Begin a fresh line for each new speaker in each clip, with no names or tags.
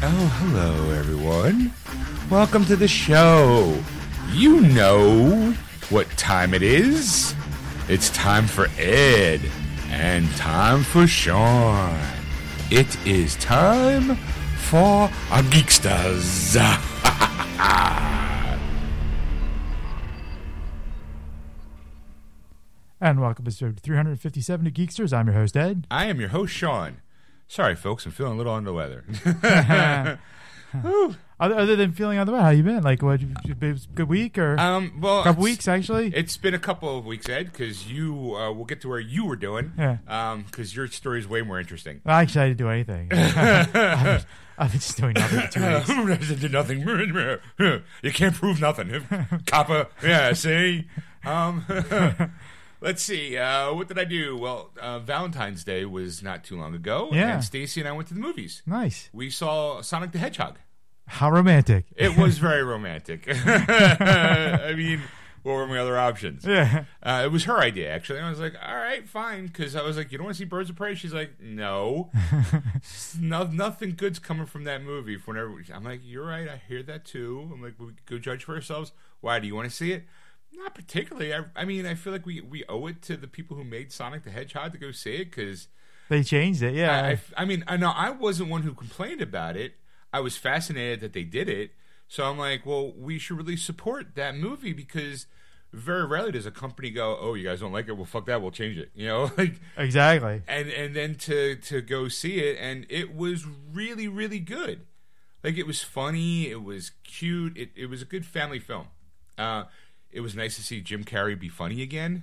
Oh, hello, everyone. Welcome to the show. You know what time it is. It's time for Ed and time for Sean. It is time for our Geeksters.
And welcome to episode 357 of Geeksters. I'm your host, Ed.
I am your host, Sean. Sorry, folks, I'm feeling a little under the weather.
Other, other than feeling on the way, how you been? Like, what? You, you- it's a good week or
um, well,
a
it's-
couple weeks actually?
It's been a couple of weeks, Ed, because you. Uh, we'll get to where you were doing.
Yeah.
Because your story is way more interesting.
Well, actually, I didn't do anything. I've, been- I've been just doing nothing for two weeks.
Did nothing. you can't prove nothing, Kappa. Yeah. See. Um, let's see. Uh, what did I do? Well, uh, Valentine's Day was not too long ago,
Yeah.
and Stacy and I went to the movies.
Nice.
We saw Sonic the Hedgehog.
How romantic.
It was very romantic. I mean, what were my other options?
Yeah.
Uh, it was her idea, actually. And I was like, all right, fine. Because I was like, you don't want to see Birds of Prey? She's like, no. no. Nothing good's coming from that movie. For whenever we-" I'm like, you're right. I hear that too. I'm like, we go judge for ourselves. Why? Do you want to see it? Not particularly. I, I mean, I feel like we, we owe it to the people who made Sonic the Hedgehog to go see it because.
They changed it. Yeah.
I, I mean, I know I wasn't one who complained about it. I was fascinated that they did it. So I'm like, well, we should really support that movie because very rarely does a company go, oh, you guys don't like it. Well, fuck that. We'll change it. You know, like,
exactly.
and and then to to go see it, and it was really really good. Like it was funny. It was cute. It it was a good family film. Uh, it was nice to see Jim Carrey be funny again.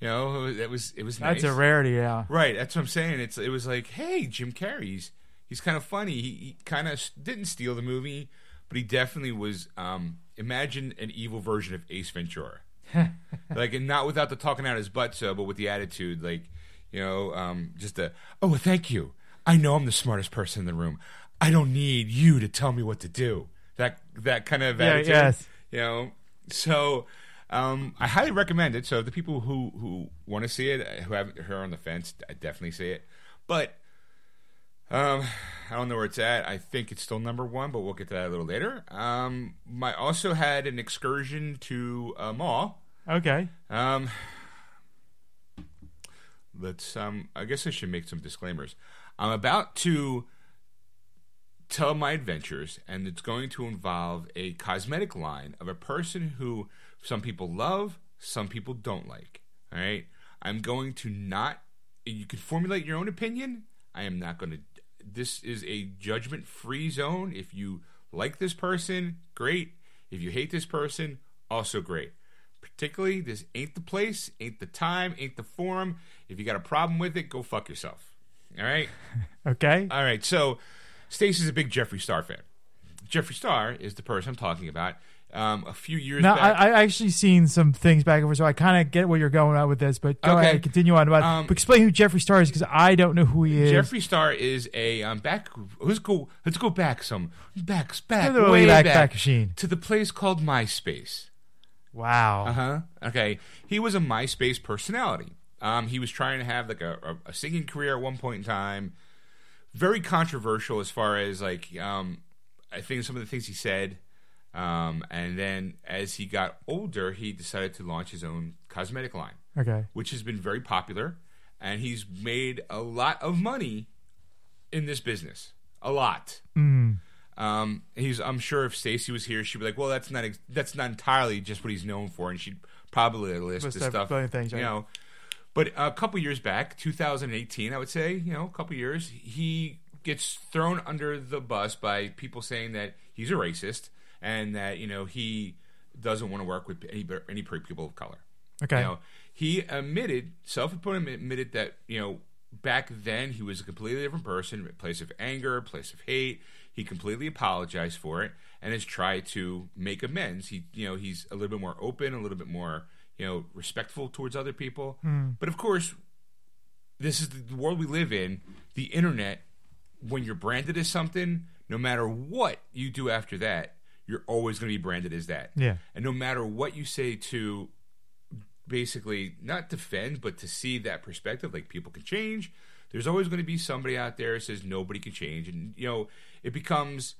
You know, that was it was nice.
That's a rarity. Yeah.
Right, that's what I'm saying. It's it was like, hey, Jim Carrey's he's kind of funny. He, he kind of s- didn't steal the movie, but he definitely was. Um, imagine an evil version of Ace Ventura, like and not without the talking out his butt, so but with the attitude, like you know, um, just a oh, thank you. I know I'm the smartest person in the room. I don't need you to tell me what to do. That that kind of
Yeah,
attitude
yes.
you know so um, i highly recommend it so the people who who want to see it uh, who haven't who are on the fence i definitely see it but um, i don't know where it's at i think it's still number one but we'll get to that a little later um, i also had an excursion to a mall
Okay.
um, let's um, i guess i should make some disclaimers i'm about to tell my adventures, and it's going to involve a cosmetic line of a person who some people love, some people don't like. All right, I'm going to not. You can formulate your own opinion. I am not going to. This is a judgment free zone. If you like this person, great. If you hate this person, also great. Particularly, this ain't the place, ain't the time, ain't the forum. If you got a problem with it, go fuck yourself. All right.
Okay.
All right, so Stacy's a big Jeffree Star fan. Jeffree Star is the person I'm talking about. Um, a few years
Now,
back,
I, I actually seen some things back and forth, so I kind of get where you're going at with this, but go
Okay.
ahead, continue on about.
Um,
but explain who Jeffree Star is because I don't know who he is.
Jeffree Star is a um, back. Let's go. Let's go back some. Back, back,
To the
way
Wayback
back,
Machine.
to the place called MySpace.
wow.
Uh huh. Okay. He was a MySpace personality. Um, he was trying to have like a, a, a singing career at one point in time. Very controversial as far as like um, I think some of the things he said. Um, and then as he got older, he decided to launch his own cosmetic line,
Okay.
which has been very popular, and he's made a lot of money in this business. A lot.
Mm.
Um, he's. I'm sure if Stacy was here, she'd be like, "Well, that's not ex- that's not entirely just what he's known for," and she'd probably list
List
the
up
stuff.
plenty of things,
you
right.
know, but a couple years back, 2018, I would say, you know, a couple years, he gets thrown under the bus by people saying that he's a racist and that you know he doesn't want to work with any any people of color.
Okay.
You know, he admitted, self-appointed admitted that you know back then he was a completely different person, a place of anger, a place of hate. He completely apologized for it and has tried to make amends. He, you know, he's a little bit more open, a little bit more, you know, respectful towards other people. But of course, this is the world we live in. The internet, when you're branded as something, no matter what you do after that, you're always going to be branded as that.
Yeah.
And no matter what you say to basically not defend, but to see that perspective. Like people can change. There's always going to be somebody out there who says nobody can change, and you know it becomes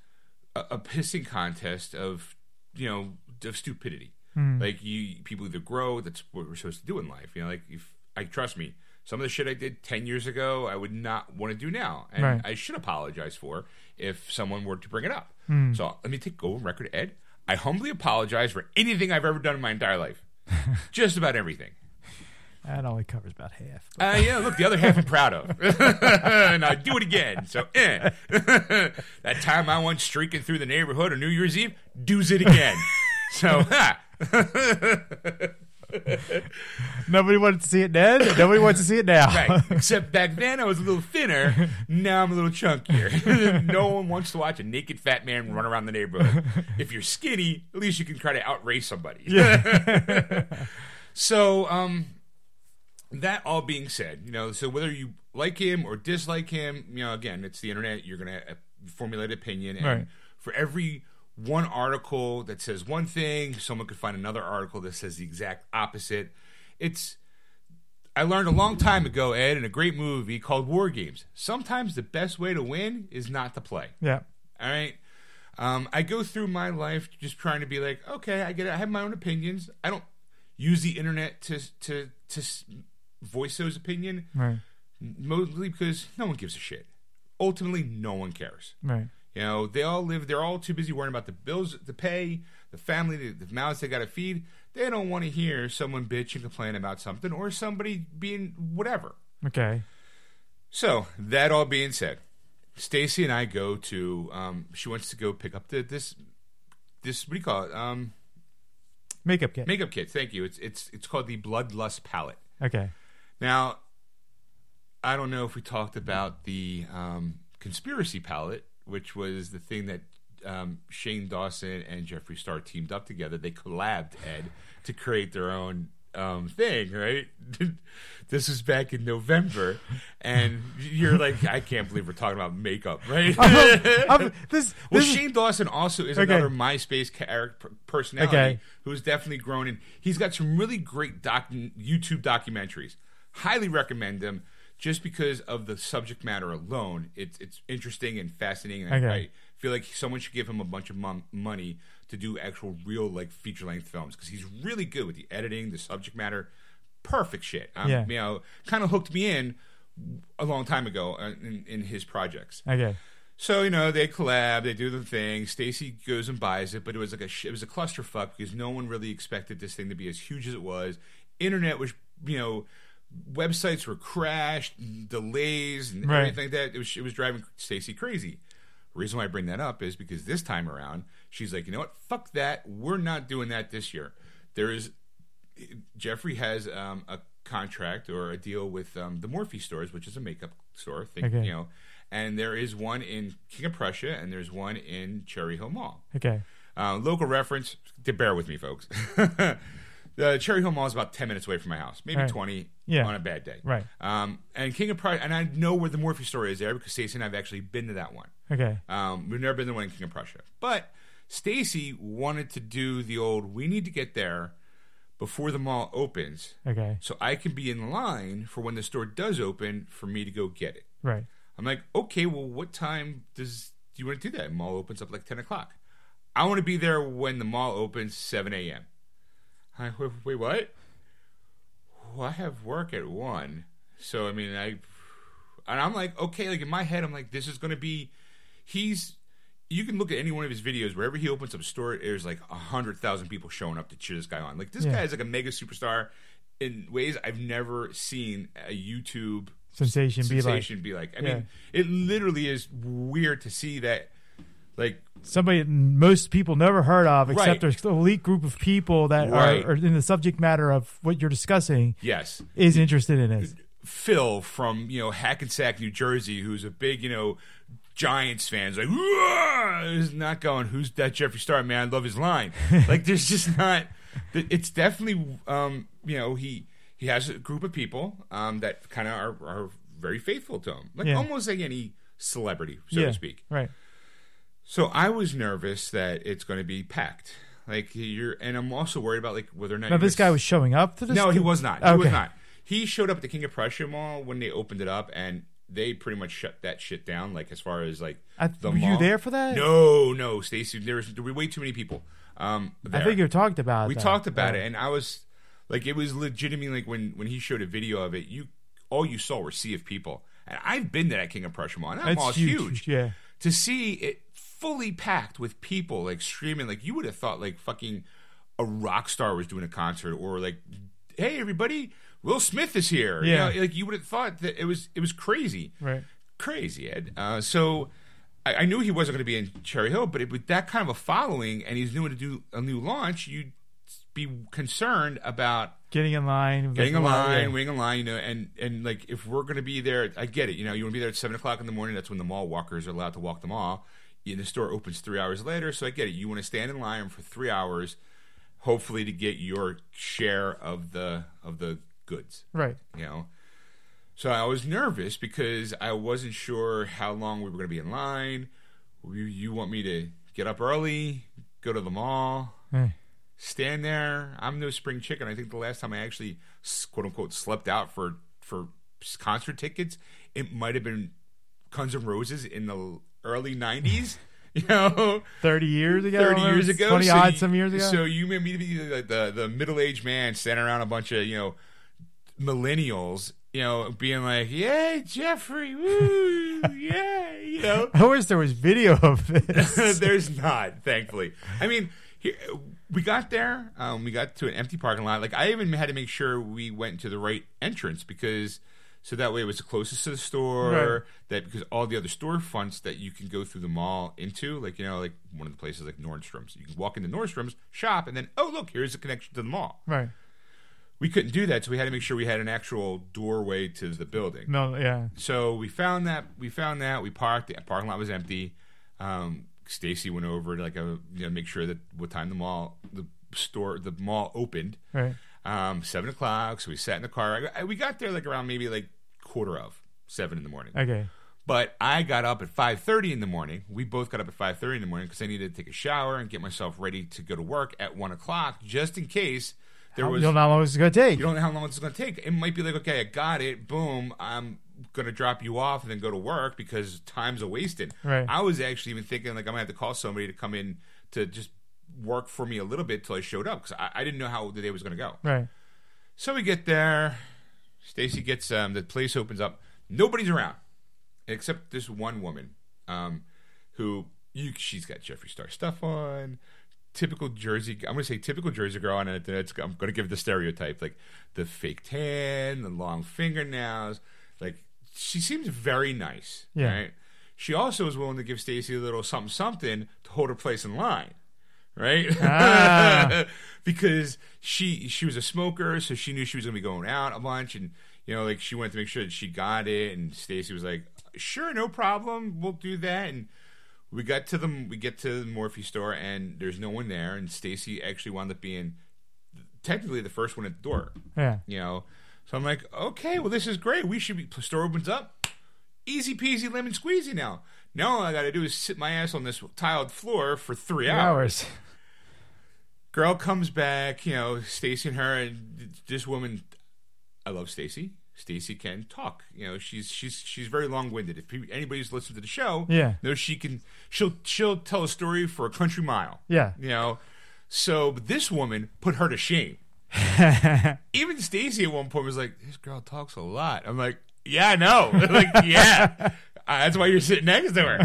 a, a pissing contest of you know of stupidity. Like you, people either grow. That's what we're supposed to do in life. You know, like if I trust me, some of the shit I did ten years ago, I would not want to do now, and
Right.
I should apologize for if someone were to bring it up. So let me take go on record, Ed. I humbly apologize for anything I've ever done in my entire life, just about everything.
That only covers about half.
Uh,
but-
yeah, look, the other half I'm proud of. and I do it again. So, eh. that time I went streaking through the neighborhood on New Year's Eve, does it again. so, ha.
Nobody wanted to see it then. and Nobody wants to see it now.
Right. Except back then I was a little thinner. Now I'm a little chunkier. no one wants to watch a naked fat man run around the neighborhood. If you're skinny, at least you can try to outrace somebody. so, um, that all being said, you know, so whether you like him or dislike him, you know, again, it's the internet. You're gonna uh, formulate opinion, and
Right.
for every one article that says one thing, someone could find another article that says the exact opposite. It's I learned a long time ago, Ed, in a great movie called War Games. Sometimes the best way to win is not to play.
Yeah.
All right. Um, I go through my life just trying to be like, okay, I get it. I have my own opinions. I don't use the internet to to to s- voice those opinion
Right.
mostly because no one gives a shit. Ultimately, no one cares.
Right.
You know, they all live. They're all too busy worrying about the bills to pay, the family, the, the mouths they got to feed. They don't want to hear someone bitch and complain about something or somebody being whatever.
Okay.
So that all being said, Stacy and I go to. Um, she wants to go pick up the, this this what do you call it? Um,
Makeup kit.
makeup kit. Thank you. It's it's it's called the Bloodlust palette.
okay.
Now, I don't know if we talked about the um, conspiracy palette, which was the thing that um, Shane Dawson and Jeffree Star teamed up together. They collabed Ed to create their own um, thing, right? this was back in November, and you're like, I can't believe we're talking about makeup, right?
I'm- this.
Well,
this is-
Shane Dawson also is
Okay.
another MySpace character personality
Okay.
who's definitely grown, and he's got some really great doc- YouTube documentaries. Highly recommend them, just because of the subject matter alone. It's it's interesting and fascinating. And
Okay.
I feel like someone should give him a bunch of mon- money to do actual real like feature length films because he's really good with the editing, the subject matter. Perfect shit. Um,
Yeah.
You know, kind of hooked me in a long time ago uh, in, in his projects.
okay.
So you know they collab, they do the thing. Stacy goes and buys it, but it was like a sh- it was a clusterfuck because no one really expected this thing to be as huge as it was. Internet was you know websites were crashed, delays, and
Right.
everything like that. It was it was driving Stacy crazy. Reason why I bring that up is because this time around she's like, you know what, fuck that, we're not doing that this year. There is Jeffrey has um, a contract or a deal with um, the Morphe stores, which is a makeup store. Think,
Okay.
you know, and there is one in King of Prussia, and there's one in Cherry Hill Mall.
Okay.
Uh, local reference, to bear with me, folks. the Cherry Hill Mall is about ten minutes away from my house, maybe
Right.
twenty
Yeah.
on a bad day.
Right.
Um, and King of Prussia, and I know where the Morphe store is there because Stacey and I've actually been to that one.
Okay.
Um, we've never been to one in King of Prussia, but Stacy wanted to do the old. We need to get there before the mall opens,
Okay.
so I can be in line for when the store does open for me to go get it.
Right.
I'm like, okay, well, what time does do you want to do that? Mall opens up like 10 o'clock. I want to be there when the mall opens 7 a.m. I wait, wait, what? Well, I have work at one, so I mean, I and I'm like, okay, like in my head, I'm like, this is gonna be. He's. You can look at any one of his videos. Wherever he opens up a store, there's like a hundred thousand people showing up to cheer this guy on. Like this
Yeah.
guy is like a mega superstar in ways I've never seen a YouTube
Sensation be like
sensation be like. I mean, it literally is weird to see that. Like,
somebody most people never heard of,
Right.
except there's an elite group of people that
Right.
are, are in the subject matter of what you're discussing
yes,
is interested in this.
Phil from you know Hackensack, New Jersey, who's a big you know Giants fans, like "Whoa!" is not going. Who's that Jeffrey Star man? I love his line. like, there's just not. It's definitely um, you know he he has a group of people um, that kind of are, are very faithful to him, like
Yeah.
almost like any celebrity, so
yeah.
to speak.
Right.
So I was nervous that it's going to be packed. Like you're, and I'm also worried about like whether or not.
Now,
you're
this
gonna
guy was showing up to this.
No, he was not. He was
Okay.
not. He showed up at the King of Prussia Mall when they opened it up, and they pretty much shut that shit down. Like as far as like
I-
the
were you
mall.
there for that?
No, no, Stacy. There was there were way too many people. Um,
I
there.
think you talked about.
we
that. Oh.
talked about it, and I was like, it was legitimately like when when he showed a video of it, you all you saw were sea of people, and I've been to that King of Prussia Mall, and that
It's
mall is
huge,
huge.
yeah.
to see it fully packed with people like screaming, like you would have thought like fucking a rock star was doing a concert, or like, hey everybody, Will Smith is here. You
Yeah.
know, like you would have thought that it was it was crazy
Right.
crazy Ed. Uh, so I, I knew he wasn't going to be in Cherry Hill, but it, with that kind of a following, and he's doing to do a new launch, you'd be concerned about
Getting in line.
getting a
like, wow,
line,
yeah.
waiting a line, you know, and and like if we're going to be there, I get it. You know, you want to be there at seven o'clock in the morning. That's when the mall walkers are allowed to walk the mall. Yeah, the store opens three hours later, so I get it. You want to stand in line for three hours, hopefully to get your share of the of the goods
Right.
you know. So I was nervous because I wasn't sure how long we were going to be in line. You, you want me to get up early, go to the mall,
Eh.
stand there? I'm no spring chicken. I think the last time I actually s- quote unquote slept out for for s- concert tickets, it might have been Guns N' Roses in the l- early '90s. You know,
Thirty years ago.
thirty
or
years ago,
Twenty
so
odd
you-
some years ago.
So you made me be the the, the middle aged man standing around a bunch of you know millennials, you know, being like, "Yeah, Jeffrey, woo, yeah," you know.
I wish there was video of this.
There's not, thankfully. I mean, here, we got there. Um, we got to an empty parking lot. Like I even had to make sure we went to the right entrance because. So that way it was the closest to the store.
Right.
That because all the other storefronts that you can go through the mall into, like you know, like one of the places like Nordstrom's, you can walk into Nordstrom's, shop, and then oh look, here's the connection to the mall.
right.
We couldn't do that, so we had to make sure we had an actual doorway to the building.
No. Yeah.
So we found that we found that we parked. The parking lot was empty. Um, Stacy went over to like a, you know, make sure that what time the mall the store the mall opened.
Right.
Um, seven o'clock. So we sat in the car. I, I- we got there like around maybe like quarter of seven in the morning.
Okay.
But I got up at five thirty in the morning. We both got up at five thirty in the morning because I needed to take a shower and get myself ready to go to work at one o'clock, just in case there was
You'll not know what it's gonna take.
you don't know how long it's going to take. It might be like, okay, I got it. Boom. I'm going to drop you off and then go to work because time's a wasted.
Right.
I was actually even thinking, like, I'm going to have to call somebody to come in to just work for me a little bit till I showed up because I, I didn't know how the day was going to go.
Right.
So we get there. Stacy gets, um, the place opens up. Nobody's around except this one woman um, who you, she's got Jeffree Star stuff on. Typical Jersey, I'm gonna say typical Jersey girl, and it- it's, I'm gonna give the stereotype like the fake tan, the long fingernails. Like she seems very nice,
Yeah.
right? She also is willing to give Stacy a little something something to hold her place in line, right? because she she was a smoker, so she knew she was gonna be going out a bunch, and you know, like she wanted to make sure that she got it. And Stacy was like, "Sure, no problem, we'll do that." And we got to the we get to the Morphe store, and there's no one there. And Stacy actually wound up being technically the first one at the door.
Yeah.
You know, so I'm like, okay, well, this is great. We should be. Store opens up, easy peasy lemon squeezy. Now, now all I got to do is sit my ass on this tiled floor for three hours
Hours.
girl comes back you know stacy and her and this woman i love stacy stacy can talk you know she's she's she's very long-winded if pe- anybody's listened to the show
Yeah.
knows she can she'll she'll tell a story for a country mile
Yeah.
you know so but this woman put her to shame even stacy at one point was like this girl talks a lot i'm like yeah i know like yeah Uh, that's why you're sitting next to her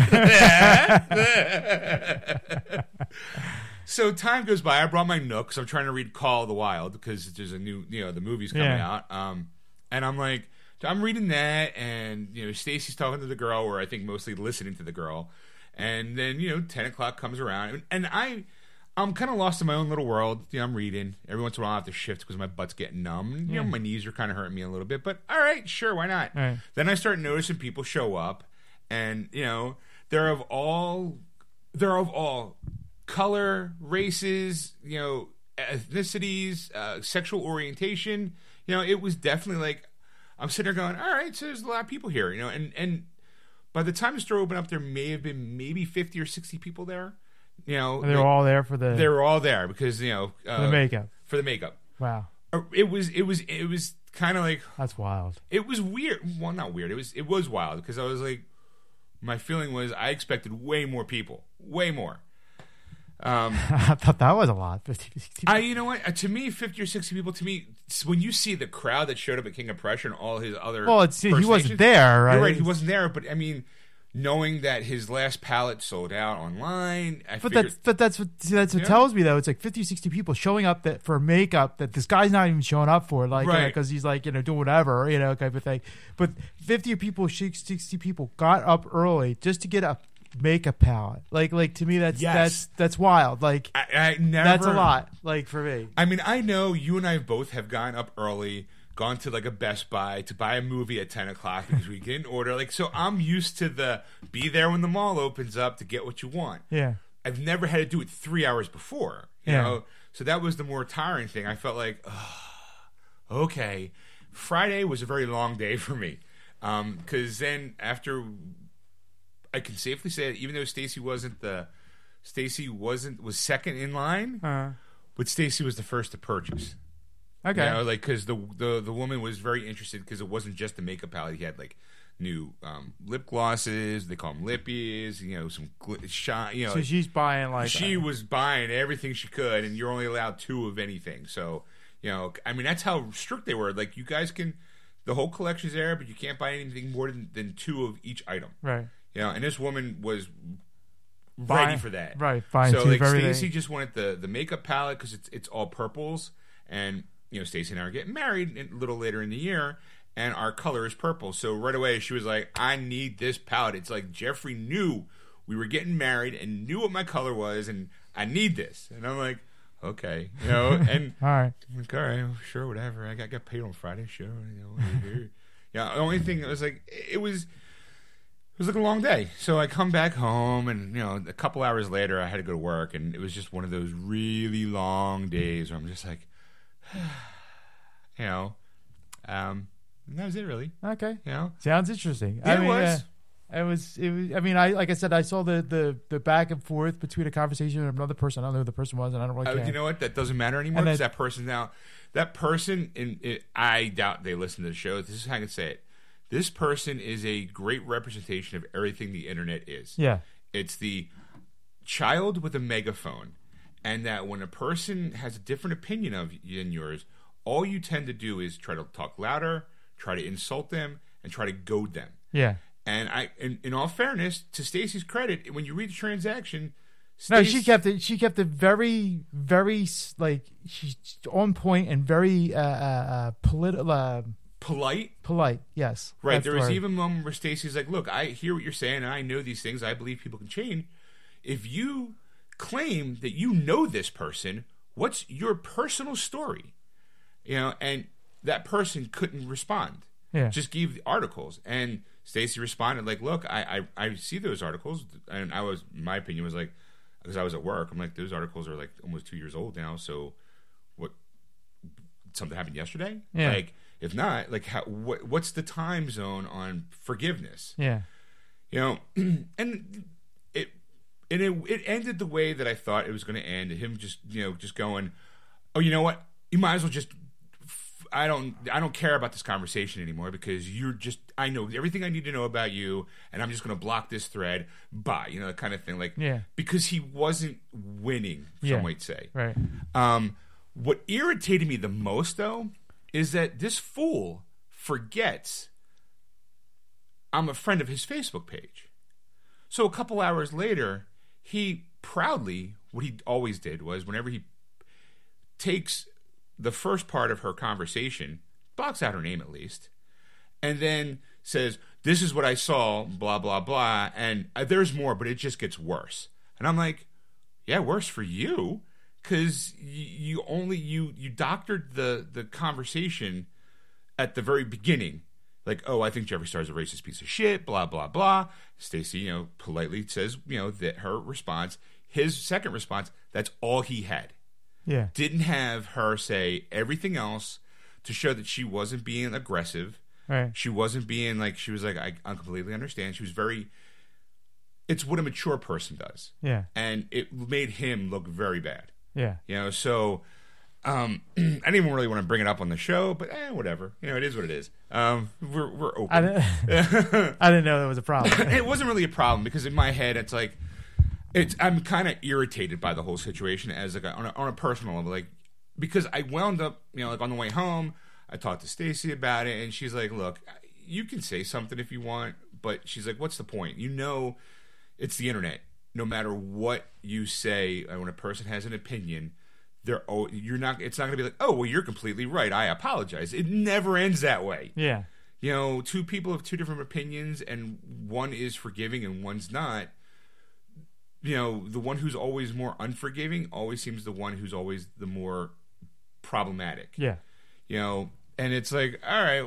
so time goes by. I brought my Nook 'cause I'm trying to read Call of the Wild because there's a new, you know, the movie's coming
Yeah.
out. Um, and I'm like, so I'm reading that, and you know, Stacy's talking to the girl, or I think mostly listening to the girl. And then you know, ten o'clock comes around, and, and I, I'm kind of lost in my own little world. You know, I'm reading. Every once in a while, I have to shift because my butt's getting numb. You know, my knees are kind of hurting me a little bit. But all right, sure, why not?
Right.
Then I start noticing people show up, and you know, they're of all they're of all color, races, you know, ethnicities, uh, sexual orientation. You know, it was definitely like I'm sitting there going, all right, so there's a lot of people here, you know, and and by the time the store opened up, there may have been maybe 50 or 60 people there. You know,
And they were all there for the,
they were all there because you know
for the
uh,
makeup.
for the makeup.
Wow,
Uh, It was it was it was kind of like
that's wild.
it was weird. Well, not weird. It was it was wild because I was like, my feeling was I expected way more people, way more. Um,
I thought that was a lot. 50 to 60.
I you know what? Uh, to me, fifty or sixty people. To me, s- when you see the crowd that showed up at King of Prussia and all his other
well, it's, he
First
wasn't
Nations-
there, right?
You're right. He wasn't there, but I mean, knowing that his last palette sold out online, I
But
figured
that's but that's what see, that's what
Yeah.
tells me though. It's like 50, 60 people showing up that for makeup that this guy's not even showing up for, like
Right.
because he's like you know doing whatever you know type of thing. But fifty people, sh- sixty people got up early just to get a makeup palette. Like like to me that's
Yes.
that's that's wild. Like
I, I never.
that's a lot. Like for me,
I mean, I know you and I both have gone up early, gone to like a Best Buy to buy a movie at ten o'clock because we get an order. Like, so I'm used to the be there when the mall opens up to get what you want.
yeah.
I've never had to do it three hours before. You
Yeah.
know? So that was the more tiring thing. I felt like, "Ugh, okay, Friday was a very long day for me. Because then after, I can safely say that even though Stacy wasn't the, Stacy wasn't, was second in line,
Uh,
but Stacy was the first to purchase.
okay.
You know, like because the, the the woman was very interested because it wasn't just the makeup palette. He had like new um, lip glosses. They call them lippies. You know, some gl- shine. You know,
so she's buying like uh,
she was buying everything she could, and you're only allowed two of anything. So, you know, I mean, that's how strict they were. Like, you guys can, the whole collection's there, but you can't buy anything more than, than two of each item.
right.
You know, and this woman was
Buy-
ready for that.
right, buying
So,
two
like,
of everything.
Stacy just wanted the the makeup palette because it's it's all purples, and you know, Stacy and I are getting married in- a little later in the year. And our color is purple, so right away she was like, "I need this palette." It's like Jeffrey knew we were getting married and knew what my color was, and I need this. And I'm like, "Okay, you know." And
All right.
I'm like, all right, well, sure, whatever. I got got paid on Friday, sure. You know, what do you do? yeah. The only thing it was like it was it was like a long day. So I come back home, and you know, a couple hours later, I had to go to work, and it was just one of those really long days where I'm just like, you know, um, and that was it, really.
Okay.
You know,
Sounds interesting.
Yeah,
I
it
mean,
was.
yeah. it was. It was. I mean, I like I said, I saw the the the back and forth between a conversation with another person. I don't know who the person was, and I don't really
Uh,
care.
you know what? That doesn't matter anymore
And
because
then-
that person now, that person, and it, I doubt they listen to the show. This is how I can say it. This person is a great representation of everything the internet is.
yeah.
It's the child with a megaphone, and that when a person has a different opinion of y- than yours, all you tend to do is try to talk louder, try to insult them, and try to goad them.
Yeah.
And I, in, in all fairness, to Stacy's credit, when you read the transaction,
No,
Stacy-
she kept it. She kept it very, very s- like she's on point and very uh, uh, uh, politi- uh,
polite.
polite. Yes.
Right.
That's
there
the
was
word.
even a moment where Stacy's like, "Look, I hear what you're saying, and I know these things. I believe people can change. If you claim that you know this person, what's your personal story? You know." And that person couldn't respond.
Yeah.
Just gave the articles, and Stacy responded like, "Look, I, I I see those articles, and I was my opinion was like, because I was at work, I'm like, those articles are like almost two years old now, so." What something happened yesterday?
Yeah.
Like, if not, like, how, what, what's the time zone on forgiveness?
yeah.
You know, and it and it, it ended the way that I thought it was going to end. Him just you know just going, oh, you know what? You might as well just. f- I don't. I don't care about this conversation anymore because you're just. I know everything I need to know about you, and I'm just going to block this thread. Bye. You know, that kind of thing. Like,
Yeah.
Because he wasn't winning. Some
Yeah.
might say.
Right.
Um, what irritated me the most, though, is that this fool forgets I'm a friend of his Facebook page. So a couple hours later, he proudly, what he always did was whenever he takes the first part of her conversation, blocks out her name at least, and then says, This is what I saw, blah, blah, blah. And uh, there's more, but it just gets worse. And I'm like, Yeah, worse for you. Because you only you you doctored the the conversation at the very beginning, like, oh, I think Jeffree Star's a racist piece of shit, blah blah blah. Stacy, you know, politely says, you know, that her response, his second response, that's all he had
Yeah.
didn't have her say everything else to show that she wasn't being aggressive.
Right.
She wasn't being like she was like I, I completely understand. She was very it's what a mature person does,
Yeah.
and it made him look very bad.
Yeah.
You know, so um, I didn't even really want to bring it up on the show, but eh, whatever. You know, it is what it is. Um, we're we're
I
open.
didn't, I didn't know that was a problem.
it wasn't really a problem because in my head it's like it's I'm kind of irritated by the whole situation as like a, on a on a personal level like because I wound up you know like on the way home I talked to Stacy about it and she's like look you can say something if you want but she's like what's the point you know it's the internet no matter what you say and when a person has an opinion they're oh you're not it's not going to be like oh well you're completely right I apologize it never ends that way
Yeah.
you know, two people of two different opinions and one is forgiving and one's not, you know, the one who's always more unforgiving always seems the one who's always the more problematic.
Yeah.
You know, and it's like, all right,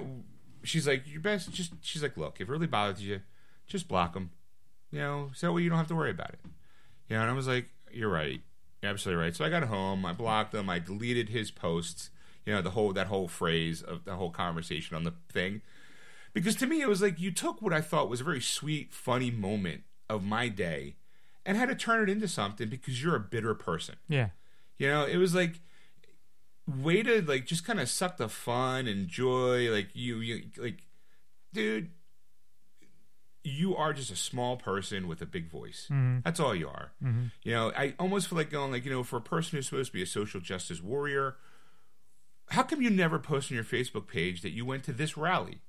she's like, you best just, she's like, look, if it really bothers you, just block them. You know, so that way you don't have to worry about it. You know, and I was like, you're right. You're absolutely right. So I got home, I blocked him, I deleted his posts, you know, the whole that whole phrase of the whole conversation on the thing. Because to me it was like you took what I thought was a very sweet, funny moment of my day and had to turn it into something because you're a bitter person.
Yeah.
You know, it was like way to like just kind of suck the fun and joy. Like you, you like, dude, you are just a small person with a big voice. That's all you are. You know, I almost feel like going like you know, for a person who's supposed to be a social justice warrior, how come you never post on your Facebook page that you went to this rally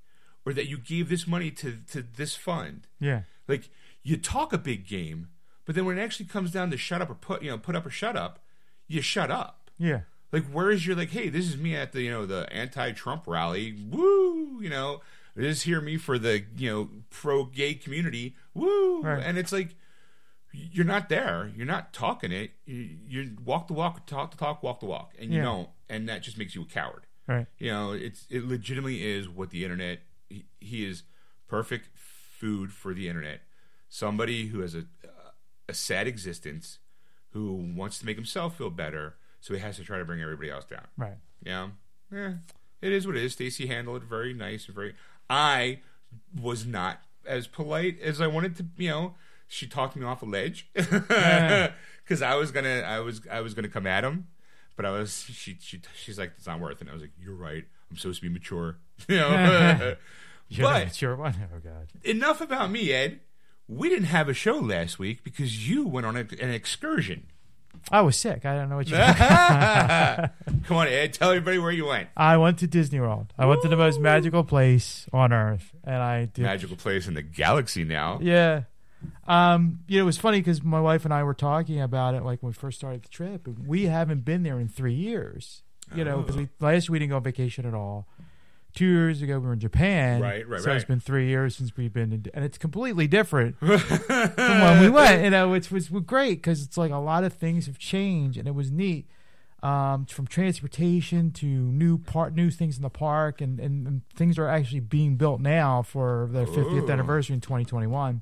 or that you gave this money to to this fund?
Yeah.
Like you talk a big game, but then when it actually comes down to shut up or put you know put up or shut up, you shut up.
Yeah.
Like where is your like hey this is me at the you know the anti-Trump rally woo you know this is here me for the you know pro gay community woo
Right.
and it's like you're not there you're not talking it you, you walk the walk talk the talk walk the walk and you
Yeah.
don't and that just makes you a coward
Right.
you know it's it legitimately is what the internet he, he is perfect food for the internet somebody who has a a sad existence who wants to make himself feel better so he has to try to bring everybody else down
Right.
yeah yeah it is what it is stacy handled it very nice and very i was not as polite as i wanted to you know she talked me off a ledge because i was gonna i was i was gonna come at him but I was she she she's like it's not worth it. And I was like, you're right. I'm supposed to be mature, you know.
You're the
but
mature one. Oh God.
enough about me, Ed. We didn't have a show last week because you went on a, an excursion.
I was sick. I don't know what you.
Come on, Ed. Tell everybody where you went.
I went to Disney World. I went to the most
Woo!
magical place on earth, and I did.
Magical place in the galaxy now.
Yeah. Um, you know, it was funny because my wife and I were talking about it like when we first started the trip, and we haven't been there in three years. You know, because we,
Oh.
last year we didn't go on vacation at all. Two years ago we were in Japan.
Right, right,
So it's
right.
been three years since we've been, in, and it's completely different from when we went. You know, which was great because it's like a lot of things have changed, and it was neat. Um, from transportation to new part, new things in the park, and, and, and things are actually being built now for the 50th
Ooh.
anniversary in 2021.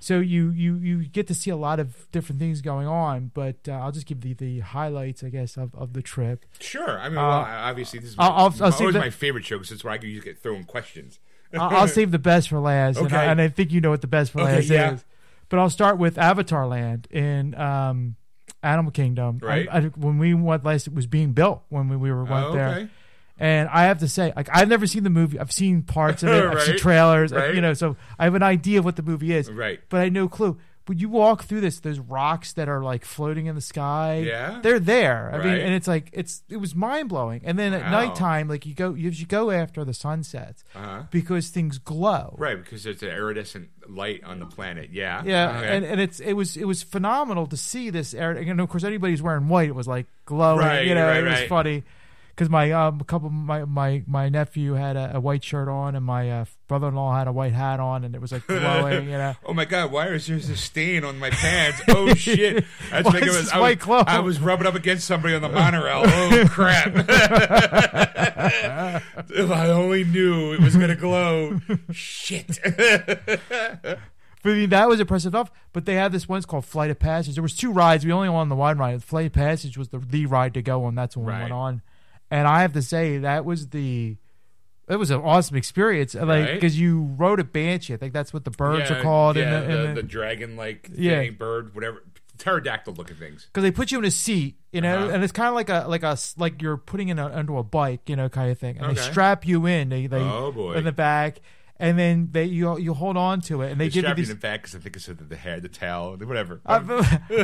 So you you you get to see a lot of different things going on, but uh, I'll just give the the highlights, I guess, of, of the trip.
Sure. I mean, well,
Uh,
obviously this is
I'll- I'll- I'll
always
see the-
my favorite show because it's where I can just get thrown questions.
I'll, I'll save the best for last, and, I,
Okay.
and I think you know what the best for
Okay,
last
yeah.
is. But I'll start with Avatar Land in um, Animal Kingdom. I-
Right.
I, when we went last, it was being built when we, we were went
Oh,
there, and I have to say, like I've never seen the movie. I've seen parts of it. I've seen
Right,
trailers. I-
right.
you know, so I have an idea of what the movie is.
Right.
but I had no clue. When you walk through this, those rocks that are like floating in the sky,
Yeah.
they're there. I mean,
Right.
and it's like it's it was mind blowing. And then at
Wow.
nighttime, like you go, you, you go after the sunsets
Uh-huh.
because things glow.
Right, because it's an iridescent light on the planet. Yeah.
Yeah,
Okay.
and, and it's it was it was phenomenal to see this area. And of course, anybody's wearing white. It was like glowing.
Right,
you know,
right,
it was
right.
funny because my um, a couple my my my nephew had a, a white shirt on, and my uh, brother in law had a white hat on, and it was like glowing. you know,
Oh my God! Why is there a stain on my pants? Oh shit! That's
Why
like it
is
was,
this
I,
white
was
glove?
I was rubbing up against somebody on the monorail. Oh crap! if I only knew it was gonna glow. shit!
But, I mean, that was impressive enough. But they had this one's called Flight of Passage. There was two rides. We only went on the one ride. Flight of Passage was the the ride to go on. That's when
Right.
we went on. And I have to say that was the It was an awesome experience, like
Right?
because you rode a banshee. I think that's what the birds
yeah,
are called.
Yeah,
in the,
the,
in the,
the dragon like
Yeah.
thing, bird, whatever, pterodactyl looking things.
because they put you in a seat, you know,
Uh-huh.
and it's kind of like a like a s- like you're putting in a, under a bike, you know, kind of thing, and they
Okay.
strap you in, they, they
Oh, boy.
in the back, and then they you you hold on to it, and they,
They
give you
strap you in
these. Uh,
the back because I think it's the hair, the tail, whatever.
I,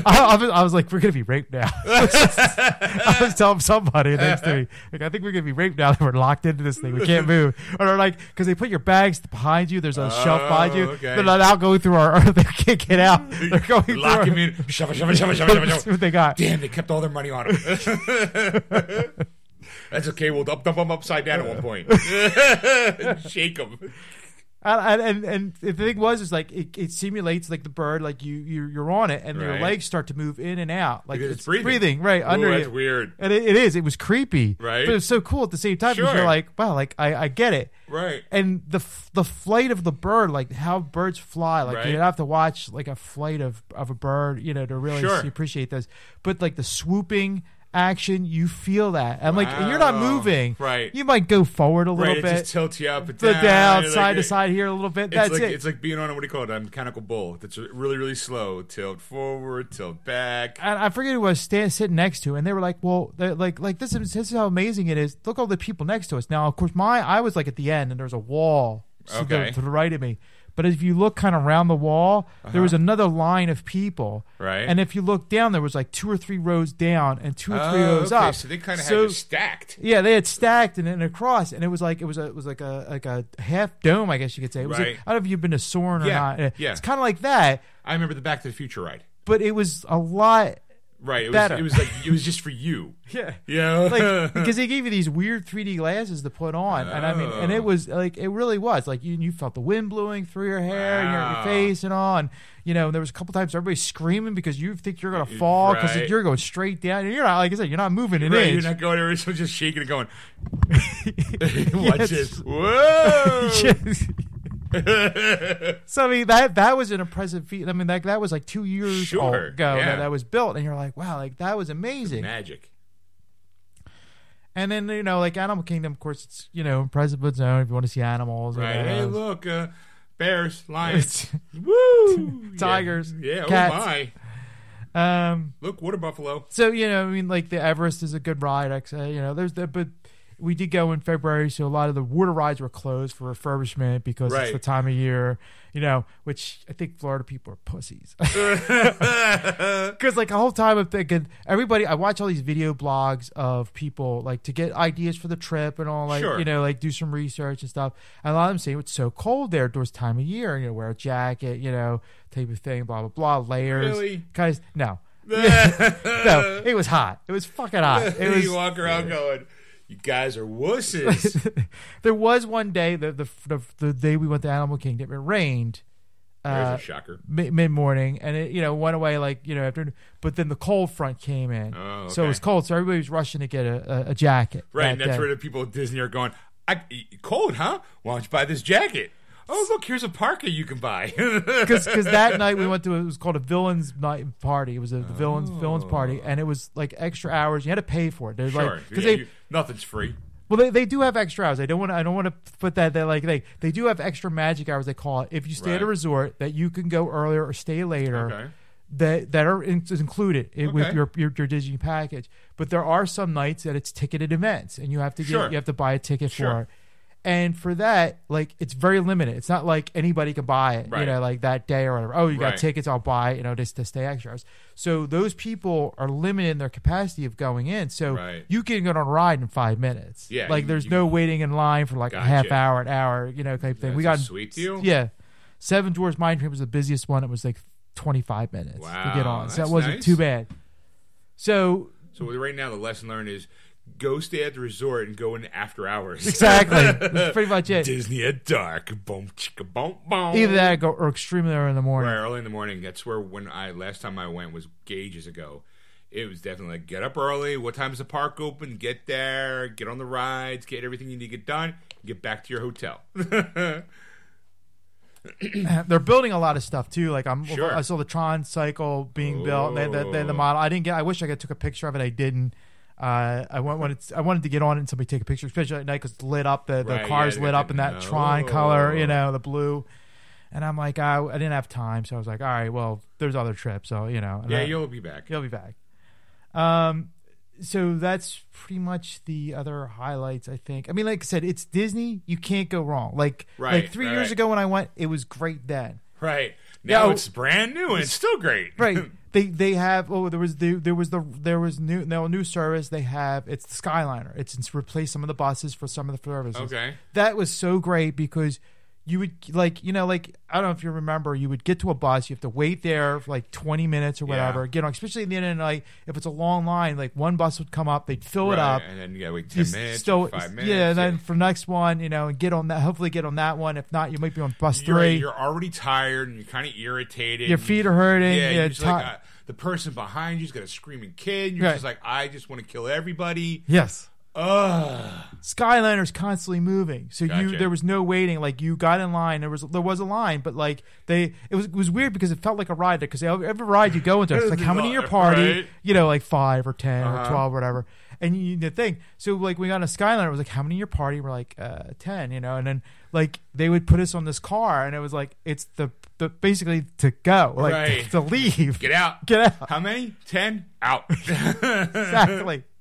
I, was- I was like, we're gonna be raped now. I was telling somebody next to me, like, I think we're gonna be raped now that we're locked into this thing. We can't move, or they're like, because they put your bags behind you. There's a shelf behind you.
Oh, okay.
They're not out going through our. They can't get out. They're going through.
Lock
our-
him in. Shove it, shove it, shove it, shove it, shove it,
That's
shove it.
what they got.
Damn, they kept all their money on him. That's okay. We'll dump, dump him upside down at one point. Shake him.
And, and and the thing was is like it, it simulates like the bird like you you're, you're on it and your
Right.
legs start to move in and out like
Because
it's,
it's breathing.
right under
Ooh, that's
it
weird.
and it, it is it was creepy
Right.
but it was so cool at the same time because
Sure.
you're like wow like I, I get it
Right.
and the f- the flight of the bird like how birds fly like
Right.
you'd have to watch like a flight of of a bird you know to really
Sure.
see- appreciate those but like the swooping action you feel that and like and you're not
Wow.
moving
Right.
you might go forward a little
Right. It
bit
just tilts you up and
the
down.
down,
You're
side
like-
to side here a little bit.
It's
That's
like
it.
it's like being on a what do you call it? A mechanical bull. That's really really slow. Tilt forward, tilt back.
and I forget who I was stand, sitting next to, and they were like, "Well, they're like, like this is this is how amazing it is. Look all the people next to us." Now, of course, my I was like at the end, and there was a wall so
Okay.
to, to the right of me. But if you look kind of around the wall, there was another line of people.
Uh-huh. Right.
And if you look down, there was like two or three rows down and two or three
Oh,
rows
okay,
up.
So they kind of had
So-
you stacked.
Yeah, they had stacked and, and across, and it was like it was a it was like a like a half dome, I guess you could say. It was like-
Right.
I don't know if you've been to Soren or
Yeah,
not.
yeah.
It's kind of like that,
I remember the Back to the Future ride.
but it was a lot.
Right. It was,
Better.
It was like it was just for you.
Yeah.
You know?
Like because they gave you these weird 3D glasses to put on, and I mean,
Oh.
and it was like it really was like you you felt the wind blowing through your hair, and your,
Wow.
your face, and all, and you know there was a couple times everybody screaming because you think you're gonna fall because
Right.
you're going straight down, and you're not like I said, you're not moving an
Right,
inch.
you're not going anywhere. Someone's just shaking and going. Watch
Yes.
this. Whoa!
so I mean that that was an impressive feat. I mean like that was like two years
Sure,
ago
yeah.
that that was built, and you're like, wow, like that was amazing.
Magic.
And then you know, like Animal Kingdom, of course, it's you know impressive but its own. If you want to see animals, you
Right.
know,
Hey, look, uh, bears, lions,
it's-
woo,
Tigers,
Yeah. yeah
cats.
Oh my!
um,
Look, water buffalo.
so you know, I mean, like the Everest is a good ride. I'd say, you know, there's the but we did go in February, so a lot of the water rides were closed for refurbishment because it's
Right.
the time of year, you know, which I think Florida people are pussies. Because like the whole time I'm thinking, everybody, I watch all these video blogs of people like to get ideas for the trip and all, like
Sure.
you know, like do some research and stuff. And a lot of them say it's so cold there during this time of year. You know, wear a jacket, you know, type of thing, blah blah blah, layers.
Really?
Guys, no, no, it was hot. It was fucking hot. It
you
was.
walk around going, "You guys are wusses."
there was one day the the the, the day we went to Animal Kingdom, it rained. Uh,
There's a shocker.
mid morning, and it you know went away like you know after, but then the cold front came in,
Oh,
so it
okay.
was cold, so everybody was rushing to get a, a, a jacket.
Right,
that
and that's
day.
where the people at Disney are going. I, cold, huh? Why don't you buy this jacket? Oh, look, here's a parka you can buy.
because that night we went to it was called a villains night party. It was a the
Oh.
villains villains party, and it was like extra hours. You had to pay for it. There's
sure,
like because
yeah,
they
you- nothing's free.
well they, they do have extra hours. I don't want I don't want to put that they like they they do have extra magic hours. They call it if you stay at a
Right.
resort that you can go earlier or stay later.
Okay.
That, that are in, is included in, with
Okay.
your, your your Disney package, but there are some nights that it's ticketed events, and you have to get,
Sure.
you have to buy a ticket for
Sure.
it. And for that, like it's very limited. It's not like anybody can buy it, you
Right.
know, like that day or whatever. Oh, you got
Right.
tickets, I'll buy, it, you know, just to stay extras. So those people are limited in their capacity of going in. So
Right.
you can go on a ride in five minutes.
Yeah,
Like
you-
there's
you-
no waiting in line for like a half
Gotcha.
hour, an hour, you know, type thing. we got
That's a sweet deal.
Yeah. Seven Dwarfs Mine Train was the busiest one. It was like 25 minutes to get
Wow,
on. So that
that's
wasn't
nice.
too bad. So
So right now, the lesson learned is go stay at the resort and go in after hours.
exactly. that's pretty much it.
Disney at dark. Boom, chicka, boom, boom.
Either that or, go, or extremely early in the morning.
Right, early in the morning. That's where when I last time I went was ages ago. It was definitely like get up early. What time is the park open? Get there. Get on the rides. Get everything you need to get done. Get back to your hotel.
They're building a lot of stuff too. Like I'm,
Sure. Oh.
I saw the Tron cycle being built. They, they, they, the model. I didn't get. I wish I could took a picture of it. I didn't. Uh, I want wanted I wanted to get on it and somebody take a picture, especially at night because it's lit up. The, the
Right,
car's
yeah,
lit up in that
no.
trine color, you know, the blue. And I'm like, I, I didn't have time, so I was like, all right, well, there's other trips, so you know. and
Yeah,
I-
you'll be back.
He'll be back. Um, so that's pretty much the other highlights, I think. I mean, like I said, it's Disney. You can't go wrong. Like,
Right,
like three
right,
years
right.
ago when I went, it was great then.
Right. Now
Yeah,
it's brand new and it's still great.
Right. they they have oh there was the there was the there was new no new service they have it's the Skyliner. It's, it's replaced some of the buses for some of the services.
okay.
That was so great because you would like you know like I don't know if you remember you would get to a bus you have to wait there for like 20 minutes or whatever get on especially at the end of the night if it's a long line like one bus would come up they'd fill
Right,
it up
And then you gotta wait
you
ten minutes,
still-
or five minutes.
yeah and then for next one you know and get on that hopefully get on that one if not you might be on bus
you're,
3
you're already tired and you're kind of irritated.
your feet are hurting
Yeah,
you're
you're just like,
ti-
uh, the person behind you's got a screaming kid. You're
Right.
just like, I just want to kill everybody.
yes
Ugh.
Skyliner's constantly moving, so you
Gotcha.
there was no waiting. Like you got in line, there was there was a line, but like they it was it was weird because it felt like a ride because every, every ride you go into, it's like how many in your party,
Right.
you know, like five or 10 or
Uh-huh.
twelve or whatever. And you, the thing, so like we got on a Skyliner, it was like how many in your party? We're like uh, ten, you know, and then like they would put us on this car, and it was like it's the, the basically to go, like
Right.
to, leave,
Get out.
get out
How many? Ten? Out.
exactly.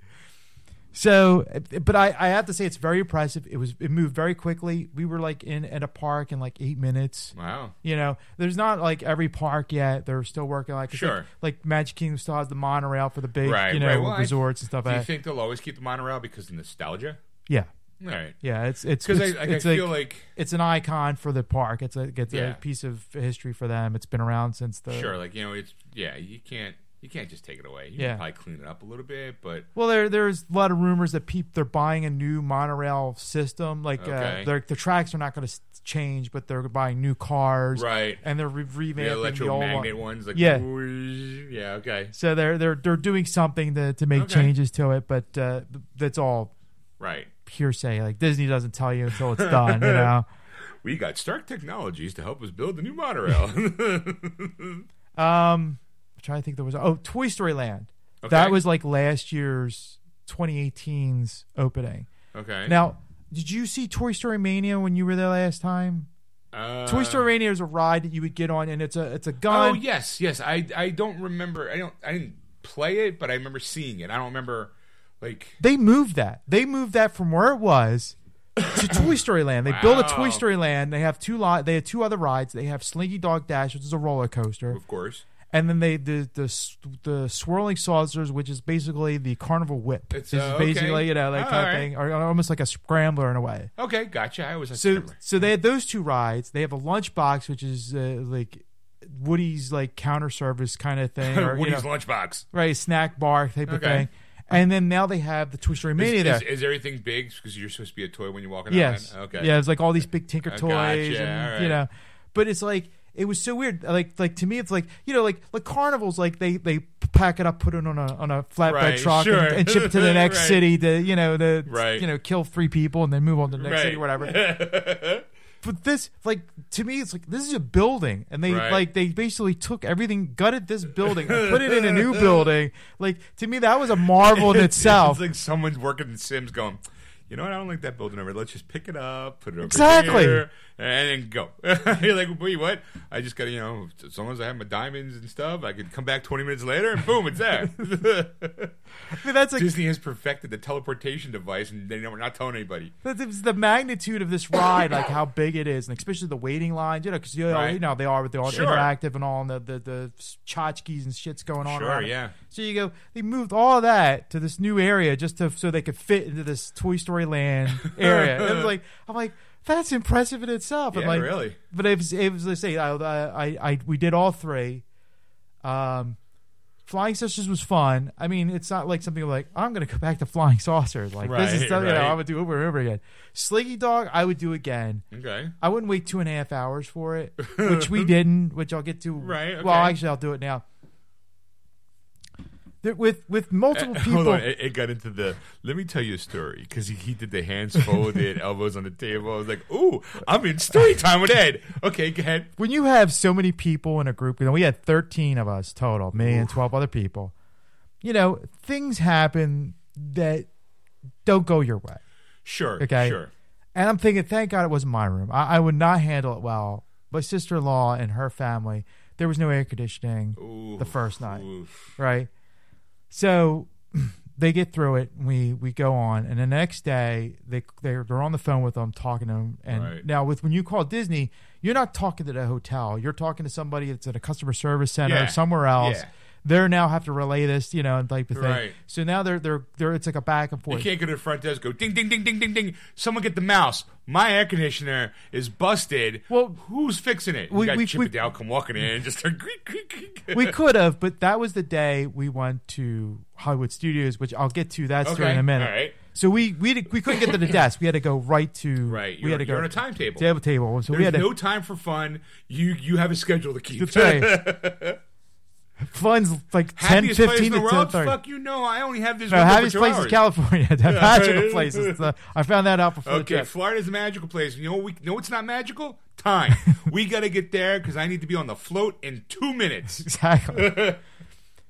So, but I, I have to say it's very impressive. It was it moved very quickly. We were like in at a park in like eight minutes.
wow.
You know, there's not like every park yet. They're still working like it's like-
Sure.
like, Magic Kingdom still has the monorail for the big
Right,
you know
right. Well, I-
resorts and stuff.
Do
like
you
that.
think they'll always keep the monorail because of nostalgia?
yeah,
All right.
yeah. It's it's
Because
it's,
I, like, I
it's
feel
like,
like,
it's an icon for the park. It's a it's
Yeah.
a piece of history for them. It's been around since the
sure, like you know, it's yeah, you can't you can't just take it away. You
Yeah.
can probably clean it up a little bit, but
Well, there there's a lot of rumors that peop, they're buying a new monorail system. Like
Okay.
uh, their the tracks are not going to change, but they're buying new cars
right.
and they're re- revamping
The
the, old
electromagnet
one.
ones, like
Yeah.
yeah, okay,
So they're they're they're doing something to to make
Okay.
changes to it, but uh, that's all
right.
hearsay. Like Disney doesn't tell you until it's done. you know.
We got Stark Technologies to help us build the new monorail.
Um, I'm trying to think there was oh Toy Story Land.
Okay.
That was like last year's 2018's opening.
okay,
Now, did you see Toy Story Mania when you were there last time?
uh,
Toy Story Mania is a ride that you would get on, and it's a it's a
Oh
gun.
yes, yes. I I don't remember. I don't. I didn't play it, but I remember seeing it. I don't remember like
They moved that. They moved that from where it was to Toy Story Land. They built a
Wow.
Toy Story Land. They have two lot. They had two other rides. They have Slinky Dog Dash, which is a roller coaster,
Of course.
and then they the the s- the swirling saucers, which is basically the carnival whip.
It's,
This
uh,
is
okay.
basically you know that
All
kind
right.
of thing, or almost like a scrambler in a way.
Okay, gotcha. I was like,
So
remember.
so they had those two rides. They have a lunchbox, which is uh, like Woody's like counter service kind of thing. Or, you know-
Woody's lunchbox.
right? Snack bar type of
Okay.
thing. And then now they have the Toy Story Mania
Is,
there.
is, is everything big? Because you're supposed to be a toy when you walk in.
yes.
Outland? Okay.
Yeah, it's like all these big Tinker
I
toys,
gotcha,
and,
alright.
you know. But it's like it was so weird. Like like to me, it's like you know like like carnivals like they they pack it up, put it on a on a flatbed
Right,
truck,
sure.
and, and ship it to the next
Right.
city to you know to
Right.
you know kill three people and then move on to the next
Right.
city whatever. but this like to me it's like this is a building and they
Right.
like they basically took everything gutted this building and put it in a new building like to me that was a marvel in itself
It's like someone's working in Sims going, you know what? I don't like that building over. there. Let's just pick it up, put it over
Exactly.
here, and then go. You're like, wait, what? I just got to, you know, as long as I have my diamonds and stuff, I could come back 20 minutes later and boom, it's there.
I mean, that's like
Disney has perfected the teleportation device and they know we're not telling anybody.
that's it's the magnitude of this ride like how big it is and especially the waiting lines you know because you, know,
Right.
you know they are with the all
Sure.
interactive and all and the the, the tchotchkes and shits going on
Sure,
around it.
yeah.
so you go they moved all that to this new area just to so they could fit into this toy story land area it was like i'm like that's impressive in itself I'm
Yeah,
like
really.
But it was, it was let's say I, I, I, I, we did all three. Um, Flying Saucers was fun. I mean, it's not like something like I'm going to go back to Flying Saucers. Like this is
Right,
stuff you know,
right.
I would do over and over again. Slinky Dog, I would do again.
Okay.
I wouldn't wait two and a half hours for it, which we didn't. Which I'll get to.
Right, okay.
Well, actually, I'll do it now. There- With with multiple
Uh,
Oh, people,
Hold on, it, it got into the. Let me tell you a story because he, he did the hands folded, elbows on the table. I was like, "Ooh, I'm in story time with Ed." Okay, go ahead.
when you have so many people in a group, you know, we had 13 of us total, me and 12 other people, you know, things happen that don't go your way.
Sure.
Okay.
Sure.
And I'm thinking, thank God it wasn't my room. I, I would not handle it well. My sister in law and her family, there was no air conditioning
Ooh,
the first night,
oof.
right? So they get through it. We we go on, and the next day they they're, they're on the phone with them, talking to them. And
Right.
now with when you call Disney, you're not talking to the hotel. You're talking to somebody that's at a customer service center
Yeah.
or somewhere else.
Yeah.
They're now have to relay this, you know, and type of thing.
Right.
So now they're they're they're it's like a back and forth.
You can't go to the front desk. Go ding, ding, ding, ding, ding, ding. Someone get the mouse. My air conditioner is busted.
Well,
who's fixing it? you
we-
got
we-
Chip
we-
Adele come walking in, and just like, creak, creak, creak.
we could have, but that was the day we went to Hollywood Studios, which I'll get to that story
Okay,
in a minute.
all right.
So we we did, we couldn't get to the desk. We had to go right to
Right,
we
you're-
had to go
you're on a timetable.
Table table. So we
There's
had to
no time for fun. You you have a schedule to keep.
That's right. Fun's like 10,
Happiest
15
place in the
to
world?
10:30.
Fuck you know. I only have this.
No,
room for
happiest
two
place is
hours.
California. The magical place is the- I found that out before the
Okay,
trip.
Florida's a magical place. You know what? We know it's not magical. Time. we got to get there because I need to be on the float in two minutes.
Exactly.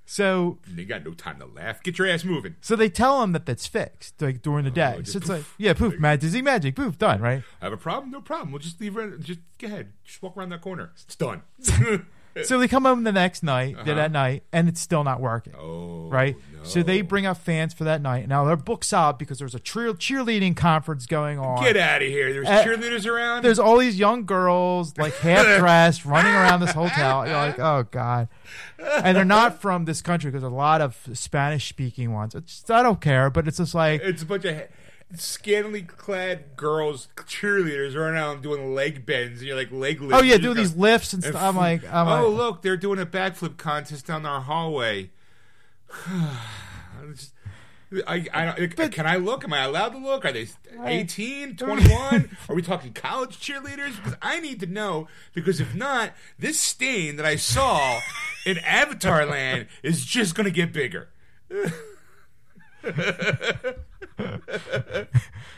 so
They got no time to laugh. Get your ass moving.
so they tell him that that's fixed like during the day.
Oh, just
so it's
poof.
like yeah, poof, magic, Disney magic, poof, done, right?
I have a problem? No problem. We'll just leave. Right, just go ahead. Just walk around that corner. It's done.
So they come home the next night, that night, and it's still not working.
Uh-huh. oh,
right?
no.
So they bring up fans for that night. Now they're books out because there's a cheer- cheerleading conference going on.
get out of here. There's
Uh,
cheerleaders around.
There's all these young girls, like half dressed, running around this hotel. You're like, oh god, and they're not from this country because a lot of Spanish speaking ones. It's, I don't care, but it's just like
it's a bunch of he- scantily clad girls, cheerleaders running around doing leg bends, and you're like leg lifts.
Oh yeah,
You
doing
go-
these lifts and
and
stuff. I'm
fl-
like, I'm
oh
like,
look, they're doing a backflip contest down our hallway. I just- I, I, I- can I look? Am I allowed to look? Are they 18, 21? Are we talking college cheerleaders? Because I need to know. Because if not, this stain that I saw in Avatar Land is just going to get bigger.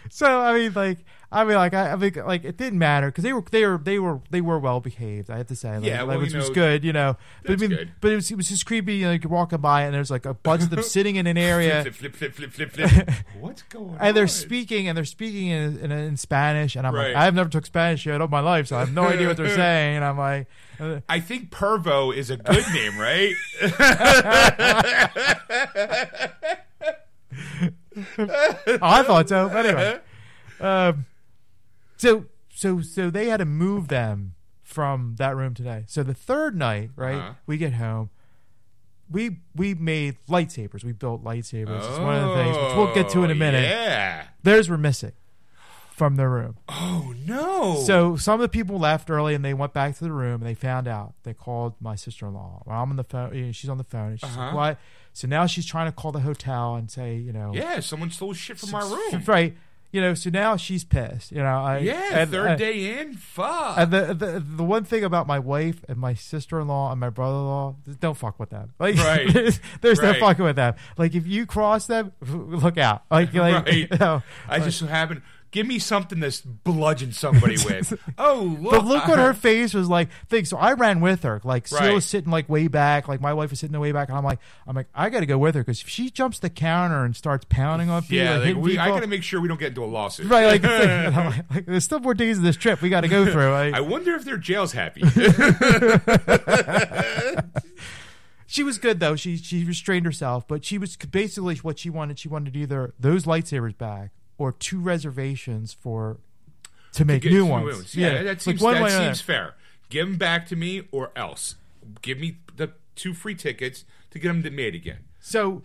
So I mean, like, I mean, like, I, I mean, like, it didn't matter because they were, they were, they were, they were well behaved. I have to say, like,
Yeah,
like,
well,
which
you
was
know,
good, you know. But I
that's
mean,
good.
but it was, it was just creepy. You know, like, you're walking by and there's like a bunch of them sitting in an area,
Flip, flip, flip, flip, flip, flip. What's going on?
and they're speaking and they're speaking in in, in Spanish, and I'm
Right.
like, I've never took Spanish yet all my life, so I have no idea what they're saying, and I'm like, uh,
I think Pervo is a good name, right?
oh, I thought so. But anyway, um, so so so they had to move them from that room today. So the third night, right?
Uh-huh.
We get home. We we made lightsabers. We built lightsabers. It's one of the things which we'll get to in a
Oh,
minute.
Yeah.
Theirs were missing from their room.
Oh no.
So some of the people left early and they went back to the room and they found out. They called my sister in law. Well, I'm on the phone. you know, She's on the phone. And she's like,
Uh-huh.
"What?" So now she's trying to call the hotel and say, you know,
Yeah, someone stole shit from my room.
right? You know, so now she's pissed. You know, I,
Yeah,
and-
third
and-
day in. Fuck.
And the, the the one thing about my wife and my sister in law and my brother in law, don't fuck with them. Like,
Right.
there's, there's
Right.
no fucking with them. Like, if you cross them, look out. Like, like
Right.
you know.
I just so happened. Give me something to s- bludgeon somebody with. Oh look!
But look
I-
what her face was like. Thing. So I ran with her. Like Seal
Right.
was sitting like way back. Like my wife was sitting way back, and I'm like, I'm like, I got to go with her because if she jumps the counter and starts pounding on people,
Yeah,
and
like
hitting
we, I
people-
gotta make sure we don't get into a lawsuit.
right. Like, it's like- I'm like, like, there's still more days of this trip we got to go through. Like,
I wonder if their jail's happy.
She was good though. She she restrained herself, but she was basically what she wanted. She wanted either those lightsabers back or two reservations for to make
Get
new
some
ones.
wounds. Yeah, that seems
one
that
way or
seems
another.
fair. Give them back to me, or else give me the two free tickets to get them made again.
So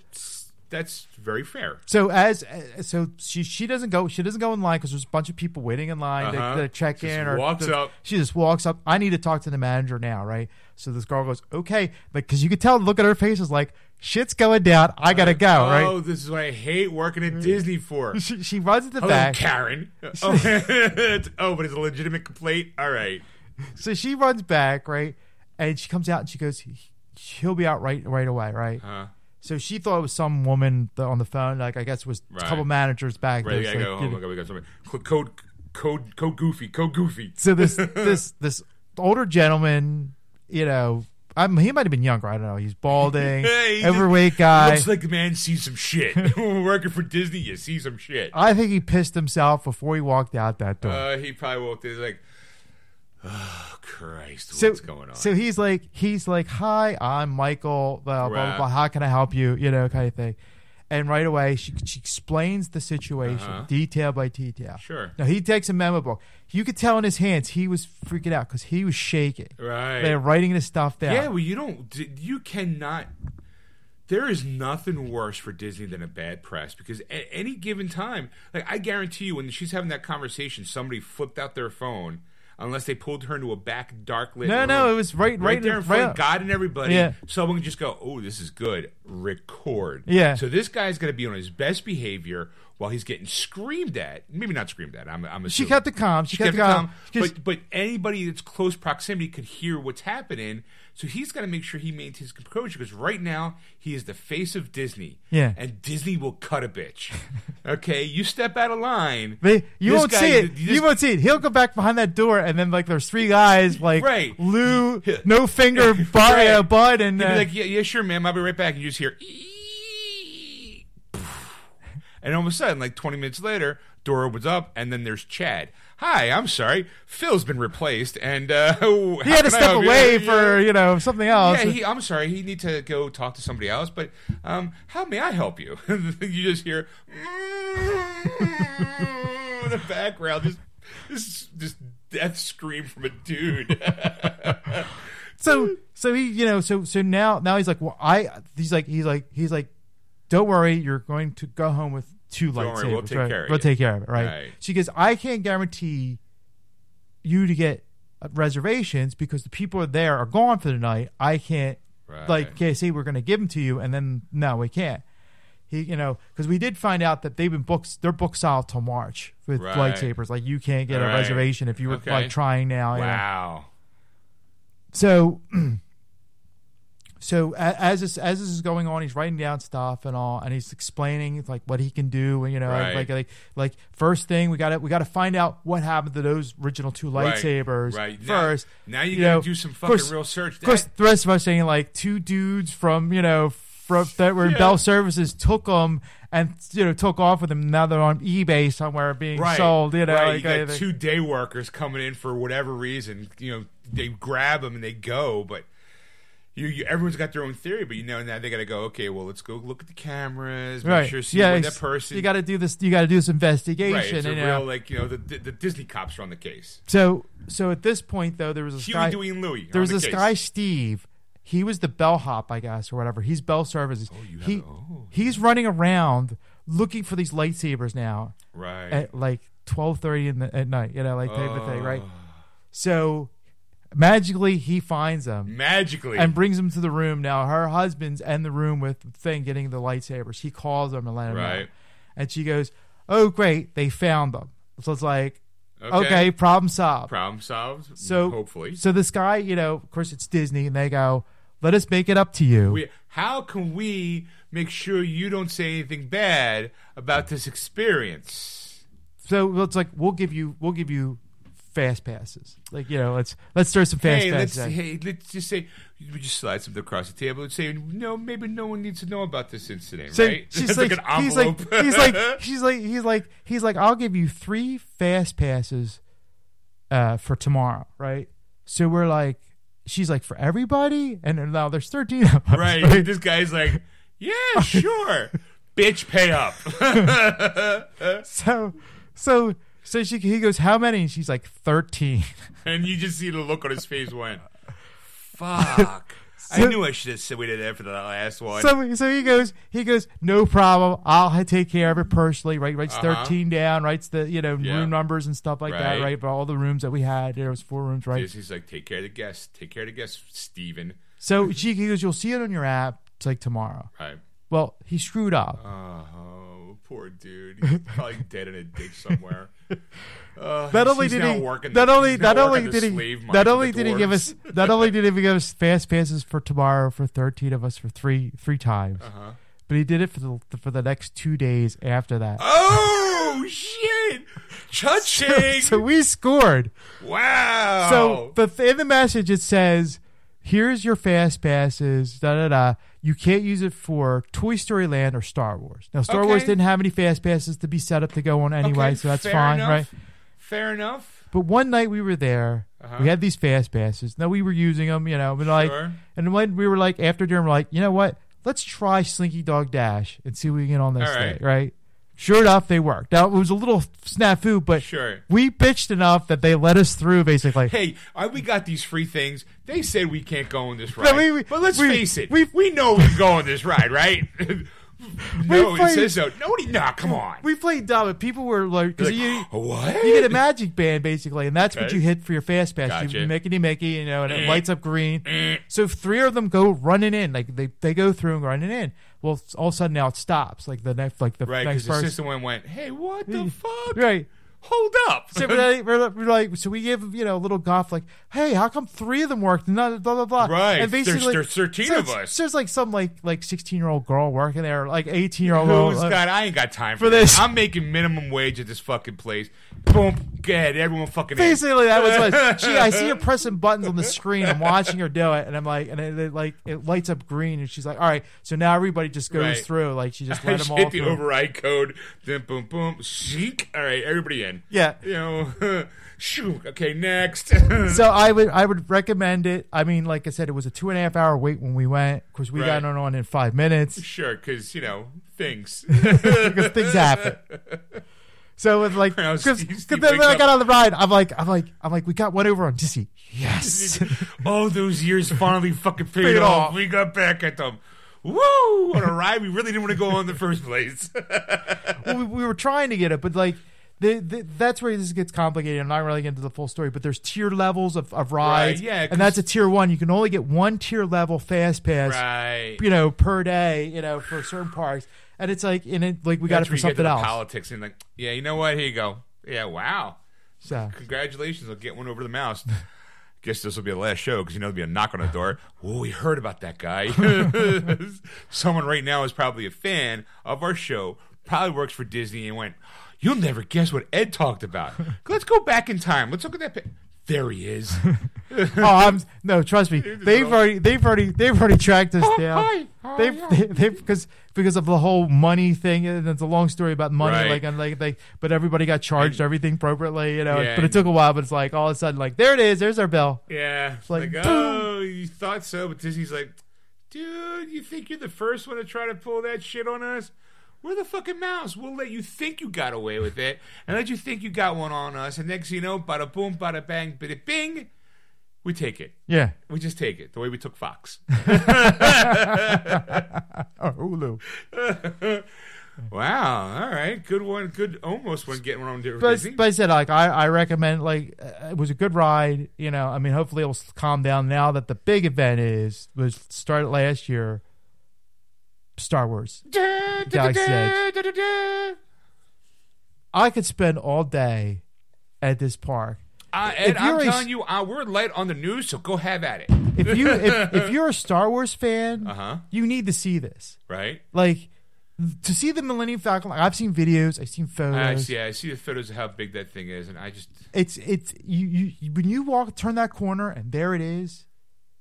That's very fair.
so as so she she doesn't go she doesn't go in line because there's a bunch of people waiting in line
Uh-huh.
to, to check
Just
in or
walks
to-
up.
She just walks up. I need to talk to the manager now, right? So this girl goes okay, like because you could tell. Look at her face is like shit's going down. I gotta go,
Oh,
right? Mm.
this is what I hate working at Disney for.
She, she runs to the
Hello,
back.
Karen. Oh, it's- oh, but it's a legitimate complaint. All right.
So she runs back, right? And she comes out and she goes, "He- "He'll be out right right away, right?"
Huh.
So she thought it was some woman th- on the phone, like I guess it was
Right.
a couple managers back
Right,
there.
we
so,
gotta go. Oh my god, we got something. Code, code, code, code goofy, code goofy.
so this this this older gentleman, you know, I'm, he might have been younger. I don't know. He's balding,
Hey, he just
overweight guy.
Looks like the man sees some shit. When we're working for Disney, you see some shit.
I think he pissed himself before he walked out that door.
Uh, he probably walked in like, oh, Christ,
so,
what's going on?
So he's like, he's like, hi, I'm Michael. Blah, blah, blah,
Right.
blah. How can I help you? You know, kind of thing. And right away, she, she explains the situation
Uh-huh.
detail by detail.
sure.
Now he takes a memo book. You could tell in his hands he was freaking out because he was shaking.
Right.
They're writing this stuff down.
Yeah, well, you don't. d- You cannot. There is nothing worse for Disney than a bad press because at any given time, like I guarantee you, when she's having that conversation, somebody flipped out their phone unless they pulled her into a back dark lit.
no,
room.
no, it was right,
Right,
right,
there in
right
front of God and everybody,
Yeah.
someone can just go, "Oh, this is good." Record.
Yeah.
So this guy's going to be on his best behavior while he's getting screamed at. Maybe not screamed at. I'm. I'm
She
assuming.
kept the calm. She,
She kept
kept,
it
the calm.
calm,
Just-
but but anybody that's close proximity could hear what's happening. So he's got to make sure he maintains composure because right now he is the face of Disney.
Yeah.
and Disney will cut a bitch. okay, you step out of line.
They, you
this
won't
guy-
see it.
this-
you won't see it. He'll go back behind that door, and then like there's three guys, like
Right.
Lou, no finger, bud,
Right.
uh, bud, and
He'd
uh,
be like, yeah, yeah, sure, ma'am. I'll be right back. And you just hear, "Ee." and all of a sudden, like 20 minutes later, door opens up, and then there's Chad. Hi, I'm sorry. Phil's been replaced, and uh,
he had to step away for you know something else.
Yeah, he, I'm sorry. He need to go talk to somebody else. But um, how may I help you? you just hear in the background just this this death scream from a dude.
Oh, so so he you know so so now now he's like well I he's like he's like he's like don't worry you're going to go home with two
Don't
lightsabers
worry, we'll take
right?
care of
we'll
you.
take care of it right?
Right.
she goes I can't guarantee you to get uh, reservations because the people there are gone for the night I can't
Right.
like can't say we're going to give them to you and then no we can't he you know because we did find out that they've been booked they're booked solid till March with
Right.
lightsabers like you can't get a
Right.
reservation if you were
Okay.
like trying now you know?
wow.
so so a- as this as this is going on he's writing down stuff and all and he's explaining like what he can do and you know
Right.
like like like first thing we gotta we gotta find out what happened to those original two
Right,
lightsabers
right. Now-
first
Now, you,
you
gotta
know,
do some
of
fucking
course-
real search.
of course the rest of us saying like two dudes from you know from that were in
Yeah.
bell services took them and you know took off with them now they're on ebay somewhere being
right,
sold you know
right.
like,
you got
uh,
two day workers coming in for whatever reason. You know, they grab them and they go, but. You, you, everyone's got their own theory, but you know now they got to go. Okay, well, let's go look at the cameras, make sure see when that
it's-
person.
You got to do this. You got to do this investigation.
right, it's a
and, you know.
real like you know the, the Disney cops are on the case.
So so at this point though, there was this
Huey,
guy.
Dewey, and Louie. are
there was
on the
this
case.
guy Steve. He was the bellhop, I guess, or whatever. He's bell services. Oh,
you have
he
a- oh.
he's running around looking for these lightsabers now
right?
at like twelve thirty in the, at night. You know, like type of thing,
Ah.
right? So magically he finds them.
Magically,
And brings them to the room. Now her husband's in the room with thing getting the lightsabers. He calls them and let them know.
Right.
And she goes, "Oh great, they found them." So it's like,
Okay.
okay, problem solved.
problem solved.
So
hopefully,
so this guy, you know, of course it's Disney, and they go, "Let us make it up to you."
we, how can we make sure you don't say anything bad about this experience?
so it's like we'll give you we'll give you fast passes. Like you know, let's let's throw some fast
hey, let's
passes. at you.
hey, let's just say we just slide something across the table and say no, maybe no one needs to know about this incident,
So
right?
she's
It's
like,
an
he's like,
envelope.
he's like, she's like, he's like, he's like, I'll give you three fast passes uh, for tomorrow, right? So we're like, she's like, for everybody, and now there's thirteen of us,
right? This guy's like, yeah, sure, bitch, pay up.
So, so, so she he goes, how many? And she's like, thirteen.
and you just see the look on his face went, fuck. I knew I should have said we did that for the last one.
So, so he goes, he goes, no problem. I'll ha- take care of it personally. Right, writes
Uh-huh.
13 down, writes the you know
Yeah.
room numbers and stuff like that.
Right.
Right, for all the rooms that we had, there was four rooms. Right.
He's like, take care of the guests. Take care of the guests, Steven.
So she he goes, you'll see it on your app. It's like tomorrow.
Right.
Well, he screwed up.
Uh, Oh, poor dude. He's probably dead in a ditch somewhere. Uh,
not only
he's
did
now
he,
working
not
the,
only,
he's now
not only
working
did
the
he,
slave mine
not
for
only
the
did he give
dwarves.
us, not only did he give us fast passes for tomorrow for 13 of us for three, three times,
Uh-huh.
but he did it for the for the next two days after that.
Oh shit! Touching.
So we scored.
wow. Oh.
So the in the message it says here's your fast passes, da da da. You can't use it for Toy Story Land or Star Wars. Now, Star Wars
Okay.
didn't have any fast passes to be set up to go on anyway,
Okay,
so that's
fair
fine,
enough.
right?
Fair enough.
But one night we were there,
Uh-huh.
we had these fast passes. Now we were using them, you know, but like,
Sure.
and when we were like after dinner, we're like, you know what? Let's try Slinky Dog Dash and see what we can get on this
All right.
thing, right? Sure enough, they worked. Now it was a little snafu, but
Sure.
we bitched enough that they let us through. Basically,
Hey, I, we got these free things. They said we can't go on this
No,
ride.
we- we-
but let's
we-
face it,
we-
we, know we can go on this ride, right? no,
played-
it says so. Nobody, nah, come on.
we played dumb, and people were like, because
Like,
you,
what?
you get a magic band basically, and that's what
Okay.
you hit for your fast pass. You
Gotcha.
mickey mickey, you know, and it
Eh.
lights up green.
Eh.
so if three of them go running in, like they, they go through and running in. Well, s- all of a sudden now it stops. Like the next, like the
right,
next
because the
person,
system went, went, hey, what the fuck?
right?
Hold up.
So we're like, we're, we're like, so we give you know a little golf like, hey, how come three of them worked? and Another blah blah blah.
Right.
And
There's-
basically,
there's 13
so
of
it's-
us.
So there's like some like like sixteen year old girl working there, like eighteen year old.
Who's got? I ain't got time for,
for
this.
this.
I'm making minimum wage at this fucking place. Boom, go ahead, everyone fucking. in.
Basically, that was what she. I see her pressing buttons on the screen. I'm watching her do it, and I'm like, and it, it like it lights up green, and she's like, "All right, so now everybody just goes
Right.
through." Like she just
I
let
just
them all
hit the
through.
override code. Then boom, boom, chic. All right, everybody in.
yeah.
You know, shoo. Okay, next.
So I would I would recommend it. I mean, like I said, it was a two and a half hour wait when we went. Of course, we
Right.
got on on in five minutes.
sure, because you know things.
because things happen. So it's like,
Now
because
Steve- Steve
then when
wakes
I got
up.
on the ride, I'm like, I'm like, I'm like, we got one over on Dizzy. Yes,
oh, those years finally fucking paid,
Paid
off.
off.
We got back at them. Woo! On a ride we really didn't want to go on in the first place.
well, we, we were trying to get it, but like, the, the, that's where this gets complicated. I'm not really getting into the full story, but there's tier levels of, of rides,
yeah, 'cause-
and that's a tier one. You can only get one tier level fast pass,
right.
you know, per day, you know, for certain parks, and it's like, and it like we got it
That's
for
where you get to
something
the
else.
Politics and like, yeah, you know what? Here you go. Yeah, wow.
So
Congratulations, I'll get one over the mouse. Guess this will be the last show because you know there'll be a knock on the door. Whoa, we heard about that guy. Someone right now is probably a fan of our show, probably works for Disney, and went, You'll never guess what Ed talked about. Let's go back in time. Let's look at that. Pi- there he is.
oh, I'm no. Trust me, they've
girl.
already, they've already, they've already tracked us
Oh,
down.
hi. Oh,
they've
yeah.
they, they've because because of the whole money thing and it's a long story about money
Right.
like and like they but everybody got charged everything appropriately you know
Yeah,
but it
and-
took a while but it's like all of a sudden like there it is there's our bill
Yeah.
like,
Like, oh, you thought so, but Disney's like, dude, you think you're the first one to try to pull that shit on us? We're the fucking mouse. We'll let you think you got away with it and let you think you got one on us. And next thing you know, bada boom, bada bang, bada bing, we take it.
yeah
We just take it the way we took Fox. Oh,
or Hulu
wow. All right. Good one. Good. Almost one getting one on with
but,
Disney.
but I said like I, I recommend like uh, it was a good ride you know I mean hopefully it'll s- calm down now that the big event is was started last year Star Wars
Da, da, da,
Galaxy
da, da, da, da.
I could spend all day at this park
Uh, Ed,
If
I'm
you're a-
telling you, uh, we're light on the news, so go have at it.
if you if, if you're a Star Wars fan
Uh huh.
you need to see this
Right?
like to see the Millennium Falcon. Like, I've seen videos, I've seen photos.
I see, I see the photos of how big that thing is, and I just,
It's it's you, you when you walk turn that corner and there it is.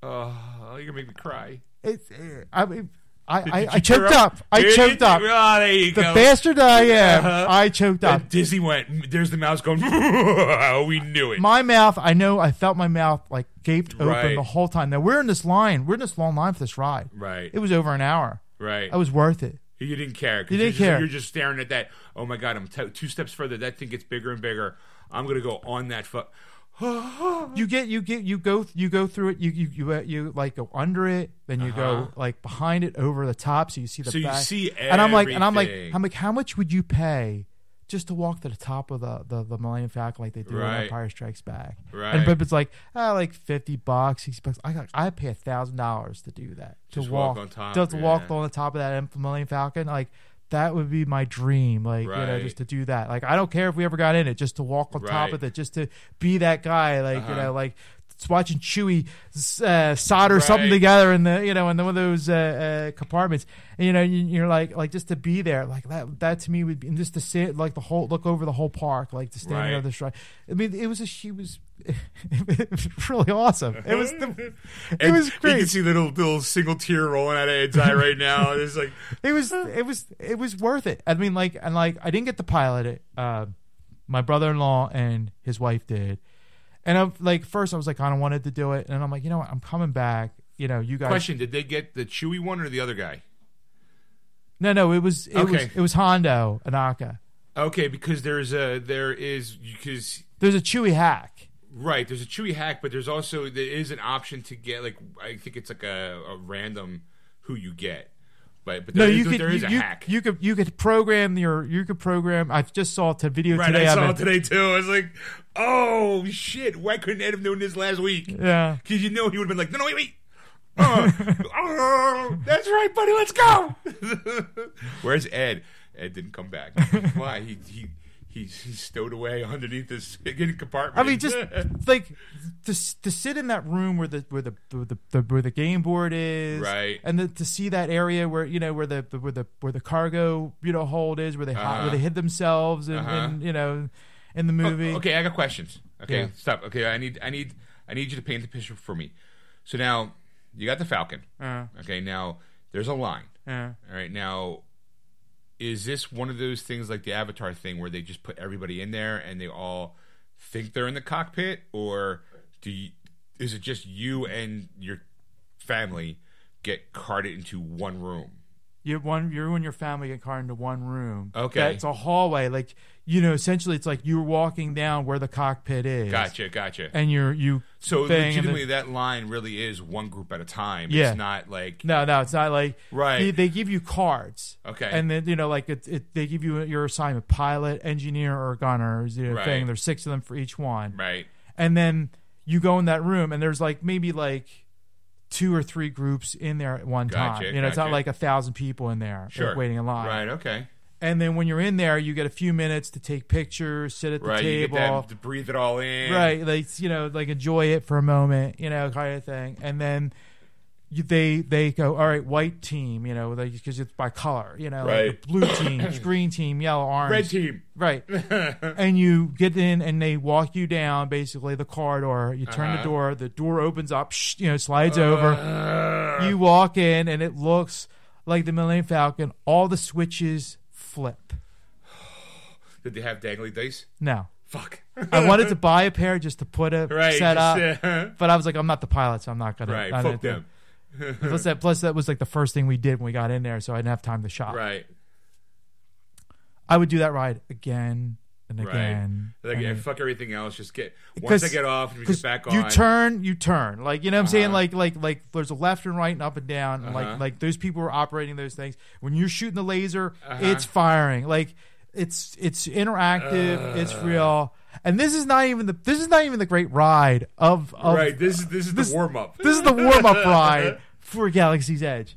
oh, you're gonna make me cry.
It's eh, I I
Did-
I,
did
I
you tear
choked up. I
Did
choked
you-
up.
Oh, there you
The
go.
bastard I am,
Uh-huh.
I choked up.
And Disney went. There's the mouse going. "Oh, we knew it.
My mouth, I know, I felt my mouth like gaped open
Right.
the whole time. Now we're in this line, we're in this long line for this ride.
right,
It was over an hour.
right.
It was worth it.
you didn't care. 'cause
You didn't
you're just-
care.
You're just staring at that. Oh my god, I'm t- two steps further. That thing gets bigger and bigger. I'm gonna go on that. Fu-
you get you get you go you go through it you you you, uh, you like go under it then you go like behind it over the top so you see the
Uh-huh. So you
back.
see
and i'm like and i'm like
everything.
i'm like how much would you pay just to walk to the top of the the, the Millennium Falcon like they do in
Right.
Empire Strikes Back and
Right.
but it's like ah like 50 bucks 60 bucks I got I pay a thousand dollars to do that to
Just walk
walk,
on top,
just to walk
yeah.
on the top of that M- Millennium Falcon like that would be my dream like you know
Right.
just to do that like I don't care if we ever got in it just to walk on top
Right.
of it just to be that guy like you
Uh-huh.
know like watching Chewie uh, solder
Right.
something together in the you know in the, one of those uh, uh, compartments. And, you know, you, you're like like just to be there, like that that to me would be and just to sit like the whole look over the whole park, like to stand
Right.
under the shrine. I mean, it was a she was. It was really awesome. It
Uh-huh.
was the, it
And
was
You can
great.
see the little little single tear rolling out of Ed's eye right now. And it's like
It was it was it was worth it. I mean, like and like I didn't get to pilot it. Uh, my brother-in-law and his wife did, and I'm like first I was like kind of wanted to do it, and I'm like you know what I'm coming back. You know, you guys.
question: Did they get the Chewy one or the other guy?
No, no, it was it was
Okay.
it was Hondo Anaka.
Okay, because there's a there is because
There's a Chewy hack.
right there's a Chewy hack, but there's also there is an option to get like I think it's like a, a random who you get, but but
No,
there
you
is-
could
there is
you,
a
you,
hack.
you could you could program your you could program. I just saw a video
right,
today.
I
of
saw
it.
it today too. I was like, oh shit, why couldn't Ed have known this last week?
Yeah.
Because you know he would have been like, no, no, wait, wait. Uh, oh, that's right, buddy. Let's go. Where's Ed? Ed didn't come back. Why? He he he's, he's stowed away underneath this hidden
I
compartment.
mean, just like to s- to sit in that room where the where the where the, the where the game board is,
Right.
And the, to see that area where you know where the the- where the where the cargo you know hold is, where they hi-
Uh-huh.
where they hid themselves, and,
Uh-huh. Oh,
and you know, in the movie.
Okay, I got questions. Okay,
Yeah.
stop. Okay, I need I need I need you to paint the picture for me. So now you got the Falcon.
Uh,
Okay, now there's a line.
uh.
All right, now is this one of those things like the Avatar thing where they just put everybody in there and they all think they're in the cockpit, or do you, is it just you and your family get carted into one room?
You one, you and your family get carted into one room.
Okay.
that's a hallway. Like you know, essentially, it's like you're walking down where the cockpit is.
Gotcha, gotcha.
And you're you.
so
thing, and
legitimately, that line really is one group at a time.
Yeah.
It's not like
No, no, it's not like
Right.
They, they give you cards,
Okay.
and then you know, like it, it, they give you your assignment: pilot, engineer, or gunner. You know,
Right.
thing. There's six of them for each one,
right.
and then you go in that room, and there's like maybe like two or three groups in there at one time.
Gotcha,
You know, it's not
gotcha.
like a thousand people in there
Sure.
waiting in line.
Right. Okay.
And then when you're in there, you get a few minutes to take pictures, sit at the
Right. You
table,
get them to breathe it all in.
right like you know like enjoy it for a moment you know kind of thing and then you, they they go all right white team you know like because it's by color you know
Right.
like the blue team green team yellow orange
Red team.
right and you get in and they walk you down basically the corridor you turn the
Uh-huh.
door the door opens up psh, you know slides over
Uh,
you walk in and it looks like the Millennium Falcon all the switches flip
Did they have dangly dice?
no
Fuck.
I wanted to buy a pair just to put a
right.
set up
just, uh,
But I was like, I'm not the pilot, so I'm not gonna.
right.
not
Fuck
gonna-
them.
Plus that, plus that was like the first thing we did when we got in there, so I didn't have time to shop.
Right.
I would do that ride again and
Right.
again.
Like,
and
yeah,
again.
fuck everything else. Just get once
Because-
I get off and we
'Cause
get back on.
you turn, you turn. Like you know, what I'm saying
Uh-huh.
like like like there's a left and right and up and down. And
Uh-huh.
Like like those people were operating those things. When you're shooting the laser,
Uh-huh.
it's firing. Like it's it's interactive.
Uh.
it's real. And this is not even the this is not even the great ride of of
right. This is this is
this-
the warm up.
This is the warm up ride for Galaxy's Edge.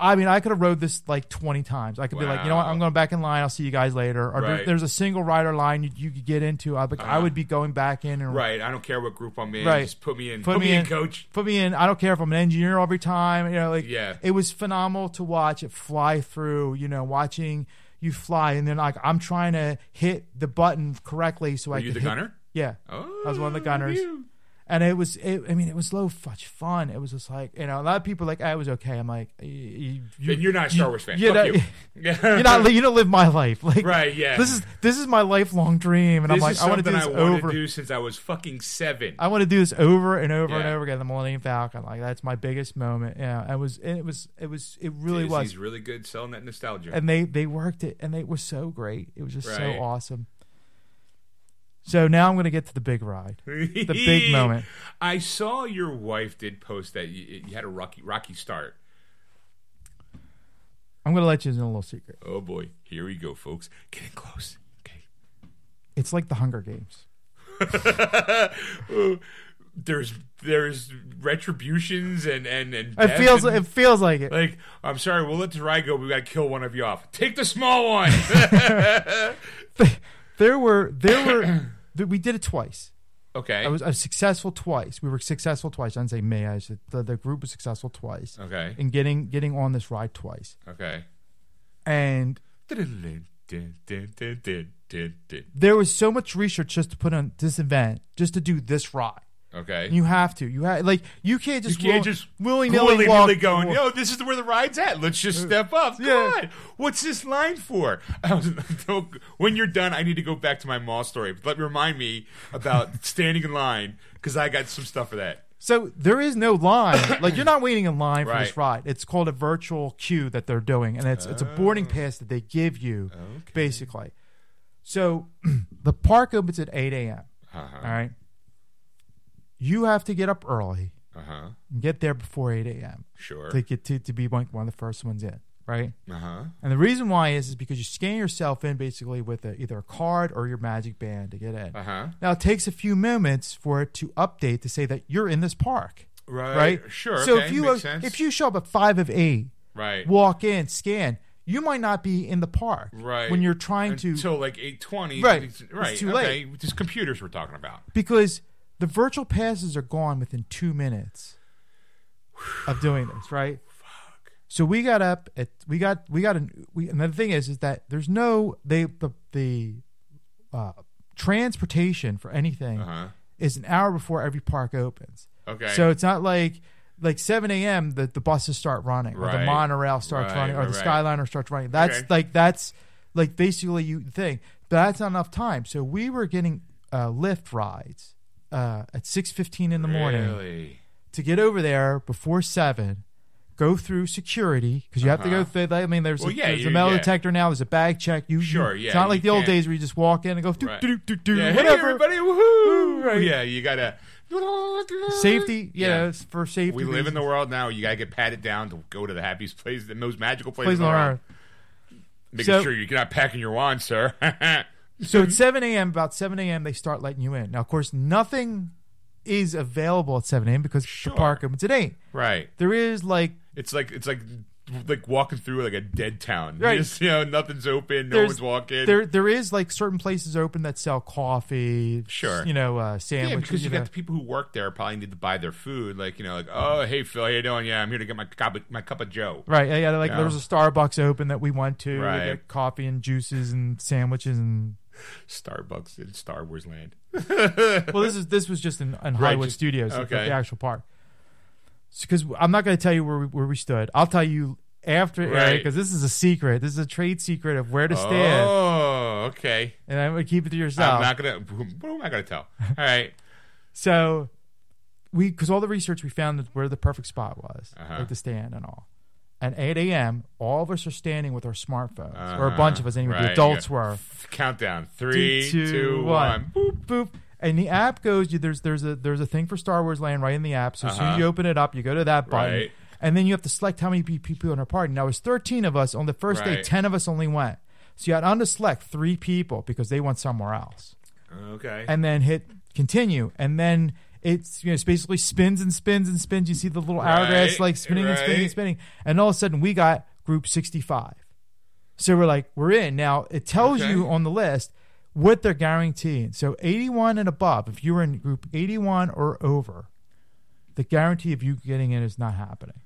I mean, I could have rode this like 20 times. I could be like, you know what?
Wow.
I'm going back in line. I'll see you guys later. Or there-
Right. Uh-huh.
there's a single rider line you, you could get into. I, like, I would be going back in and
right. I don't care what group I'm in.
Right.
Just put me in.
Put
Put,
me
me in,
in.
coach.
put me in. I don't care if I'm an engineer every time. You know, like
Yeah.
it was phenomenal to watch it fly through. You know, watching you fly and then like I'm trying to hit the button correctly so
Are
I can
you the
hit-
gunner?
Yeah,
Oh,
I was one of the gunners.
you.
and it was it, i mean it was low fudge fun it was just like you know a lot of people like i was okay i'm like y- y- you,
And you're not a Star Wars fan.
you
fuck
know-
you.
you're not li- you don't live my life like
Right, yeah.
this is this is my lifelong dream and
This
i'm like
is
i want
something
to do this
I wanted
over
to do since I was fucking seven.
i want to do this over and over and
Yeah.
over again the millennium falcon like that's my biggest moment yeah it was it was it was it really
He's-
was
He's really good selling that nostalgia.
and they they worked it and they were so great it was just
Right.
so awesome so now i'm going to get to the big ride
the
big moment.
I saw your wife did post that you, you had a rocky rocky start.
i'm going to let you in a little secret
Oh boy, here we go, folks. Getting close. Okay.
it's like the hunger games
Uh, there's there's retributions and and and
it
death
feels
and-
it feels like it
like I'm sorry. We'll let this ride go. but We got to kill one of you off. Take the small one.
there were there were th- we did it twice
Okay.
I was, I was successful twice. We were successful twice. I didn't say me. I said the, the group was successful twice
okay.
in getting getting on this ride twice.
Okay.
And
Okay.
there was so much research just to put on this event, just to do this ride. And you have to. You have like you can't
You
just
can't
will-
just
willy-nilly
willy-nilly
walk.
going, yo, this is where the ride's at. Let's just step up. Come
Yeah.
on. What's this line for? I was- don't- when you're done, I need to go back to my mall story. But remind me about standing in line because I got some stuff for that.
So there is no line. like you're not waiting in line for
Right.
this ride. It's called a virtual queue that they're doing, and it's it's a boarding
Ah.
pass that they give you, basically. So the park opens at 8 a.m.
Uh-huh.
All right, you have to get up early
Uh-huh.
and get there before 8 a.m.
Sure.
to get to, to be like one of the first ones in, right?
Uh-huh.
And the reason why is is because you scan yourself in basically with a, either a card or your magic band to get in.
Uh-huh.
Now it takes a few moments for it to update to say that you're in this park,
Right.
right?
Uh, Sure.
So
okay.
if you
Makes sense.
if you show up at five of eight,
right.
walk in, scan, you might not be in the park
Right.
when you're trying to
until like eight twenty.
Right.
It's,
It's
right.
too
okay. Just computers we're talking about.
because the virtual passes are gone within two minutes of doing this, right? So we got up at we got we got an we and the thing is is that there's no they the the uh, transportation for anything
Uh huh.
is an hour before every park opens.
Okay.
So it's not like like 7 a.m. the the buses start running or
Right.
the monorail starts
Right,
running or
right,
the
right.
Skyliner starts running. That's
Okay.
like that's like basically you thing. That's not enough time. So we were getting uh, Lyft rides uh, at 6:15 in the morning
Really?
to get over there before seven. Go through security because you have to go
Uh-huh.
through. I mean, there's
Well,
a,
yeah,
there's a
you-
metal
yeah.
detector now. There's a bag check. You you-
Sure, yeah,
It's not like
you
the old
can't-
days where you just walk in and go do
Right.
do do do
Yeah. Hey
whatever.
everybody! Woohoo!
Right.
Yeah. You gotta
safety, you
Yeah.
know, it's for safety.
We live in
reasons.
the world now. You gotta get patted down to go to the happiest place, the most magical place,
Please
in the world.
learn.
Making
So-
sure you're not packing your wand, sir.
So at 7 a.m., about 7 a.m., they start letting you in. Now, of course, nothing is available at 7 a.m. because
Sure.
the park opens at 8.
right.
There is like,
It's like it's like like walking through like a dead town.
Right.
Just, you know, nothing's open. No
There's-
one's walking.
there there is like certain places open that sell coffee,
Sure.
you know, uh,
Yeah,
sandwiches.
because you
know.
got the people who work there probably need to buy their food. Like you know, like oh hey Phil, how you doing? Yeah, I'm here to get my cup of, my cup of Joe.
Right, yeah, yeah, like
Yeah.
there was a Starbucks open that we went to.
Right.
We got coffee and juices and sandwiches and
Starbucks in Star Wars land.
well, this is this was just in, in Hollywood
just-
Studios, like,
okay.
the actual park. Because I'm not going to tell you where we, where we stood. I'll tell you after,
Right.
Because this is a secret. This is a trade secret of where to stand,
Oh, okay.
and I'm going to keep it to
I'm
yourself.
not gonna. What am I gonna tell? All right.
so we, because all the research we found that where the perfect spot was,
Uh-huh.
like the stand and all. At 8 a.m., all of us are standing with our smartphones, or a bunch of us. Anyway,
Uh-huh. Right,
the adults
yeah.
were.
Countdown. Three,
Three, two,
two,
one.
one. Boop.
boop. And the app goes. You, there's there's a there's a thing for Star Wars Land right in the app. So as soon as
Uh-huh.
you open it up, you go to that button,
Right.
and then you have to select how many pe- people in our party. Now it was 13 of us on the first day.
Right.
10 of us only went. So you had to select three people because they went somewhere else,
Okay.
and then hit continue, and then it's you know it's basically spins and spins and spins. You see the little hourglass
Right,
like spinning and spinning and
right.
spinning, and all of a sudden we got group 65. So we're like, we're in. Now it tells
Okay.
you on the list what they're guaranteeing. So 81 and above, if you were in group 81 or over, the guarantee of you getting in is not happening.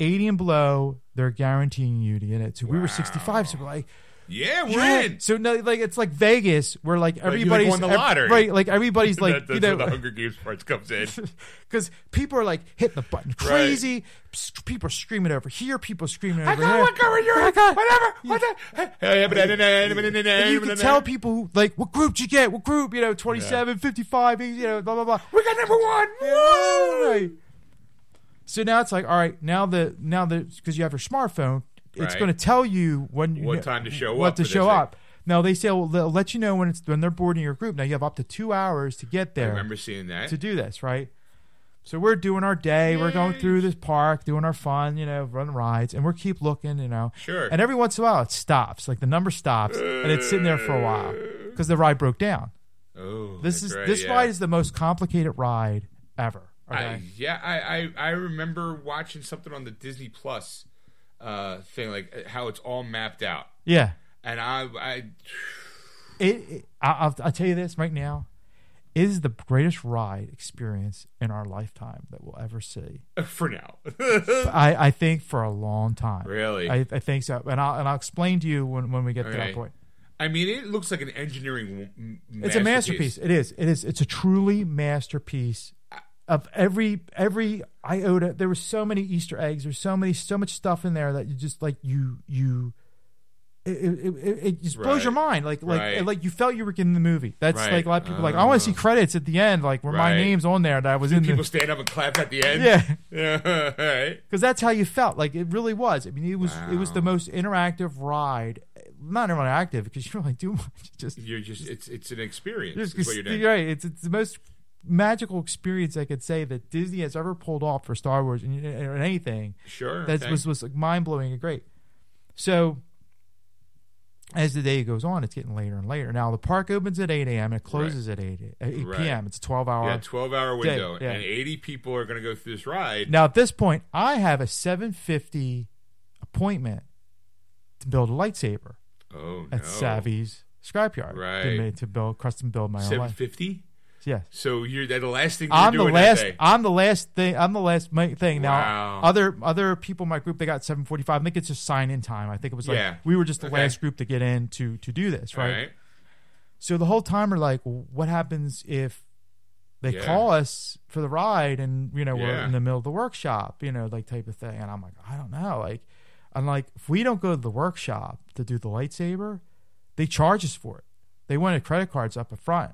80 and below, they're guaranteeing you to get it. So we were 65, so we're like,
yeah, we're
yeah.
in.
So no, like it's like Vegas, where like
you, like,
everybody's
won the
ev-
lottery.
right? Like everybody's like
That- that's
you know,
where the Hunger Games parts comes in.
because people are like hitting the button crazy. S- People are screaming over here. People are screaming over
I
there.
got one going your
I got-
whatever. What the?
And you can tell people who, like what group you get, what group you know, 27, 55, you know, blah blah blah.
we got number one. Woo!
Right. So now it's like, all right, now the now the because you have your smartphone, it's
Right.
going to tell you when you
What
know-
time to show
what
up
to
for this
show
thing.
up. Now they say well, they'll let you know when it's when they're boarding your group. Now you have up to two hours to get
I
there
remember seeing that.
to do this, right? So we're doing our day, we're going
Yay.
through this park, doing our fun, you know, running rides, and we're keep looking, you know.
Sure.
And every once in a while, it stops, like the number stops, and it's sitting there for a while because the ride broke down.
Oh,
This
that's
is
right,
this
yeah.
ride is the most complicated ride ever. Okay?
I, yeah, I, I I remember watching something on the Disney Plus uh, thing, like uh, how it's all mapped out,
yeah.
and I I
It, it- I, I'll, I'll tell you this right now. is the greatest ride experience in our lifetime that we'll ever see.
For now.
I, I think for a long time.
Really?
I, I think so, and I'll and I'll explain to you when, when we get to
Okay.
that point.
I mean, it looks like an engineering. m- m-
It's a masterpiece. It is. It is. It's a truly masterpiece of every every iota. There were so many Easter eggs. There's so many so much stuff in there that you just like you you. It, it, it, it just blows your
Right.
mind. Like like
Right.
like you felt you were in the movie. That's
Right. Uh.
like a lot of people are like I want to see credits at the end, like where my
Right.
name's on there that I was in.
People
The,
stand up and clap at the end.
yeah,
Yeah. All right.
because that's how you felt. Like it really was. I mean, it was it was the
Wow.
most interactive ride. Not interactive because you don't really do much. It's Just
You're just it's it's an experience.
Just
is what you're doing.
you're right. It's, it's the most magical experience I could say that Disney has ever pulled off for Star Wars and, and anything.
Sure.
That
okay.
was was like mind blowing and great. So as the day goes on, it's getting later and later. Now the park opens at eight a.m. It closes at eight, a- 8
Right.
p.m. It's a twelve hour.
yeah, twelve hour window,
yeah.
and eighty people are going to go through this ride.
Now at this point, I have a seven fifty appointment to build a lightsaber
oh no,
at Savvy's scrapyard.
Right.
To, ma- to build custom build my own.
Seven
light-
fifty.
Yes.
So you're that the last thing you're
I'm the
doing
last.
that day.
I'm the last thing. I'm the last ma- thing.
Wow.
Now, other other people in my group they got 7:45. I think it's just sign in time. I think it was like
Yeah.
we were just the
Okay.
last group to get in to to do this,
All
right?
right.
So the whole time we're like, well, what happens if they
Yeah.
call us for the ride and you know we're
Yeah.
in the middle of the workshop, you know, like type of thing? And I'm like, I don't know, like. I'm like, if we don't go to the workshop to do the lightsaber, they charge us for it. They wanted credit cards up front.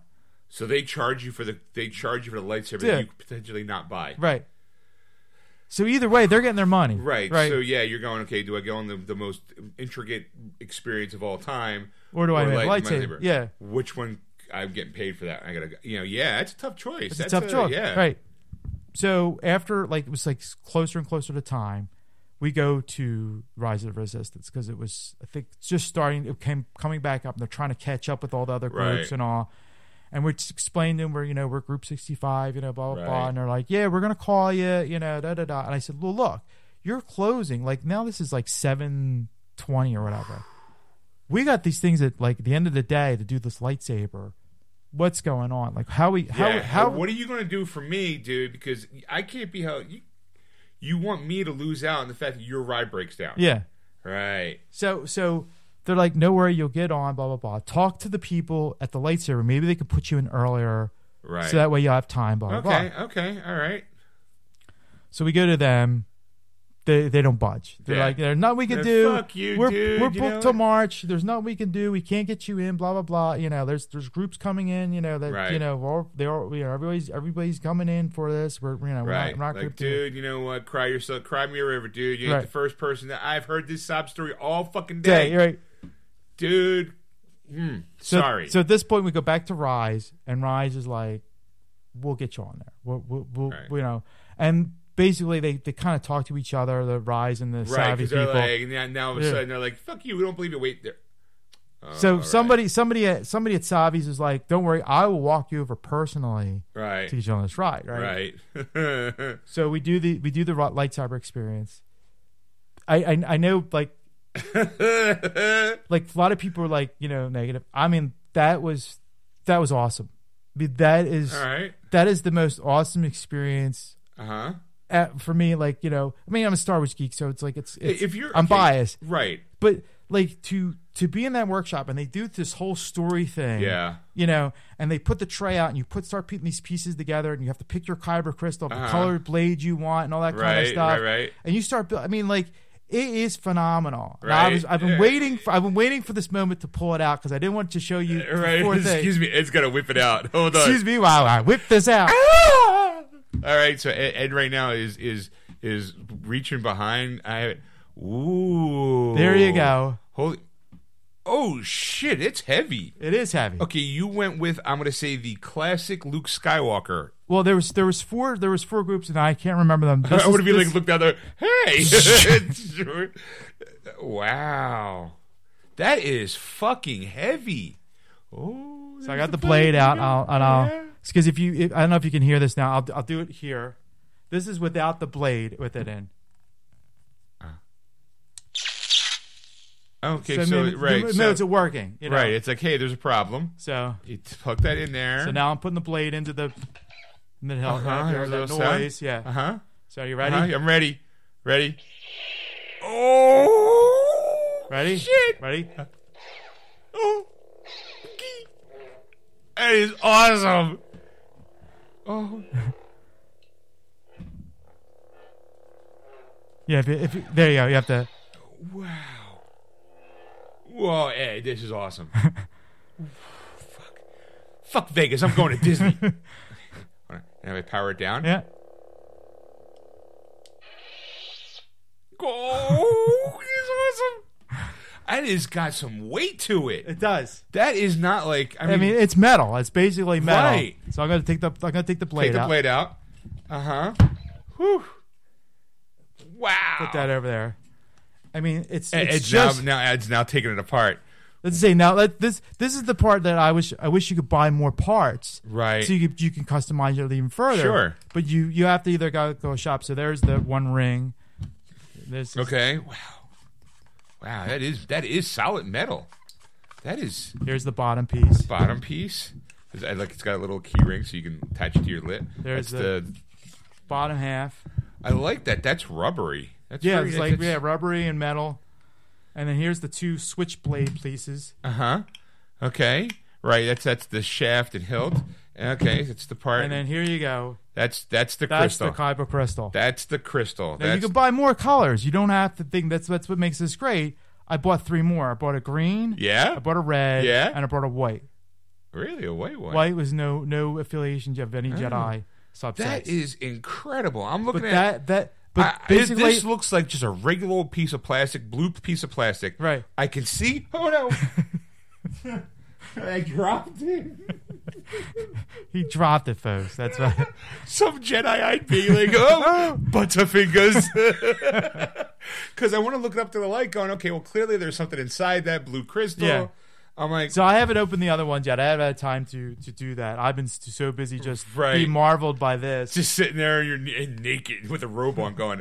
So they charge you for the they charge you for the lightsaber
Yeah.
that you could potentially not buy.
Right. So either way, they're getting their money.
Right.
Right.
So yeah, you're going okay. Do I go on the, the most intricate experience of all time,
Or do I make a
light my
lightsaber?
neighbor?
Yeah.
Which one? I'm getting paid for that. I gotta. go- You know. Yeah. It's a tough choice.
it's
That's
a tough choice.
Yeah.
Right. So after like it was like closer and closer to time, we go to Rise of the Resistance because it was I think just starting. It came coming back up, and they're trying to catch up with all the other groups
Right.
and all. And we just explained to them we're you know we're group sixty five, you know blah blah blah,
Right.
and they're like, yeah, we're gonna call you, you know da da da. And I said, well, look, you're closing like now. This is like seven twenty or whatever. We got these things at like the end of the day to do this lightsaber. What's going on? Like how we how
yeah.
how
what are you gonna do for me, dude? Because I can't be held. You, you want me to lose out on the fact that your ride breaks down.
yeah.
Right.
So so they're like, no worry, you'll get on, blah blah blah. Talk to the people at the lightsaber. Maybe they could put you in earlier,
Right.
so that way you'll have time, blah blah.
okay.
blah.
Okay. All right.
So we go to them. They, they don't budge. They're
Yeah.
like, there's nothing we can
They're,
do.
"Fuck you,
we're
dude,
we're
you know
booked till
what?"
March. There's nothing we can do. We can't get you in. Blah blah blah. You know, there's there's groups coming in. You know that
Right.
you know all, they are. You know, everybody's everybody's coming in for this. We're you know we're
Right.
not, we're not
like,
grouped in.
dude, you know what? Cry yourself. Cry me a river, dude. You're
Right.
the first person that I've heard this sob story all fucking
Yeah,
day.
you're right.
dude. Mm,
So,
sorry.
So at this point, we go back to Rise, and Rise is like, "We'll get you on there. We'll, we'll, we'll
Right.
you know." And basically, they, they kind of talk to each other, the Rise and the
right?
Savvy
Because they're like
people.
now, now all of a
Yeah.
sudden they're like, "Fuck you! We don't believe you." Wait there. Oh, all
so
right.
somebody, somebody at somebody at Savvy's is like, "Don't worry, I will walk you over personally
Right.
to get you on this ride." Right.
Right.
So we do the we do the ro- lightsaber experience. I, I I know like like a lot of people are like you know negative. I mean that was that was awesome. I mean, that is
all right.
that is the most awesome experience
Uh huh.
at, for me, like you know, I mean, I'm a Star Wars geek, so it's like it's, it's
If you're
I'm
okay,
biased,
right?
but like to to be in that workshop and they do this whole story thing,
Yeah.
you know, and they put the tray out and you put start putting these pieces together and you have to pick your kyber crystal, the
Uh-huh.
color blade you want, and all that kind of
Right.
stuff,
Right. Right.
and you start. buil- I mean, like. It is phenomenal. Now, I
Right.
was, I've been
Yeah.
waiting. For, I've been waiting for this moment to pull it out because I didn't want to show you the
Right.
four things.
Excuse me. Ed's got to whip it out. Hold on.
Excuse me while I whip this out.
All right. So E, Ed, Ed right now is is is reaching behind. I. Ooh.
There you go.
Holy. Oh shit! It's heavy.
It is heavy.
Okay, you went with I'm going to say the classic Luke Skywalker.
Well, there was there was four there was four groups, and I can't remember them. This
I
is-
would have been
this-
like looked down there. Hey, Sure. wow, that is fucking heavy. Oh,
So I got the blade out, I'll, and I'll because if you if, I don't know if you can hear this now, I'll I'll do it here. This is without the blade with it in.
Okay, so,
maybe-
right,
the
so-
minutes it working. you know?
Right, it's like, hey, there's a problem.
So
You t- hook that in there.
so now I'm putting the blade into the and then he'll
Uh-huh,
hear
here's a
that
little sound.
noise. Yeah.
Uh huh.
So you ready?
Uh-huh, I'm ready. Ready. Oh.
Ready?
Shit.
Ready?
Oh. Gee. That is awesome. Oh.
Yeah. If, you- if you- there you go. You have to.
Wow. Whoa, hey, this is awesome. Fuck. Fuck Vegas. I'm going to Disney. Alright, now I power it down.
Yeah.
Oh, it's awesome. That has got some weight to it.
It does.
That is not like I mean,
I mean, it's metal. It's basically metal.
Right.
So I'm gonna take the I'm gonna take the blade
take the
out.
blade out. Uh huh. Whew. Wow.
Put that over there. I mean, it's
Ed-
it's
Ed's
just
now, now Ed's now taking it apart.
let's say now let this this is the part that I wish I wish you could buy more parts.
Right.
So you could, you can customize it even further.
Sure.
But you you have to either go go shop. So there's the one ring. This is-
Okay. Wow. Wow. That is that is solid metal. That is
Here's the bottom piece.
bottom piece. Is- I like it's got a little key ring so you can attach it to your lip.
There's
That's
the- Bottom half.
I like that. That's rubbery. That's
Yeah,
very-
it's like yeah,
that's-
rubbery and metal. And then here's the two switchblade pieces.
Uh huh. Okay. Right. That's that's the shaft and hilt. Okay. That's the part.
And then here you go.
that's that's the
That's
crystal.
the kyber crystal.
that's the crystal.
Now, you
That's,
can buy more colors. You don't have to think that's that's what makes this great. I bought three more. I bought a green. I
yeah.
bought a red.
Yeah.
And I bought a white.
Really, a white one.
White was no no affiliation of any Jedi subsets.
Oh. That is incredible. I'm
but
looking at
that that but
I- I-
basically
this looks like just a regular old piece of plastic, blue piece of plastic.
Right.
I can see. Oh no. I dropped it.
he dropped it, folks. That's right.
Some Jedi I'd be like, oh, butterfingers. Because I want to look it up to the light, going, okay, well, clearly there's something inside that blue crystal.
Yeah.
I'm like,
So I haven't opened the other ones yet. I haven't had time to to do that. I've been s- so busy just be
Right.
marveled by this.
just sitting there, you're n- naked with a robe on, going,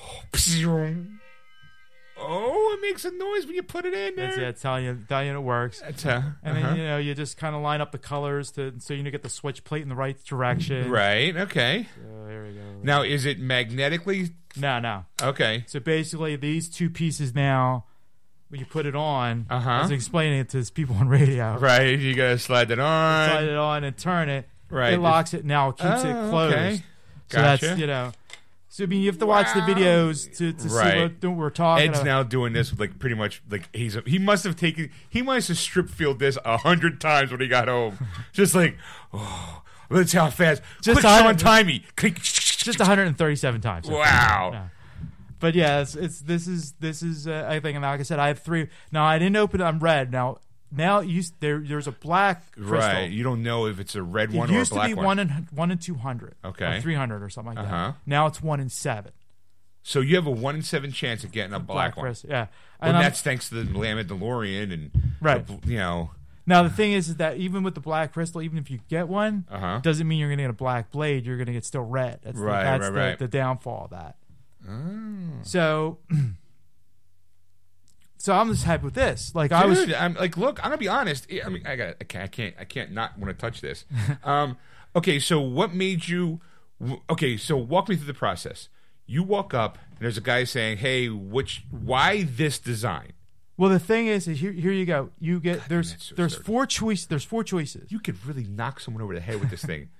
oh, oh, it makes a noise when you put it in there.
That's it. Telling you, telling you it works.
That's, uh,
And
uh-huh.
then you know you just kind of line up the colors to so you know, get the switch plate in the right direction.
Right. Okay.
So there we go.
Now, is it magnetically?
No, no.
Okay.
So basically, these two pieces now, when you put it on,
Uh-huh.
I was explaining it to these people on radio.
Right. You gotta slide that on.
Slide it on and turn it.
Right.
It locks it now. It keeps
Oh,
it closed.
okay.
So
Gotcha.
that's you know. So I mean, you have to watch the
Wow.
videos to, to see
Right.
what, what we're talking
Ed's
about.
now doing this with like pretty much like he's he must have taken he must have strip fielded this a hundred times when he got home. Just like oh, let's see how fast. Just
Just a
Quick, someone
hundred-
time me.
Just 137 times.
wow.
Yeah. But yeah, it's, it's this is this is uh, I think and like I said, I have three. Now I didn't open. it. I'm red now. Now you s- there there's a black crystal.
Right. You don't know if it's a red one
it
or a
used to
black
be
one.
one in one in two hundred.
Okay.
Or three hundred or something like
Uh-huh.
that. Now it's one in seven.
So you have a one in seven chance of getting a black, one.
crystal. Yeah.
And,
And I'm-
that's thanks to the Lamed DeLorean and
Right.
the- you know.
now the thing is, is that even with the black crystal, even if you get one,
Uh-huh.
doesn't mean you're gonna get a black blade. You're gonna get still red. That's
Right,
the, that's
right,
the,
right. Mm.
the downfall of that. So. So I'm just happy with this. Like I was
Dude, I'm like, look, I'm gonna be honest. I mean, I got, I can't, I can't, I can't not want to touch this. um, okay, so what made you? w- Okay, so walk me through the process. You walk up, and there's a guy saying, "Hey, which, why this design?
Well, the thing is, is here, here you go. You get there's
that's so
there's
absurd.
four choice there's four choices.
You could really knock someone over the head with this thing."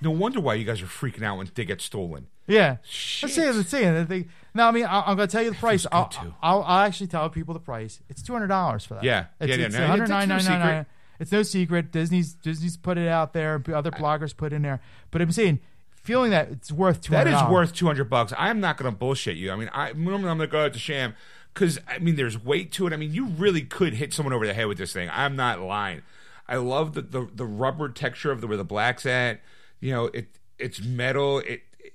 No wonder why you guys are freaking out when they get stolen.
Yeah,
Shit.
let's say let's say the thing. Now, I mean, I, I'm gonna tell you the price. I'll,
good, too.
I'll I'll actually tell people the price. It's two hundred dollars for that.
Yeah.
it's,
Yeah, yeah,
it's
no,
one hundred nine
it's no
nine nine nine.
secret.
It's no secret. Disney's Disney's put it out there. and Other bloggers put it in there. But I'm saying, feeling that it's worth two
That
hundred.
is worth two hundred bucks. I'm not gonna bullshit you. I mean, I normally I'm gonna go out to sham because I mean, there's weight to it. I mean, you really could hit someone over the head with this thing. I'm not lying. I love the the, the rubber texture of the where the black's at. You know, it it's metal. It, it-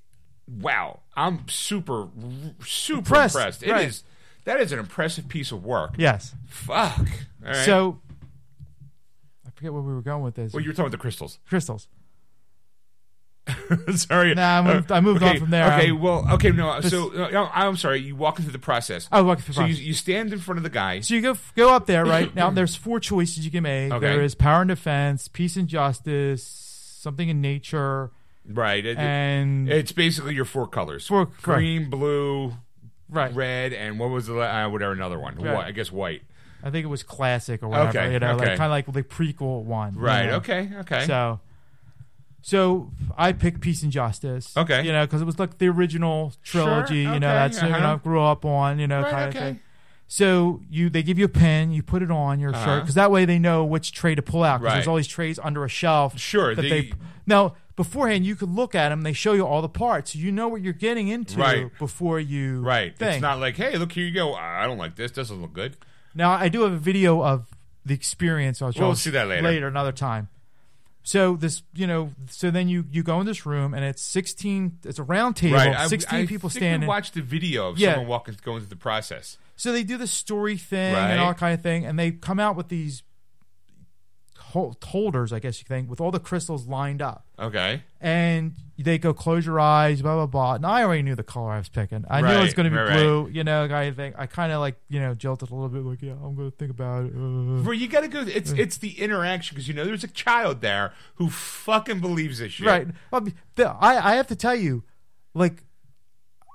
wow. I'm super super
Impressed,
impressed. It
right.
is that is an impressive piece of work.
Yes.
Fuck. All right.
So I forget where we were going with this.
well, you were talking about the crystals.
Crystals.
sorry. Uh,
Nah, I moved- I moved on
okay,
from there. um,
Okay,
I'm-
well, okay, no. So uh, no, I'm sorry. You walk into the process.
I was walking through.
so you,
process.
you stand in front of the guy.
So you go go up there right now. There's four choices you can make.
Okay.
There is power and defense, peace and justice, something in nature,
Right. It-
and
it's basically your four colors:
Four- correct.
green, blue,
right.
red, and what was the la- uh, whatever another one?
Right.
Whi- I guess white.
I think it was classic or whatever.
Okay,
You know,
okay.
like kind of like the prequel one. you
Right.
know?
Okay. Okay.
So, so I picked peace and justice.
Okay.
You know, because it was like the original trilogy.
Sure,
You know,
okay,
that's you
uh-huh.
know, I grew up on. You know,
Right,
kind of
okay.
thing. So you they give you a pin, you put it on your shirt 'cause shirt
Uh-huh.
because that way they know which tray to pull out because
Right.
there's all these trays under a shelf.
Sure,
That
they-
they now beforehand you could look at them. They show you all the parts. You know what you're getting into
Right.
before you
Right. It's
Think.
not like, hey, look here you go. I I don't like this. Doesn't look good.
Now I do have a video of the experience. I'll show
We'll
you
see that later.
Later, another time. So this, you know, so then you you go in this room and it's sixteen. It's a round table,
Right. I-
sixteen
I
people
think We
standing.
watched the video of
Yeah.
someone walking going through the process.
So they do the story thing
Right.
and all kind of thing, and they come out with these hol- holders, I guess you think, with all the crystals lined up.
Okay.
And they go, close your eyes, blah blah blah. And I already knew the color I was picking. I knew it was
Right,
going to be
right, right.
blue, you know, kind of thing. I kind of like, you know, jolted a little bit, like, yeah, I'm going to think about it. uh.
Bro, you got to go. It's it's the interaction because you know there's a child there who fucking believes this shit.
Right. I, mean, the- I I have to tell you, like,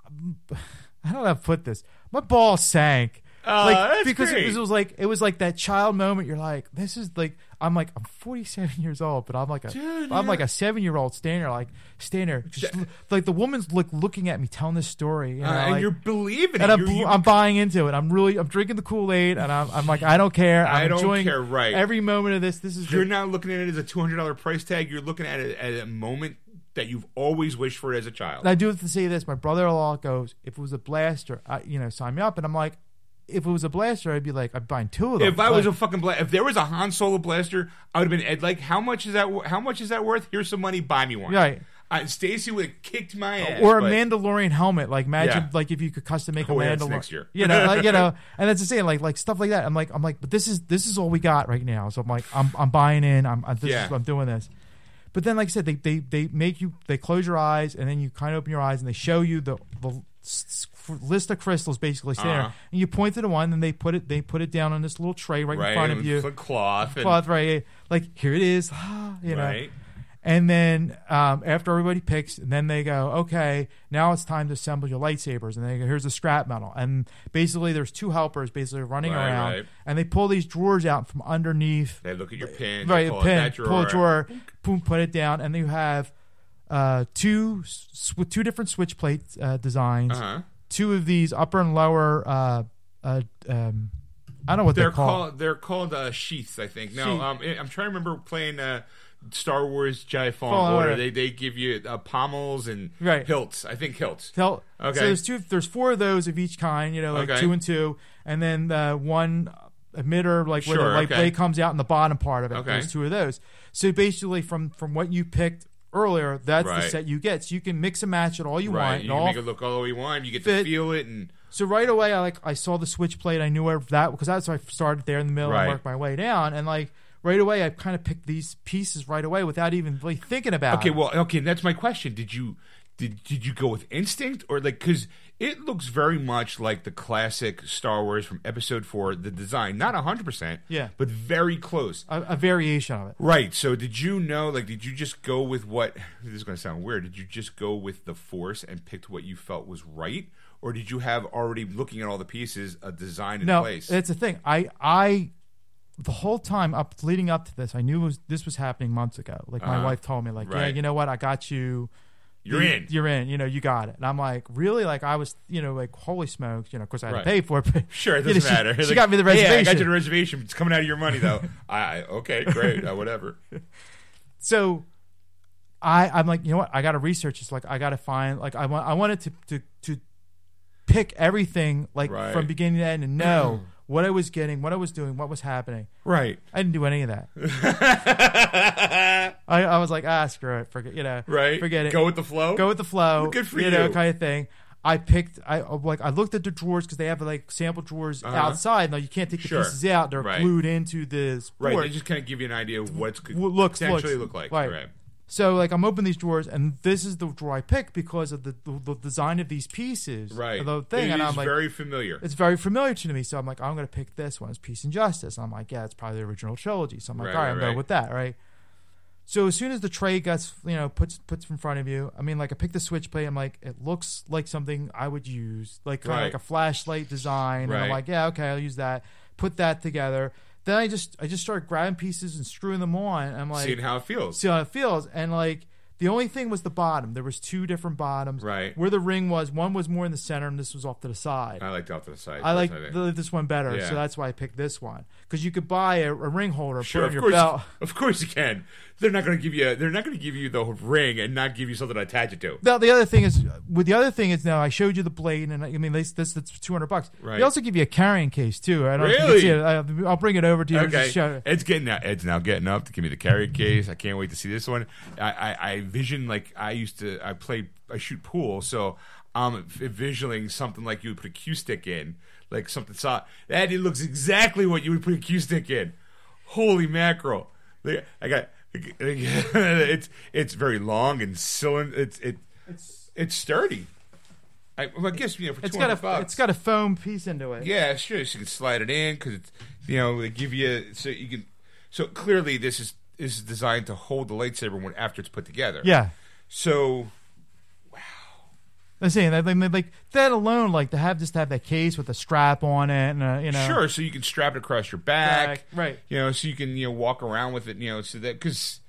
I don't know how to put this. My ball sank.
Oh,
like
that's
because
great.
It, was, it was like it was like that child moment. You're like, this is like I'm like I'm 47 years old, but I'm like a
Dude,
am
yeah.
like a seven year old standing there, like standing there, just l- like the woman's look looking at me telling this story, you know,
Uh, and
like-
you're believing it.
and I'm,
You're- you-
I'm buying into it. I'm really I'm drinking the Kool Aid, and I'm I'm like I don't care. I'm
I don't
enjoying
care, right.
every moment of this. This is the-
you're not looking at it as a two hundred dollar price tag. You're looking at it at a moment that you've always wished for as a child.
And I do have to say this: my brother-in-law goes, "If it was a blaster, I, you know, sign me up." And I'm like, "If it was a blaster, I'd be like, I'd buy two of them."
If I was a
Like,
fucking bla- if there was a Han Solo blaster, I would have been Ed like, how much is that? wo- How much is that worth? Here's some money, buy me one.
Right.
Uh, Stacy would have kicked my ass.
or a
but-
Mandalorian helmet, like imagine,
Yeah.
like if you could custom make
Oh,
a
yeah,
Mandalorian,
that's next year.
you know, like, you know, and that's the same, like like stuff like that. I'm like, I'm like, but this is this is all we got right now. So I'm like, I'm I'm buying in. I'm I'm, this
Yeah.
is, I'm doing this. But then, like I said, they, they they make you they close your eyes and then you kind of open your eyes and they show you the the s- s- list of crystals basically standing there.
Uh-huh.
and you point to the one and they put it they put it down on this little tray right,
right
in front of
and
you
put cloth. And,
cloth right here. like here it is you know
Right.
and then um, after everybody picks then they go okay now it's time to assemble your lightsabers and they go here's the scrap metal and basically there's two helpers basically running
Right,
around
right.
and they pull these drawers out from underneath
They look at your pin.
right
they
a
pull out
pin
that drawer.
pull a drawer boom put it down and you have uh, two sw- two different switch plate uh, designs
Uh-huh.
two of these upper and lower uh, uh, um, I don't know what
They're
they're, called.
called they're called uh, sheaths, I think. No,
Sheath.
um, I- I'm trying to remember playing uh, Star Wars Jedi Fallen
Fallen
Order.
Order.
They they give you uh, pommels and
Right.
hilts. I think hilts.
Tell
Okay.
So there's two. There's four of those of each kind. You know, like
Okay.
two and two, and then uh, one emitter, like where
Sure,
the light
okay.
blade comes out in the bottom part of it.
Okay.
There's two of those. So basically, from from what you picked earlier, that's
Right.
the set you get. So you can mix and match it all you
Right.
want.
You can
and all-
make it look all the way you want. You get to
fit.
feel it and
so right away, I like I saw the switch plate. I knew where that because that's why I started there in the middle
Right.
and worked my way down. And like right away, I kind of picked these pieces right away without even really thinking about.
Okay,
it.
well, okay, that's my question. Did you did did you go with instinct or like because it looks very much like the classic Star Wars from Episode Four, the design, not hundred percent,
Yeah.
but very close.
a, a variation of it.
Right. So, did you know? Like, did you just go with what? This is going to sound weird. Did you just go with the force and picked what you felt was right, or did you have already looking at all the pieces a design in
no,
place?
that's the thing. I I the whole time up leading up to this, I knew it was, this was happening months ago. Like
Uh-huh.
my wife told me, like, yeah,
Right.
you know what, I got you.
You're
You-
in.
You're in. You know, you got it. And I'm like, really? Like I was, you know, like holy smokes. You know, of course I had
Right.
to pay for it. But,
Sure, it
you know,
doesn't
she-
matter.
She,
Like,
got me the
"Hey,
reservation.
I got you the reservation. It's coming out of your money, though. I I- okay, great, uh, whatever.
so I I'm like, you know what? I got to research. It's like I got to find like I want I wanted to to to pick everything like
Right.
from beginning to end and know what I was getting, what I was doing, what was happening.
Right.
I didn't do any of that. I, I was like, ah, screw it, forget, you know,
Right.
Forget it.
Go with the flow.
Go with the flow.
Good for
you, know,
you.
kind of thing. I picked, I I'm like, I looked at the drawers because they have like sample drawers outside. Now you can't take the
Uh-huh. Sure.
pieces out; they're
Right.
glued into this
right.
board.
They just kind of give you an idea of what's could
W- looks
actually look
looks
like.
right.
Right.
So like I'm opening these drawers, and this is the drawer I pick because of the the, the design of these pieces,
Right.
of The thing,
It
and
is
I'm like,
very familiar.
it's very familiar to me. So I'm like, I'm gonna pick this one. It's Peace and Justice. And I'm like, yeah, it's probably the original trilogy. So I'm like,
Right,
all right,
right,
I'm going
right.
with that, right? So as soon as the tray gets, you know, puts puts in front of you, I mean, like I picked the switchblade. I'm like, it looks like something I would use, like kind of
Right.
like a flashlight design. And
Right.
I'm like, yeah, okay, I'll use that. Put that together. Then I just I just start grabbing pieces and screwing them on. And I'm like,
Seeing how it feels.
see how it feels. And like the only thing was the bottom. There was two different bottoms.
Right.
Where the ring was, one was more in the center, and this was off to the side.
I liked off to the side.
I like
personally.
the, this one better,
Yeah.
so that's why I picked this one. Because you could buy a, a ring holder, and
Sure, of
put it on your
course,
belt.
of course you can. They're not going to give you. They're not going to give you the ring and not give you something to attach it to.
Now the other thing is, with the other thing is now I showed you the blade, and I, I mean this this that's two hundred bucks.
Right.
They also give you a carrying case too. I don't know if you can
Really?
see it. I, I'll bring it over to you. and
Okay,
just show it.
Ed's getting now. Ed's now getting up to give me the carry case. I can't wait to see this one. I, I, I vision like I used to. I play. I shoot pool, so I'm envisioning something like you would put a cue stick in, like something. So that it looks exactly what you would put a cue stick in. Holy mackerel! Look, I got. It's it's very long and cylinder. It's it it's it's sturdy. I, well, I guess you know for
It's
two
got a
hundred bucks.
it's got a foam piece into it.
Yeah, sure. So you can slide it in because it's you know they give you so you can so clearly this is is designed to hold the lightsaber when after it's put together.
Yeah.
So
I'm saying that like, like that alone, like to have just to have that case with a strap on it, and uh, you know,
sure, so you can strap it across your back,
Back, right.
You know, so you can you know walk around with it. You know, so that because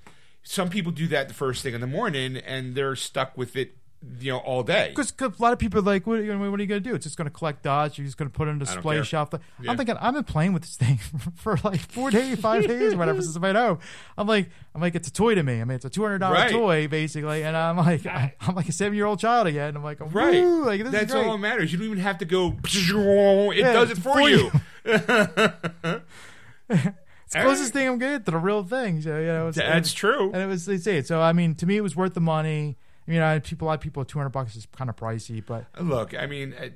some people do that the first thing in the morning and they're stuck with it. You know, all day.
Because a lot of people are like, what, you know, what are you going to do? It's just going to collect dots. You're just going to put it on display
care.
shelf.
Yeah.
I'm thinking, I've been playing with this thing for like four days, five days, or whatever, since I've been home. I'm like, I'm like, it's a toy to me. I mean, it's a $200
Right.
toy, basically. And I'm like, I, am like a seven year old child again. I'm like, Woo,
Right.
Like, this
That's
is great.
all that matters. You don't even have to go. It does it
it's
for,
for
you.
It's the closest thing I'm getting to the real thing. So, you know, it's,
That's true.
and it was, they say it. So, I mean, to me, it was worth the money. I mean, I, people, a lot of people, 200 bucks is kind of pricey, but
Look, I mean, uh,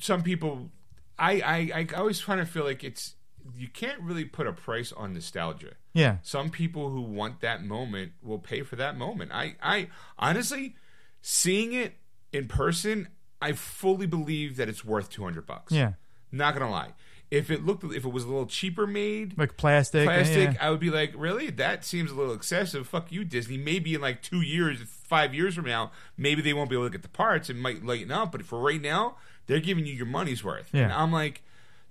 some people, I, I, I always kind of feel like it's you can't really put a price on nostalgia.
yeah.
Some people who want that moment will pay for that moment. I, I honestly, seeing it in person, I fully believe that it's worth two hundred bucks.
Yeah.
not gonna lie. If it looked, if it was a little cheaper made.
Like plastic.
Plastic,
yeah.
I would be like, really? That seems a little excessive. Fuck you, Disney. Maybe in like two years, five years from now, maybe they won't be able to get the parts and might lighten up. But for right now, they're giving you your money's worth.
Yeah.
And I'm like,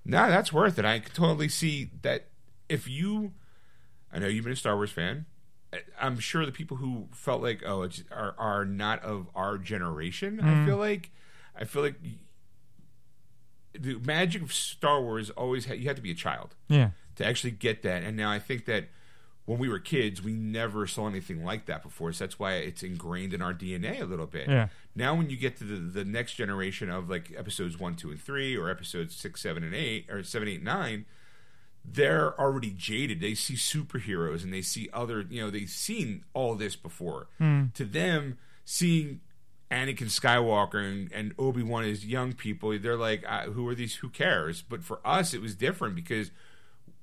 nah, that's worth it. I can totally see that if you, I know you've been a Star Wars fan. I- I'm sure the people who felt like, oh, it's, are are not of our generation. I feel like, I feel like the magic of Star Wars always had, you had to be a child
Yeah.
to actually get that. And now I think that when we were kids, we never saw anything like that before. So that's why it's ingrained in our DNA a little bit.
Yeah.
Now, when you get to the, the next generation of like episodes one, two, and three, or episodes six, seven, and eight, or seven, eight, nine, they're already jaded. They see superheroes and they see other, you know, they've seen all this before. To them, seeing Anakin Skywalker and, and Obi Wan as young people, they're like, uh, who are these? Who cares? But for us, it was different because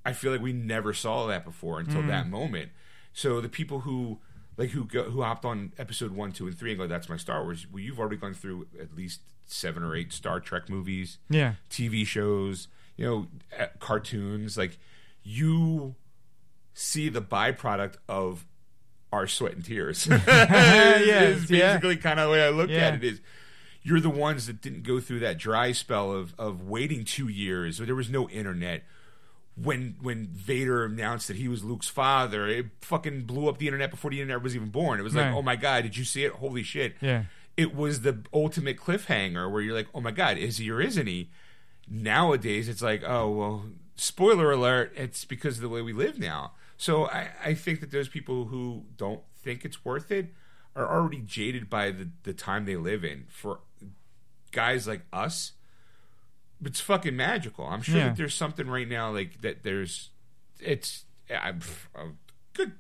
I feel like we never saw that before until that moment. So the people who like who go, who hopped on episode one, two, and three and go, "That's my Star Wars." Well, you've already gone through at least seven or eight Star Trek movies,
Yeah.
TV shows, you know, uh, cartoons. Like you see the byproduct of our sweat and tears.
Yes,
is
yeah.
basically kind of the way I look
Yeah.
at it. Is you're the ones that didn't go through that dry spell of of waiting two years. There was no internet. When when Vader announced that he was Luke's father, it fucking blew up the internet before the internet was even born. It was like,
Right.
oh my god, did you see it? Holy shit!
Yeah.
it was the ultimate cliffhanger where you're like, oh my god, is he or isn't he? Nowadays, it's like, oh well, spoiler alert, it's because of the way we live now. So I, I think that those people who don't think it's worth it are already jaded by the, the time they live in. For guys like us, it's fucking magical. I'm sure
Yeah.
that there's something right now like that. There's, it's, I'm, I'm good,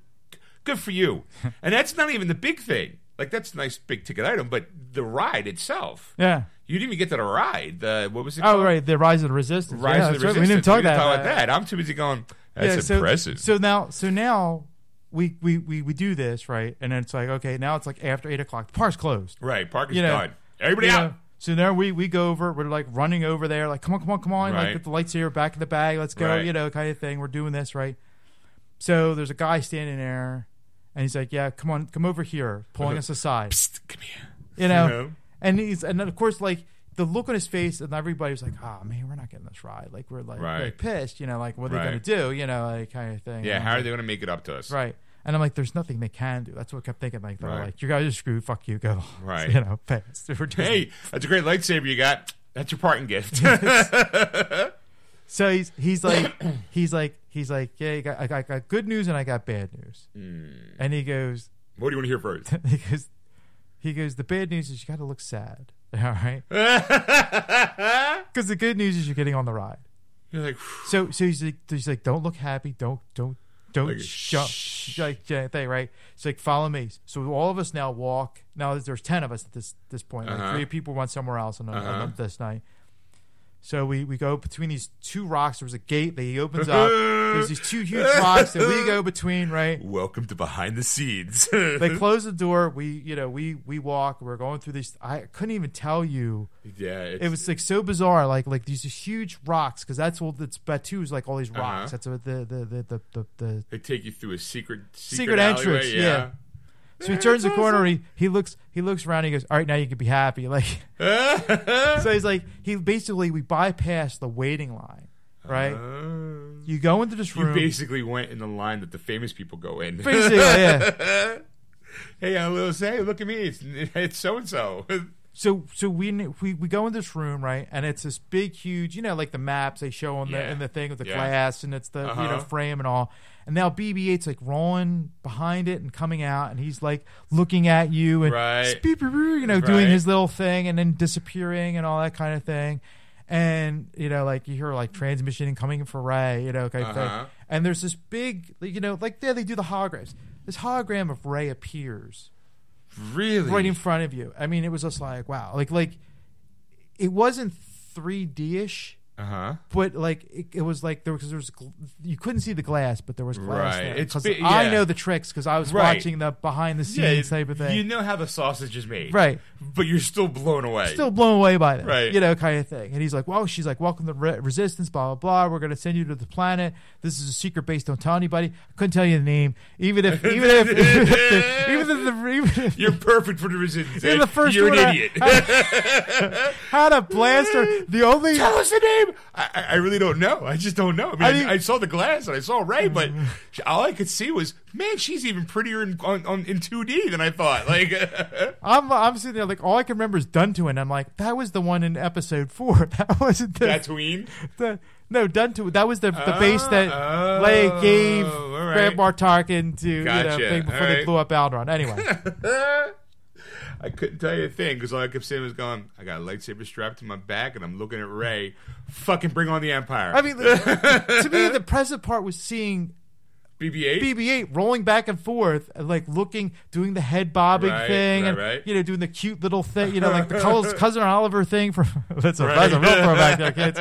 good for you. and that's not even the big thing. Like that's a nice big ticket item, but the ride itself,
Yeah.
you didn't even get to the ride. The what was it?
Oh,
called?
right, the rise of the resistance.
Rise
Yeah,
of
that's
the
right.
Resistance.
We didn't talk that.
about that. I'm too busy going.
uh, Yeah,
That's
so,
impressive.
So now, so now, we, we, we, we do this, right? And then it's like, okay, now it's like after eight o'clock. The park's closed.
Right. Park is
You know,
done. Everybody
You
out.
know? So now we, we go over, we're like running over there, like, come on, come on, come on.
Right.
Like, get the lights here, back in the bag, let's go,
Right.
you know, kind of thing. We're doing this, right? So there's a guy standing there, and he's like, yeah, come on, come over here, pulling us aside,
Psst, come here.
you know?
know?
And he's, and then of course, like, the look on his face, and everybody was like, ah, man, we're not getting this ride. Like, we're like,
Right.
like, pissed, you know, like, what are they
Right.
going to do, you know, like, kind of thing.
Yeah,
And
how
I'm
are they going to make it up to us?
like, Right. And I'm like, there's nothing they can do. That's what I kept thinking. Like, they're
Right.
like, you guys are screwed. Fuck you. Go.
Right.
You know, fast. We're just-
Hey, that's a great lightsaber you got. That's your parting gift.
So he's he's like he's like he's like yeah, you got, I, got, I got good news and I got bad news.
Mm.
And he goes
what do you want to hear first?
he goes he goes the bad news is you got to look sad, all right? Because the good news is you're getting on the ride.
You're like,
So so he's like he's like don't look happy, don't don't don't
Like,
jump
shh.
like yeah, thing right. It's like follow me. So all of us now walk. Now there's ten of us at this this point. Like
Uh-huh.
three people went somewhere else on, a- on
Uh-huh.
this night. So we, we go between these two rocks. There was a gate that he opens up. There's these two huge rocks that we go between, right?
welcome to behind the scenes.
They close the door. We, you know, we we walk. We're going through these. I couldn't even tell you.
yeah, it's,
It was like so bizarre. Like like these huge rocks because that's all that's Batu is like all these rocks. That's what the the the the, the, the
They take you through a secret secret,
Secret
alleyway,
entrance,
Yeah.
so he turns the corner. He, he looks he looks around. He goes, all right, now you can be happy. Like so he's like he basically we bypass the waiting line, right?
Uh,
You go into this
you
room.
basically went in the line that the famous people go in.
basically, yeah.
hey, I'm Lil Say, look at me. It's it's so and so.
so so we we we go in this room right and it's this big huge you know like the maps they show on
Yeah.
the in the thing with the
Yeah.
glass and it's the you
Uh-huh.
know frame and all and now BB8's like rolling behind it and coming out and he's like looking at you and
Right.
beep, beep, beep, you know doing
Right.
his little thing and then disappearing and all that kind of thing and you know like you hear like transmission and coming for Ray you know kind of
Uh-huh.
thing and there's this big you know like there they do the holograms this hologram of Ray appears
Really?
right in front of you. I mean, it was just like wow, like like it wasn't 3D ish,
Uh huh.
but like it, it was like there was, 'cause there was gl- you couldn't see the glass, but there was glass.
Right.
there.
It's
'Cause
bi-
I
yeah.
know the tricks because I was
Right.
watching the behind the
Yeah,
scenes type of thing.
You know how the sausage is made,
Right.
But you're still blown away.
Still blown away by that,
Right.
you know, kind of thing. And he's like, "Well, she's like, welcome to re- resistance, blah blah blah. We're gonna send you to the planet. This is a secret base. Don't tell anybody. I couldn't tell you the name, even if, even if, even if, the, even if, the, even if
You're perfect for the resistance.
You're the
Ed.
first
You're an
one I-
idiot.
had a blaster, the only
Tell us the name. I, I- I really don't know. I just don't know. I mean, I,
I mean- Mm-hmm.
I saw the glass and I saw Ray, but all I could see was, man, she's even prettier in on, on, in 2D than I thought. Like,
I'm I'm sitting there like all I can remember is Duntu, and I'm like, that was the one in episode four. That wasn't the,
Tatooine.
the no Duntu. That was the the base that
Oh,
Leia gave
all right.
Grand Bartarkin to
Gotcha.
you know thing before
All right.
they blew up Alderaan. Anyway,
I couldn't tell you a thing because all I kept saying was, "Going, I got a lightsaber strapped to my back, and I'm looking at Ray. Fucking bring on the Empire."
I mean, to me, the present part was seeing
BB-8.
BB-8 rolling back and forth, uh, like looking, doing the head bobbing
Right,
thing,
right,
and
right.
you know, doing the cute little thing, you know, like the cous- cousin Oliver thing from that's a that's a real throwback there, kids.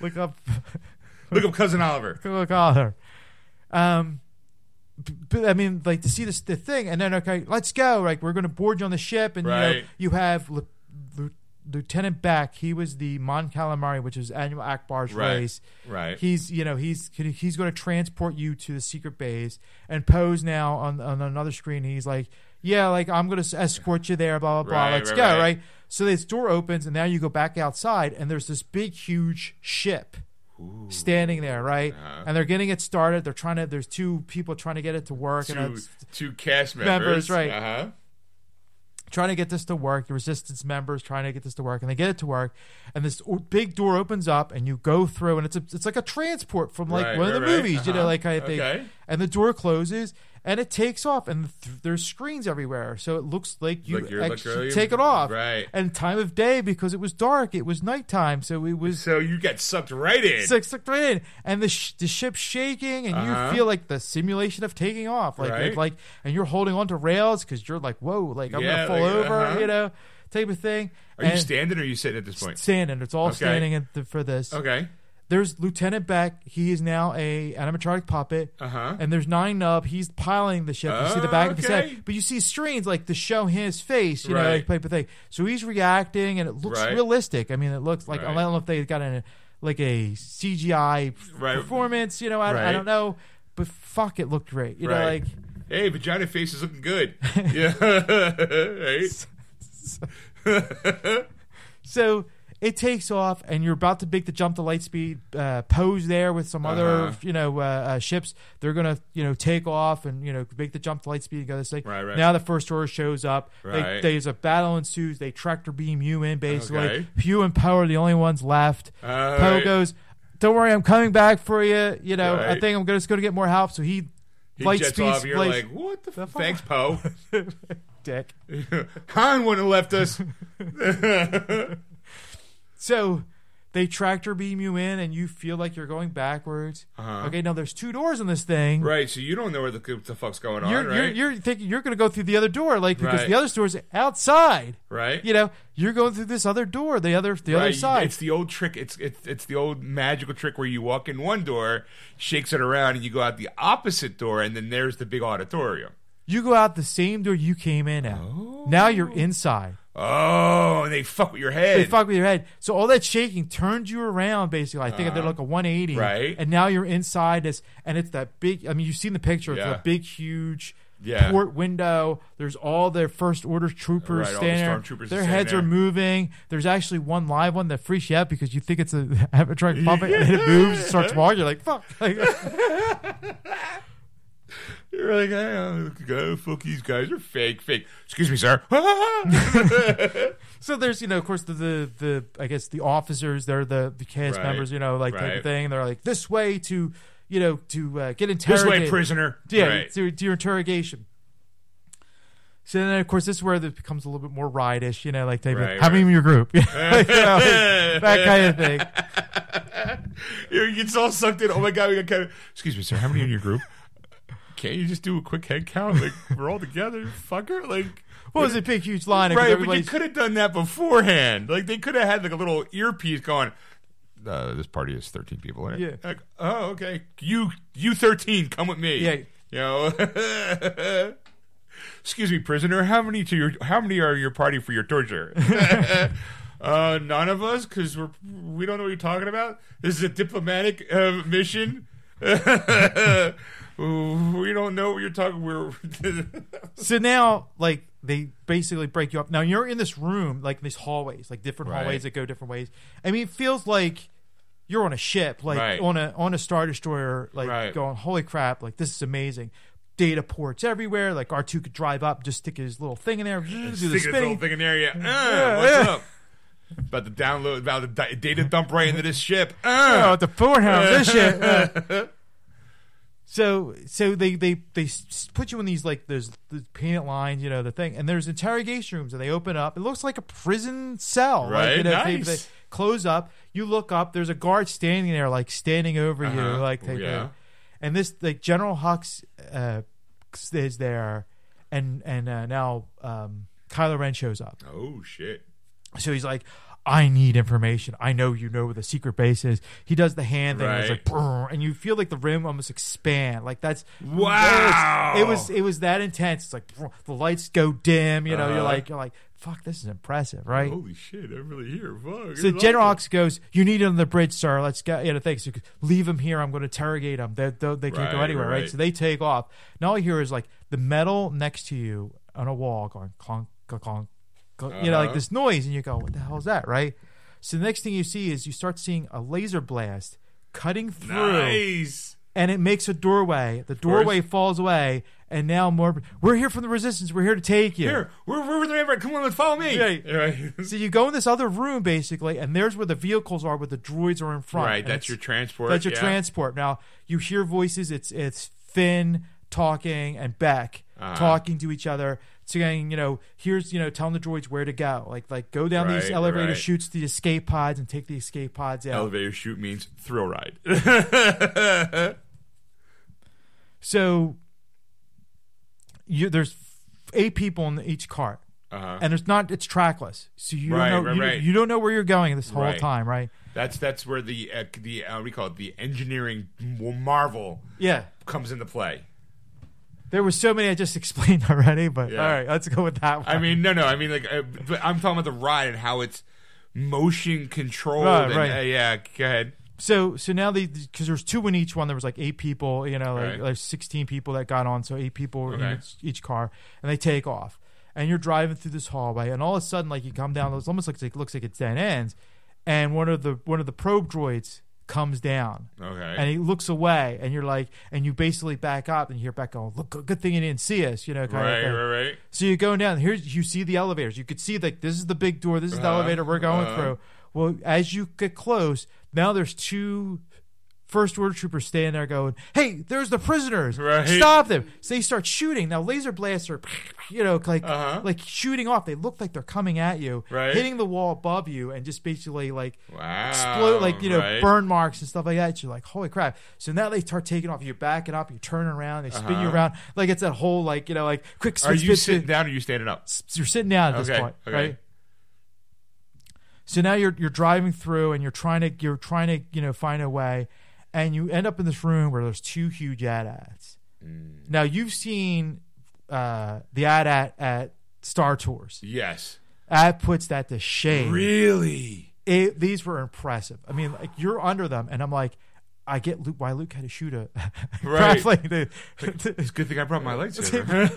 Look up.
Look up cousin Oliver.
Coca Cola. Um, b- but I mean, like to see this the thing, and then okay, let's go. Like we're going to board you on the ship, and you
Right.
know you have Lu- Lu- Lieutenant Beck. He was the Mon Calamari, which is annual Akbar's
Right,
race.
right.
He's you know he's he's going to transport you to the secret base and pose now on on another screen. He's like, yeah, like I'm going to escort you there. Blah blah blah.
Right,
let's
right,
go.
right.
right. So this door opens, and now you go back outside, and there's this big, huge ship standing there, right?
Uh-huh.
And they're getting it started. They're trying to. There's two people trying to get it to work, and
Two,
it's
two cast members.
Members, right.
Uh-huh.
trying to get this to work. The resistance members trying to get this to work, and they get it to work. And this o- big door opens up, and you go through, and it's a, it's like a transport from like
Right,
one of
right,
the
right.
movies, you
Uh-huh.
know, like kind of thing.
Okay.
And the door closes. And it takes off, and th- there's screens everywhere, so it looks like you
Like you're- like
actually
you're-
take it off.
right.
And time of day because it was dark, it was nighttime, so it was
So you got sucked right in.
six six three in, and the sh- the ship's shaking, and
Uh-huh.
you feel like the simulation of taking off, like
Right.
like, and you're holding onto rails because you're like, whoa, like I'm
Yeah,
gonna fall
like,
over,
uh-huh.
you know, type of thing.
are you
And
standing or are you sitting at this point?
standing? It's all
Okay.
standing in the, for this.
Okay.
There's Lieutenant Beck. He is now a animatronic puppet.
Uh huh.
And there's Nine Up. He's piloting the ship. You see the
Oh,
back of his
okay.
head, but you see screens like to show his face, you know,
Right.
like type of thing. So he's reacting, and it looks
Right.
realistic. I mean, it looks like I
Right.
don't know if they got a like a CGI
Right.
performance. You know, I, I
Right.
don't know, but fuck, it looked great. You know,
Right.
like
Hey, vagina face is looking good. yeah. right.
So it takes off, and you're about to make the jump to light speed. Uh, Poe's there with some other,
Uh-huh.
you know, uh, uh, ships. They're gonna, you know, take off and you know make the jump to light speed and go this thing.
Right, right.
Now the first order shows up. They-
Right.
there's a battle ensues. They tractor beam you in basically.
Okay. Uh,
Pew and Poe are the only ones left.
All
Poe
right.
goes, "Don't worry, I'm coming back for you. You know, I
Right.
think I'm just gonna get more help." So he,
He
light
jets
speeds
off. and You're
lights-
like, what the?
The
f-
fuck?
Thanks, Poe.
dick.
Han wouldn't have left us.
So they tractor beam you in, and you feel like you're going backwards.
Uh-huh.
Okay, now there's two doors in this thing.
Right. So you don't know where the, what the fuck's going on,
You're,
right?
you're, you're thinking you're going to go through the other door, like because
Right.
the other door's outside.
right.
You know, you're going through this other door, the other the
Right,
other
you-
side.
It's the old trick. It's it's it's the old magical trick where you walk in one door, shakes it around, and you go out the opposite door, and then there's the big auditorium.
You go out the same door you came in at. Now you're inside.
Oh, and they fuck with your head.
They fuck with your head. So all that shaking turned you around basically. I think I did like a 180.
Uh-huh. Right.
And now you're inside this and it's that big I mean you've seen the picture, it's
Yeah.
a big huge
Yeah.
port window. There's all their first order troopers
Right, all the
standing. there.
stormtroopers are
their
standing
heads are
there.
moving. There's actually one live one that freaks you out because you think it's a animatronic puppet and then it moves and starts walking. You're like, fuck. Like,
You're like, oh, go fuck these guys are fake, fake. Excuse me, sir.
So there's, you know, of course, the the, the I guess the officers, they're the the cast
Right.
members, you know, like type of
Right.
thing. They're like this way to, you know, to uh, get
this
interrogated.
way, prisoner.
Yeah,
Right.
to, to your interrogation. So then, of course, this is where it becomes a little bit more ridish, you know, like type
Right,
of, how many
right.
in your group, You know, like, that kind of thing.
You're- It's all sucked in. Oh my god, we got kind of. Excuse me, sir. How many in your group? Can't you just do a quick head count? Like we're all together, fucker. Like
What was a big, huge line? because
Right, but you
everybody's-
could have done that beforehand. Like they could have had like a little earpiece going. Uh, this party is thirteen people in it.
Yeah.
Like, oh, okay. You you thirteen, come with me.
Yeah.
You know. Excuse me, prisoner. How many to your? How many are your party for your torture? uh, none of us, because we're we don't know what you're talking about. This is a diplomatic uh, mission. we don't know what you're talking. We're
so now like they basically break you up now you're in this room like these hallways like different
Right.
hallways that go different ways i mean it feels like you're on a ship like
Right.
on a on a star destroyer like
Right.
going holy crap like this is amazing data ports everywhere like r2 could drive up just stick his little thing in there do the
Stick this little
spinning
thing in there, yeah. Uh,
Yeah,
what's
yeah.
up? About to download, about to di- data dump right into this ship.
oh
Uh.
the porn house this shit uh. so so they they they s- put you in these like those the painted lines you know the thing and there's interrogation rooms and they open up it looks like a prison cell like,
Right,
you know, they-
nice.
they close up you look up there's a guard standing there like standing over you
Uh-huh.
like they,
Yeah.
and this like general hux uh is there and and uh, now um kylo ren shows up
Oh shit!
so he's like, I need information. I know you know where the secret base is. He does the hand thing. And it's
Right.
like, "Brrr," and you feel like the rim almost expand. Like that's
Wow.
It was it was, that intense. It's like "Brrr," the lights go dim. You know, you're
Uh-huh.
like you're like, fuck, this is impressive, right?
Holy shit! I'm really here. Fuck.
So
it's
General
awesome.
Ox goes, "You need him on the bridge, sir. Let's go." You know, thanks. You could Leave him here. I'm going to interrogate him. They, they, they can't go
Right,
anywhere, right.
right.
So they take off. Now all I hear is like the metal next to you on a wall going clonk, clonk, clonk, clonk, you know, like
Uh-huh.
this noise, and you go, "What the hell is that?" Right. So the next thing you see is you start seeing a laser blast cutting through,
nice.
and it makes a doorway. The doorway falls away, and now more. We're here from the Resistance. We're here to take you.
Here, we're we're with the river. Come on, let's follow me.
Yeah.
Right.
So you go in this other room basically, and there's where the vehicles are, where the droids are in front.
Right,
And
that's
it's-
your transport,
That's your
yeah.
transport. Now you hear voices. It's it's Finn talking and Beck
Uh-huh.
talking to each other, saying, you know, here's you know, telling the droids where to go. Like like go down these
Right,
elevator
right.
shoots the escape pods and take the escape pods out.
Elevator shoot means thrill ride.
so you there's eight people in each cart.
Uh-huh.
and it's not it's trackless, so you
Right,
don't know
right,
you,
right.
you don't know where you're going this whole
Right.
time, right?
That's that's where the uh, the uh, what do you call it the engineering marvel
Yeah,
comes into play.
there were so many I just explained already, but
Yeah.
all right, let's go with that one.
I mean, no, no. I mean, like, uh, but I'm talking about the ride and how it's motion controlled.
Right,
and,
right.
uh, yeah, go ahead.
so so now the because there was two in each one, there was like eight people, you know, like,
Right.
like sixteen people that got on, so eight people were
Okay.
in each, each car, and they take off, and you're driving through this hallway, and all of a sudden, like you come down, it's almost like it looks like it's dead ends, and one of the one of the probe droids comes down,
Okay.
and he looks away, and you're like, and you basically back up, and you hear back going, look, good- good thing you didn't see us, you know, kind of
right,
thing.
right, right.
So you're going down. Here's you see the elevators. You could see like this is the big door. This is the
Uh-huh,
elevator we're going
uh-huh.
through. Well, as you get close, now there's two first order troopers standing there going, "Hey, there's the prisoners!
Right.
Stop them!" So they start shooting. Now laser blasts are, you know, like
Uh-huh.
like shooting off. They look like they're coming at you,
Right.
hitting the wall above you, and just basically like
Wow.
explode like you know
right.
burn marks and stuff like that. You're like, holy crap! So now they start taking off. You're backing up. You're turning around. They spin you
Uh-huh.
around like it's that whole like you know like quick.
Are
spin,
you
spin, spin.
sitting down or are you standing up?
S- You're sitting down at this
Okay,
point,
okay.
right? So now you're you're driving through and you're trying to you're trying to you know find a way, and you end up in this room where there's two huge ad ads.
Mm.
Now you've seen uh, the ad at at Star Tours.
Yes.
Ad puts that to shame
Really?
it, these were impressive. I mean, like you're under them, and I'm like, I get Luke, why Luke had to shoot a
Right.
grappling the-
It's a good thing I brought my lightsaber.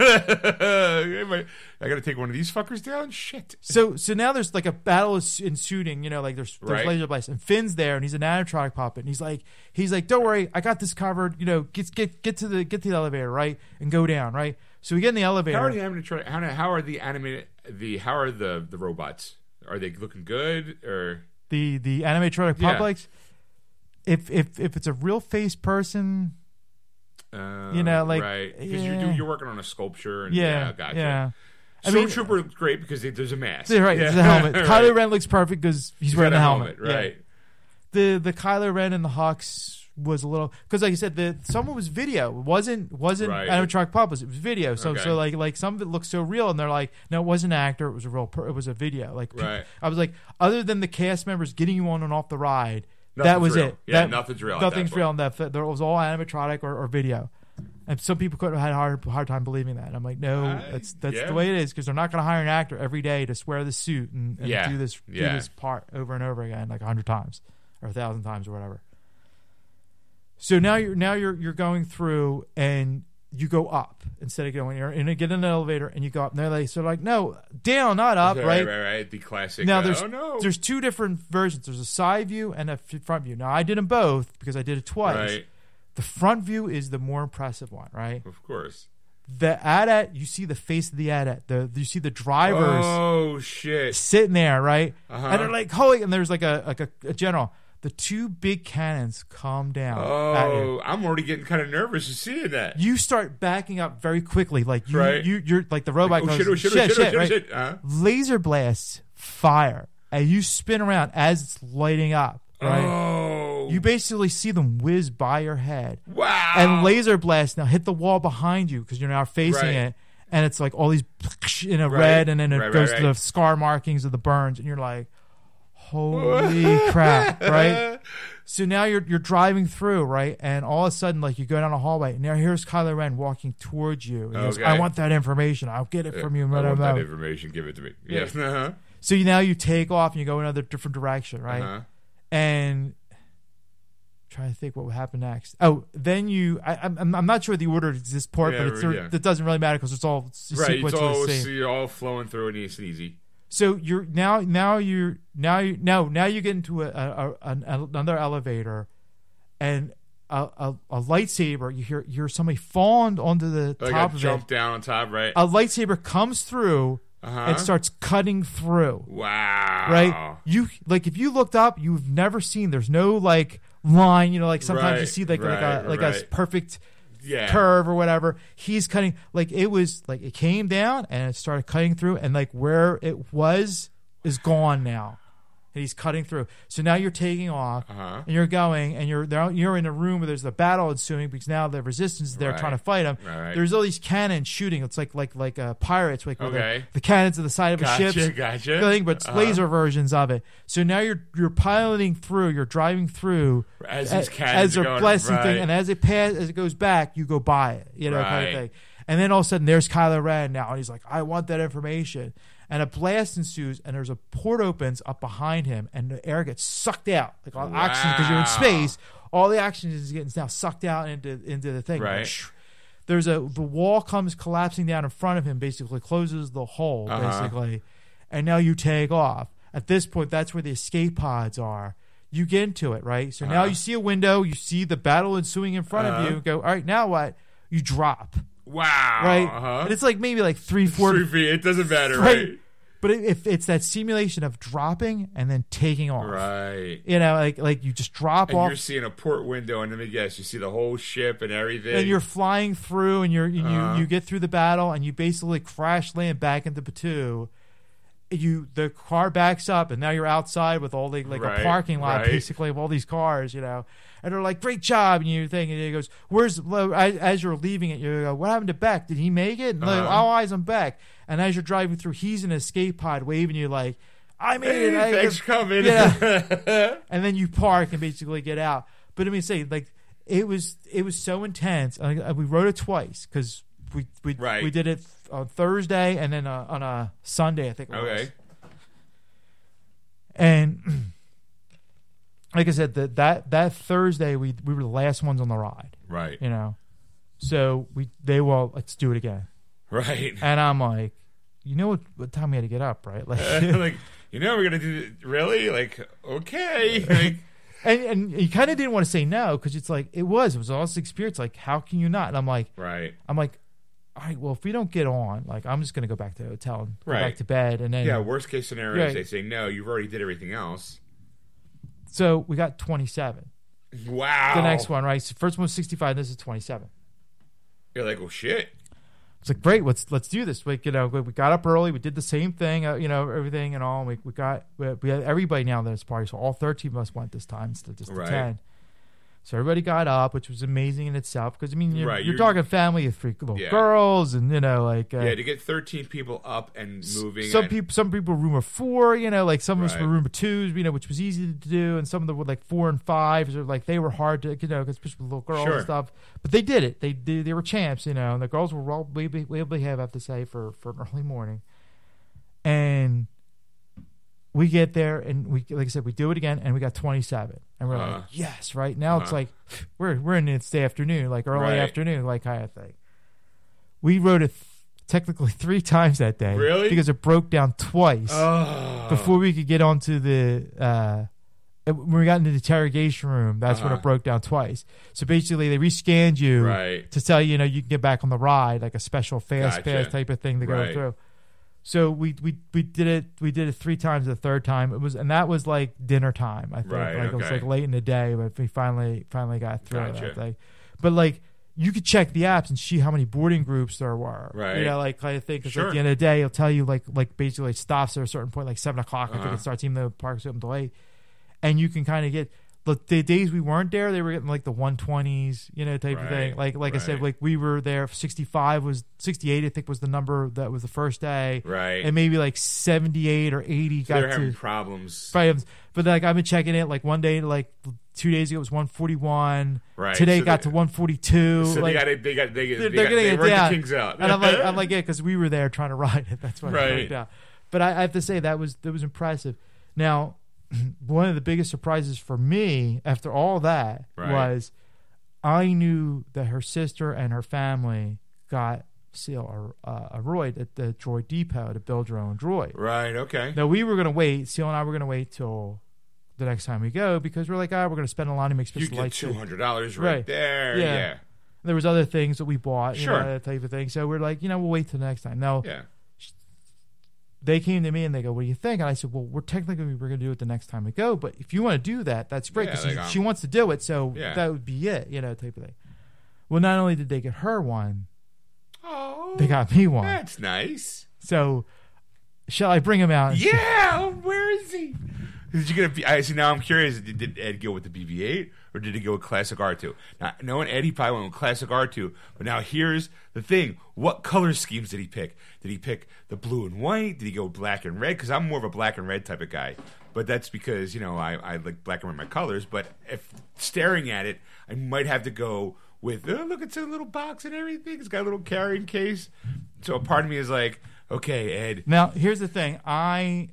Hey, my- I got to take one of these fuckers down. Shit.
so so now there's like a battle is ensuing. You know, like there's, there's
Right.
laser blasts, and Finn's there, and he's an animatronic puppet, and he's like, he's like, don't worry, I got this covered. You know, get get get to the get to the elevator, right, and go down, right. So we get in the elevator.
How are the animatronic? How, how are the animated? The how are the the robots? Are they looking good or?
the the animatronic
Yeah.
publics. If if if it's a real face person,
Uh,
You know, like,
right because
yeah.
you're you're working on a sculpture and
yeah,
yeah,
yeah,
gotcha.
I
I
mean-
Stormtrooper looks great because it, there's a mask.
Yeah, right,
Yeah.
it's the helmet.
Right.
Kylo Ren looks perfect because he's,
He's
wearing
got
the
a
helmet. Yeah.
right?
the the Kylo Ren and the Hawks was a little because like I said, the some of it was video. It wasn't wasn't
Right.
animatronic puppets. It was video. So
Okay.
so like like some of it looked so real, and they're like, no, it wasn't an actor. It was a real. Per- it was a video. Like pe-
Right.
I was like, other than the cast members getting you on and off the ride, that
Nothing's
was
real.
it.
Yeah,
That-
nothing's real at that
Nothing's
point.
real. And that that there was all animatronic or, or video. And some people could have had a hard hard time believing that. And I'm like, no,
I-
that's that's
yeah.
the way it is because they're not going to hire an actor every day to swear the suit and, and
Yeah.
do this do
Yeah.
this part over and over again like a hundred times or a thousand times or whatever. So now you're now you're you're going through and you go up instead of going you're in a, get in an elevator and you go up and they're like so like no down not up
right,
right,
right, right. The classic.
now
uh,
there's
oh, no.
there's two different versions there's a side view and a f- front view now I did them both because I did it twice
right,
the front view is the more impressive one right
of course.
the adat you see the face of the adat the you see the drivers
Oh shit!
sitting there, right?
Uh-huh.
And they're like, holy! And there's like a like a, a general. The two big cannons come down. at you.
Oh, I'm already getting kind of nervous just seeing that.
You start backing up very quickly, like you,
Right.
you you're like the robot
oh
goes,
shit! Oh shit!
shit,
oh shit! Oh
right?
shit! Oh, shit. Uh,
Laser blasts fire, and you spin around as it's lighting up. Right?
Oh,
You basically see them whiz by your head,
wow!
and laser blasts now hit the wall behind you because you're now facing
Right.
it. And it's like all these in a
Right.
red, and then it
Right, right,
goes to
right.
the scar markings of the burns, and you're like, "Holy crap!" Right? So now you're you're driving through, right? And all of a sudden, like you go down a hallway, and now here's Kylo Ren walking towards you. And he goes,
Okay.
I want that information. I'll get it from you.
I
blah, blah,
want that
blah."
information. Give it to me. Yes. Uh-huh.
So you, now you take off and you go another different direction, right?
Uh-huh.
and trying to think what would happen next. Oh, then you. I, I'm- I'm I'm not sure the order at this part,
Yeah,
but it's
right, yeah.
it doesn't really matter because it's all s-
Right. It's
sequentially
all
the same.
so you're all flowing through and it's easy.
so you're now now you're now you now now you get into a, a, a an, another elevator, and a, a, a lightsaber. You hear you hear somebody falling onto the
Like
top
I
of
jump
it.
down on top, right?
A lightsaber comes through
Uh-huh.
and starts cutting through.
wow.
right? You like if you looked up, you've never seen. There's no like line. You know, like sometimes you
Right,
see like like
right,
a like a
right.
perfect
Yeah.
curve or whatever. He's cutting like it was like it came down and it started cutting through, and like where it was is gone now. and he's cutting through. So now you're taking off
Uh-huh.
and you're going and you're there, you're in a room where there's a battle ensuing because now the resistance is there
Right.
trying to fight him.
Right, right.
There's all these cannons shooting. It's like like like uh, pirates, like where the-
Okay.
the cannons at the side of a
Gotcha,
ship.
gotcha.
Thing, but it's
Uh-huh.
laser versions of it. So now you're you're piloting through, you're driving through
As
a-
these cannons
as
are
they're
going,
blasting
right.
thing, and as it pass, as it goes back, you go buy it, you know, kind
Right.
of thing. And then all of a sudden, there's Kylo Ren now, and he's like, "I want that information." And a blast ensues, and there's a port opens up behind him, and the air gets sucked out, like all oxygen, because you're in
Wow.
space. All the oxygen is getting now sucked out into into the thing.
Right.
Like, there's a the wall comes collapsing down in front of him, basically closes the hole,
Uh-huh.
basically, and now you take off. At this point, that's where the escape pods are. You get into it, right? So now
Uh-huh.
you see a window, you see the battle ensuing in front of you.
Uh-huh.
Go, all right, now what? You drop,
Wow.
right?
Uh-huh.
And it's like maybe like three, four,
Three feet. It doesn't matter,
right?
right?
But it, if it's that simulation of dropping and then taking off,
Right.
you know, like like you just drop
And
off,
you're seeing a port window, and let me guess, you see the whole ship and everything.
and you're flying through and you're you,
Uh-huh.
you you get through the battle and you basically crash land back into Batu. You the car backs up and now you're outside with all the like a
Right,
parking lot
right.
basically of all these cars, you know. And they're like, "Great job!" And you think, and he goes, "Where's?" Lo- As as you're leaving it, you go, "What happened to Beck? Did he make it?" And like,
Uh-huh.
all eyes on Beck. And as you're driving through, he's in an escape pod waving you like, "I made
Hey,
it!" I-
thanks for coming.
and then you park and basically get out. But I mean, say like it was it was so intense. I, I- we wrote it twice because we we
Right.
we did it on Thursday and then uh, on a Sunday I think. It was.
okay.
And like I said, that that that Thursday we we were the last ones on the ride.
Right.
You know, so we they were all, let's do it again.
Right.
And I'm like, you know what, what time we had to get up, right? Like.
like, you know, we're going to do th- Really? Like, okay. Like,
And, and you kind of didn't want to say no because it's like it was it was all this experience like how can you not and I'm like
right.
I'm like, all right, well, if we don't get on, like, I'm just gonna go back to the hotel and go
Right.
back to bed, and then
Yeah, worst case scenario
Right.
is they say, no, you've already did everything else.
so we got 27.
Wow.
The next one, right? So first one was 65. This is 27.
You're like, well, shit.
It's like great. Let's let's do this. Like you know, we we got up early. We did the same thing. Uh, you know, everything and all. And we we got we, we had everybody now in this party. So all 13 of us went this time instead of just the
Right.
10. So everybody got up, which was amazing in itself because I mean, you're,
Right,
you're,
you're-
talking family of three little
Yeah.
girls, and you know, like uh,
Yeah, to get 13 people up and moving.
Some
and-
people, some people were room of four, you know, like some of us were
Right.
room of twos, you know, which was easy to do, and some of them were like four and fives, or like they were hard to, you know, 'cause especially with little girls
Sure.
and stuff. But they did it. They they, they were champs, you know, and the girls were well, we we we we have I have to say for for an early morning, and we get there and we like I said we do it again, and we got twenty seven, and we're
Uh-huh.
like yes, right now it's
Uh-huh.
like we're we're in it's the afternoon, like early
Right.
afternoon, like kind of thing. We rode it. th- Technically three times that day,
Really?
Because it broke down twice
Oh.
before we could get onto the uh it- when we got into the interrogation room that's when
Uh-huh.
it broke down twice so basically they rescanned you
Right.
to tell you you know you can get back on the ride like a special fast pass
Gotcha.
type of thing to go
Right.
through so we, we we did it we did it three times the third time it was and that was like dinner time i think
Right,
like it was
okay.
like late in the day but we finally finally got through
Gotcha.
it like but like you could check the apps and see how many boarding groups there were
Right.
you know like kind of thing 'cause at
Sure.
the end of the day it'll tell you like like basically it stops at a certain point like seven o'clock i think
Uh-huh.
it starts even though the park's open till eight and you can kind of get look the days we weren't there they were getting like the 120s you know type of thing
Right,
like like i said
right.
like we were there 65 was 68 i think was the number that was the first day
Right.
and maybe like 78 or 80
So they're
got
having
to
problems.
items but like i've been checking it like one day like two days ago it was 141
Right.
today
So
it got
they-
to 142
So
like,
they got it. They got. They,
they're,
they
they're
got,
getting
they
it
worked
down.
the Kings out.
and I'm like, uh, I'm like, yeah, because we were there trying to ride it. That's why it
Right.
worked out. But I, I have to say that was that was impressive. Now, one of the biggest surprises for me after all that
Right.
was I knew that her sister and her family got seal a, a roid at the droid depot to build her own droid.
right. Okay.
Now we were gonna wait. Seal and I were gonna wait till the next time we go because we're like, ah, we're gonna spend a lot of make
you
special
get
lights.
two hundred dollars right,
Right.
there.
Yeah.
Yeah.
There was other things that we bought, you
Sure.
know, that type of thing. So we're like, you know, we'll wait till the next time. Now,
Yeah.
they came to me and they go, "What do you think?" And I said, "Well, we're technically we're going to do it the next time we go, but if you want to do that, that's great
Yeah,
because
like, um,
she, she wants to do it, so
Yeah.
that would be it, you know, type of thing." Well, not only did they get her one,
Oh.
they got me one.
That's nice.
So, shall I bring him out? and-
Yeah. Where is he? Did you get a B- I see. Now I'm curious. Did, did Ed go with the BB-8 or did he go with classic R2? Now, knowing Ed, he probably went with classic R2. But now here's the thing: what color schemes did he pick? Did he pick the blue and white? Did he go black and red? Because I'm more of a black and red type of guy. But that's because you know I, I like black and red my colors. But if staring at it, I might have to go with oh, look, it's a little box and everything. It's got a little carrying case. So a part of me is like, okay, Ed,
Now, here's the thing. I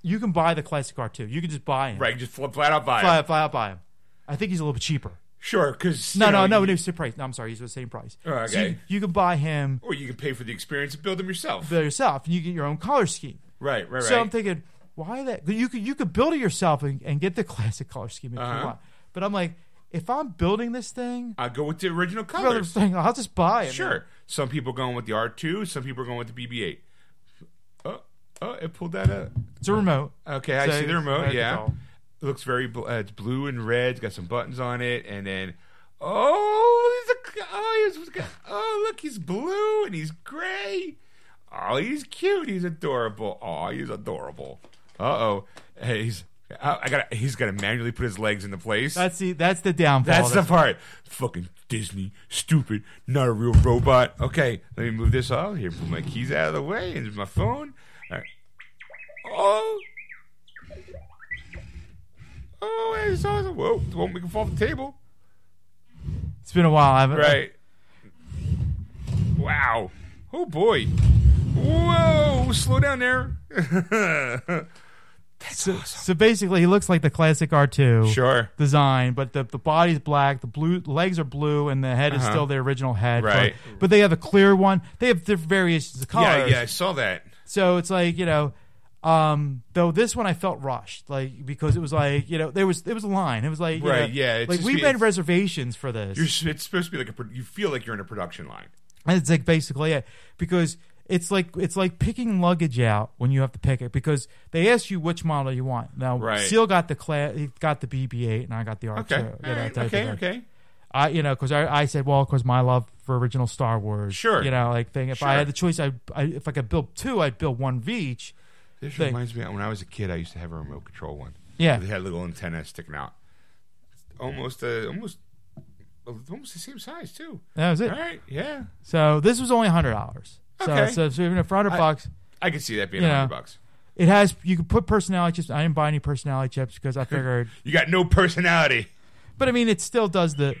you can buy the classic R2. You can just buy him.
right? Just fl- flat out buy. it.
Buy, buy, buy him. I think he's a little bit cheaper.
Sure, because
No, no, no, no, it's the price. No, I'm sorry, he's the same price.
Oh,
So you,
okay.
you can buy him
Or Oh, you can pay for the experience and build them yourself.
for yourself, and you get your own color scheme.
right, right, right.
So I'm thinking, why that? You could you could build it yourself and, and get the classic color scheme if you
Uh-huh.
want. But I'm like, if I'm building this thing,
I go with the original
brother,
colors.
thing, I'll just buy it.
Sure. Some people going with the R2, some people are going with the BB8. Oh, oh, it pulled that up.
It's a remote.
Okay, I
So
see the
it's
remote.
red
Yeah,
control.
It looks very. bl- Uh, it's blue and red. It's got some buttons on it, and then oh, he's a, oh, he's, oh, look, he's blue and he's gray. Oh, he's cute. He's adorable. Oh, he's adorable. Uh oh, hey, he's. oh, I I gotta. He's gotta manually put his legs into place.
That's the that's the downfall.
That's the part. Fucking Disney, stupid, not a real robot. Okay, let me move this out here. Put my keys out of the way and my phone. All right. Oh, oh, it's awesome. Whoa, it won't make it fall off the table.
it's been a while. I haven't.
Right. Wow. Oh boy. Whoa, slow down there.
So, so basically, he looks like the classic R2
sure.
design, but the, the body's black, the blue legs are blue, and the head is
Uh-huh.
still the original head.
Right.
But, but they have a clear one. They have different variations of colors.
Yeah, yeah, I saw that.
So it's like you know, um, though this one I felt rushed, like because it was like you know there was it was a line. It was like you
Right,
know,
yeah, it's
like
just
we
be-
made reservations for this.
You're, s- it's supposed to be like a. pro- You feel like you're in a production line.
And it's like basically it because it's like it's like picking luggage out when you have to pick it because they ask you which model you want. Now
Right.
Seal got the cla- he got the BB-8 and I got the R2.
Okay.
you know,
All right.
type of
Okay.
thing.
Okay.
I you know because I, I said well of course my love for original Star Wars.
Sure.
You know like thing if I
Sure.
had the choice I, I if I could build two I'd build one of each.
This
thing.
reminds me when I was a kid, I used to have a remote control one.
Yeah.
They had a little antenna sticking out. Almost, uh, almost, almost the same size too.
That was it.
All right. Yeah.
So this was only hundred dollars.
Okay.
So, so so even for hundred
I-
bucks,
I could see that being a
Yeah.
hundred bucks.
it has you can put personality chips. I didn't buy any personality chips because I figured,
You got no personality.
but I mean it still does the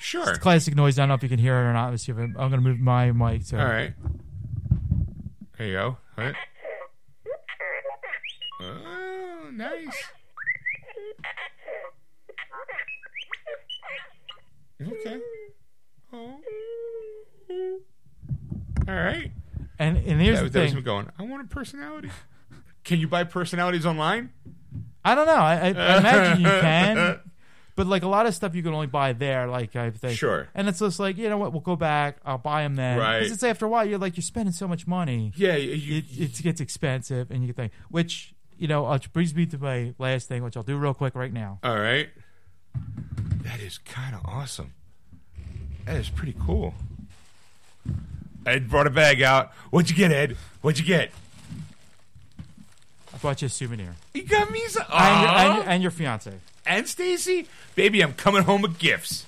Sure.
classic noise. I don't know if you can hear it or not. Let's see if I'm, I'm gonna move my mic. So
All right. There you go. All right. Oh, nice. Okay. Oh. All right.
and and
That,
here's the
was- that was
thing.
him going, I want a personality. Can you buy personalities online?
I don't know. I, I, I imagine you can. But like a lot of stuff you can only buy there, like I think.
Sure.
And it's just like you know what, we'll go back. I'll buy them then.
Right.
Because it's after a while, you're like you're spending so much money.
Yeah. You,
it, it gets expensive and you think which you know which brings me to my last thing which i'll do real quick right now
all right. That is kind of awesome. That is pretty cool. Ed brought a bag out. What'd you get, Ed? What'd you get?
i brought you a souvenir
You got me some.
and, your,
Aw.
and, your- and your fiance
and Stacy, baby, I'm coming home with gifts.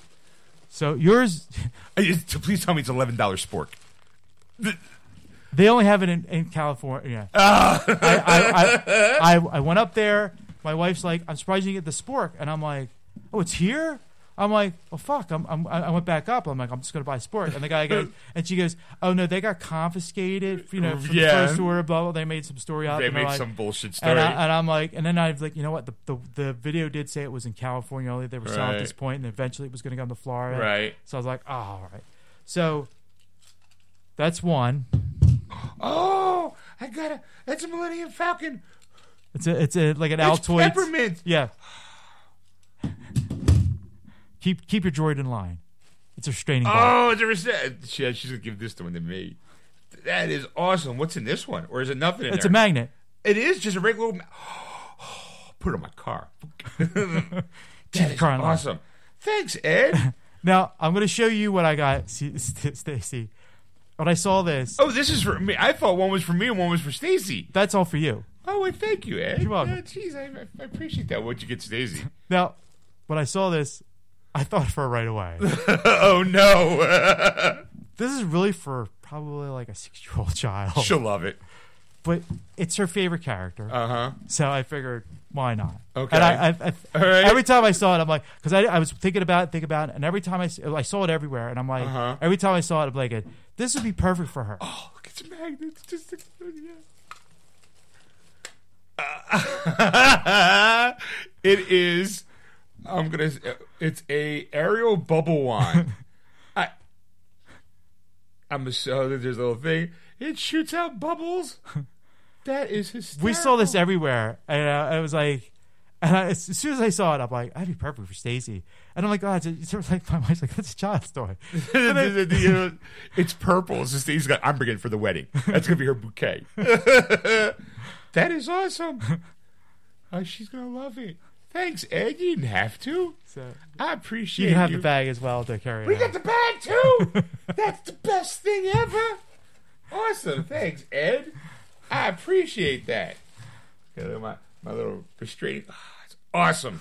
so yours
I just- Please tell me it's eleven dollars spork.
they only have it in, in california
ah.
I, I, I, I, I went up there my wife's like i'm surprised you didn't get the spork and i'm like oh it's here I'm like, well, fuck. I'm, I'm, I went back up. I'm like, I'm just gonna buy spork. And the guy goes, and she goes, oh no, they got confiscated. You know, from
Yeah.
the first order, blah blah. They made some story out.
They
and they're
made
like-
some bullshit story.
And, I, and I'm like, and then I was like, you know what? The, the the video did say it was in California only. They were selling at this
Right.
point, and eventually it was going to come to Florida.
right.
So I was like, oh, all right. So that's one.
Oh, I got a. That's a Millennium Falcon.
It's a it's a like an
It's
Altoid.
peppermint.
Yeah. keep keep your droid in line. It's a restraining. Oh.
Oh, it's a receipt. She, she's gonna give this to one to me. That is awesome. What's in this one, or is it nothing? In
It's a
there?
magnet.
It is just a regular. ma- Put it on my car. that is
car in line.
awesome. Thanks, Ed.
Now I'm going to show you what I got, St- St- Stacy. When I saw this,
Oh, this is for me. I thought one was for me and one was for Stacy.
that's all for you.
Oh, well, thank you, Ed.
You're welcome.
Yeah, Jeez, I, I- I appreciate that. What'd you get to Daisy?
Now, when I saw this, I thought for right away.
oh no,
this is really for probably like a six year old child.
she'll love it.
But it's her favorite character.
Uh huh.
so I figured, why not?
Okay.
And I, I, I,
All right.
every time I saw it, I'm like, because I, I was thinking about it, thinking about it, and every time I, s- I saw it everywhere, and I'm like,
Uh-huh.
every time I saw it, I'm like, this would be perfect for her.
Oh, look, it's a magnet. It's just a, yeah. Uh, it is. I'm gonna. It's a aerial bubble wand. I. I'm so that there's a little thing. It shoots out bubbles. That is hysterical.
we saw this everywhere, and I, I was like, and I, as soon as I saw it, I'm like, that'd be perfect for Stacy. And I'm like, oh, it's, it's sort of like my wife's like, that's a child's toy.
it's purple. It's just, he's got. I'm bringing it for the wedding. That's gonna be her bouquet. that is awesome. Oh, she's gonna love it. Thanks, Ed. You didn't have to.
So
I
you
appreciate
can have the bag as well to carry.
We
it
got
out.
the bag too. That's the best thing ever. Awesome. Thanks, Ed. I appreciate that. Okay, look at my my little restraining. Ah, it's awesome.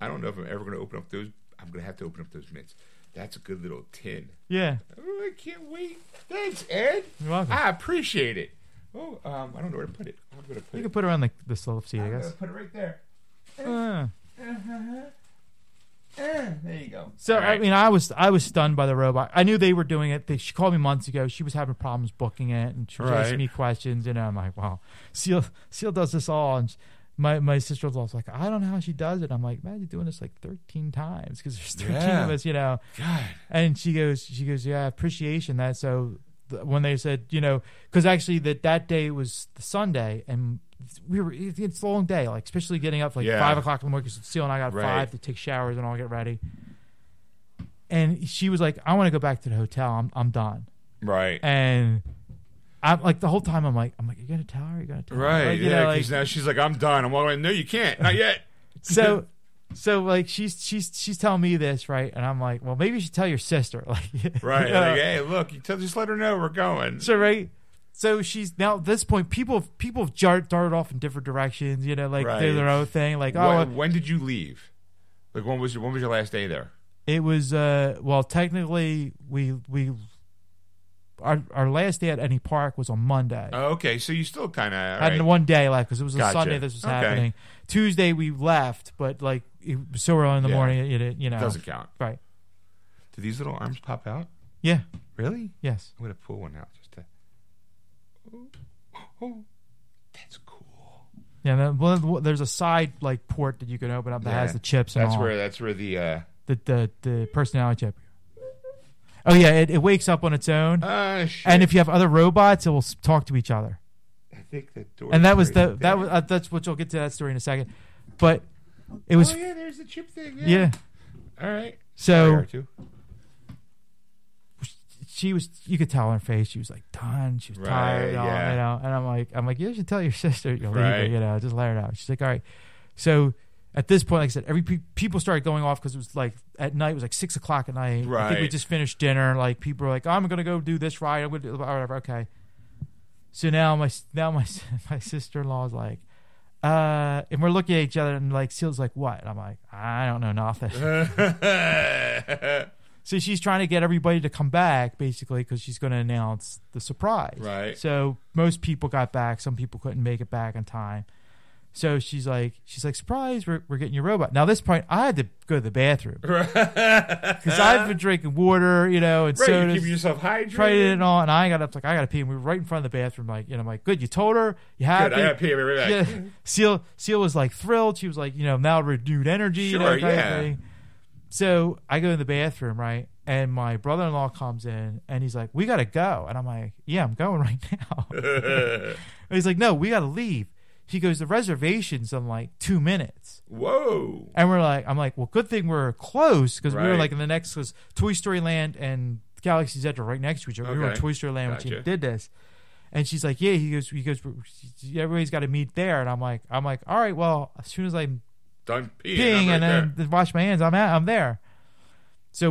I don't know if I'm ever gonna open up those. I'm gonna have to open up those mints. That's a good little tin.
yeah,
Oh, I can't wait. Thanks, Ed.
You're welcome.
I appreciate it. Oh, um, I don't know where to put it. I'm gonna put
you
it.
can put her on the the slope seat, I
I'm gonna
guess.
put it right there.
Uh.
Eh, there you go.
So
All
I
right.
mean, I was I was stunned by the robot. I knew they were doing it. They, she called me months ago. She was having problems booking it, and she was
Right.
asking me questions. And I'm like, "Wow, Seal Seal does this all." And she- my my sister in law's like, "I don't know how she does it." I'm like, "Man, you're doing this like 13 times because there's 13
Yeah.
of us, you know."
God.
And she goes, she goes, "Yeah, appreciation that." So th- when they said, you know, because actually that that day was the Sunday, and we were it- it's a long day, like especially getting up like
Yeah.
five o'clock in the morning because Seal and I got
Right.
five to take showers and all get ready. And she was like, "I want to go back to the hotel. I'm I'm done."
Right.
And I'm like the whole time I'm like I'm like, "You're gonna tell her? You're gonna tell her?"
Right.
Like, you
yeah.
know, like-
Because now she's like, I'm done. I'm walking. away." No, you can't. Not yet.
so so like she's she's she's telling me this right, and I'm like, "Well, maybe you should tell your sister." Like
Right.
you know?
Like, hey, look. You tell, just let her know we're going.
So right. So she's now at this point. People have people have jar- darted off in different directions. You know, like do
Right.
their own thing. Like oh,
when, when did you leave? Like, when was your, when was your last day there?
it was uh well technically we we our our last day at any park was on Monday.
Oh, okay. So you still kind of.
I had one day left because it was a
Gotcha.
Sunday. This was
Okay.
happening. Tuesday we left, but like it was so early in the
Yeah.
morning. It, it you know
Doesn't count.
right.
Do these little arms pop out?
Yeah.
Really?
Yes.
I'm gonna pull one out just to. Oh, oh, that's cool.
Yeah. then- Well, there's a side like port that you can open up that
Yeah.
has the chips and
That's
all.
where that's where the. uh
the the, the personality chip. Oh yeah, it, it wakes up on its own,
Ah, shit.
and if you have other robots, it will s- talk to each other.
I think that door.
And that was the
right there.
that was uh, that's what you'll get to that story in a second, but it was
Oh yeah, there's the chip thing. Yeah.
yeah.
All right. There
So
are two.
she was, you could tell on her face, she was like done, she was
Right,
tired, and all,
yeah.
you know. And I'm like, I'm like, you should tell your sister, you know, leave her,
Right.
you know, just let her know. She's like, all right. So at this point, like I said, every pe- people started going off because it was like at night, it was like six o'clock at night. I think we
Right.
just finished dinner. Like people were like, "Oh, I'm gonna go do this ride. I'm gonna do whatever. Okay. So now my now my my sister in law is like, uh, and we're looking at each other, and like Seal's like, what? And I'm like, I don't know nothing.
right.
So she's trying to get everybody to come back, basically, because she's going to announce the surprise. So most people got back. Some people couldn't make it back on time. So she's like, she's like, surprise, we're, we're getting your robot. Now, this point, I had to go to the bathroom because I've been drinking water, you know, and
Uh-huh. Right,
sodas,
you keep yourself hydrated.
tried it and all. And I got up, like, I got to pee. And we were right in front of the bathroom, like, you know, I'm like, good, you told her,
Good,
you happy.
I gotta pee I'll be right back.
Yeah. Seal Seal was like thrilled. She was like, you know, now renewed energy. you know,
Sure,
kind of
yeah.
thing. So I go in the bathroom, right? And my brother in law comes in and he's like, We gotta go. And I'm like, Yeah, I'm going right now. and he's like, No, we gotta leave. He goes, The reservation's in like two minutes.
Whoa.
And we're like, I'm like, Well, good thing we're close because we were
Right.
like in the next because Toy Story Land and Galaxy's Edge are right next to each other. We were in
Okay.
Toy Story Land when she
Gotcha.
did this. And she's like, yeah. He goes, he goes. Everybody's got to meet there. And I'm like, I'm like, all right. Well, as soon as I'm
Done peeing.
peeing
I'm right
and
there.
then th- wash my hands, I'm at, I'm there. So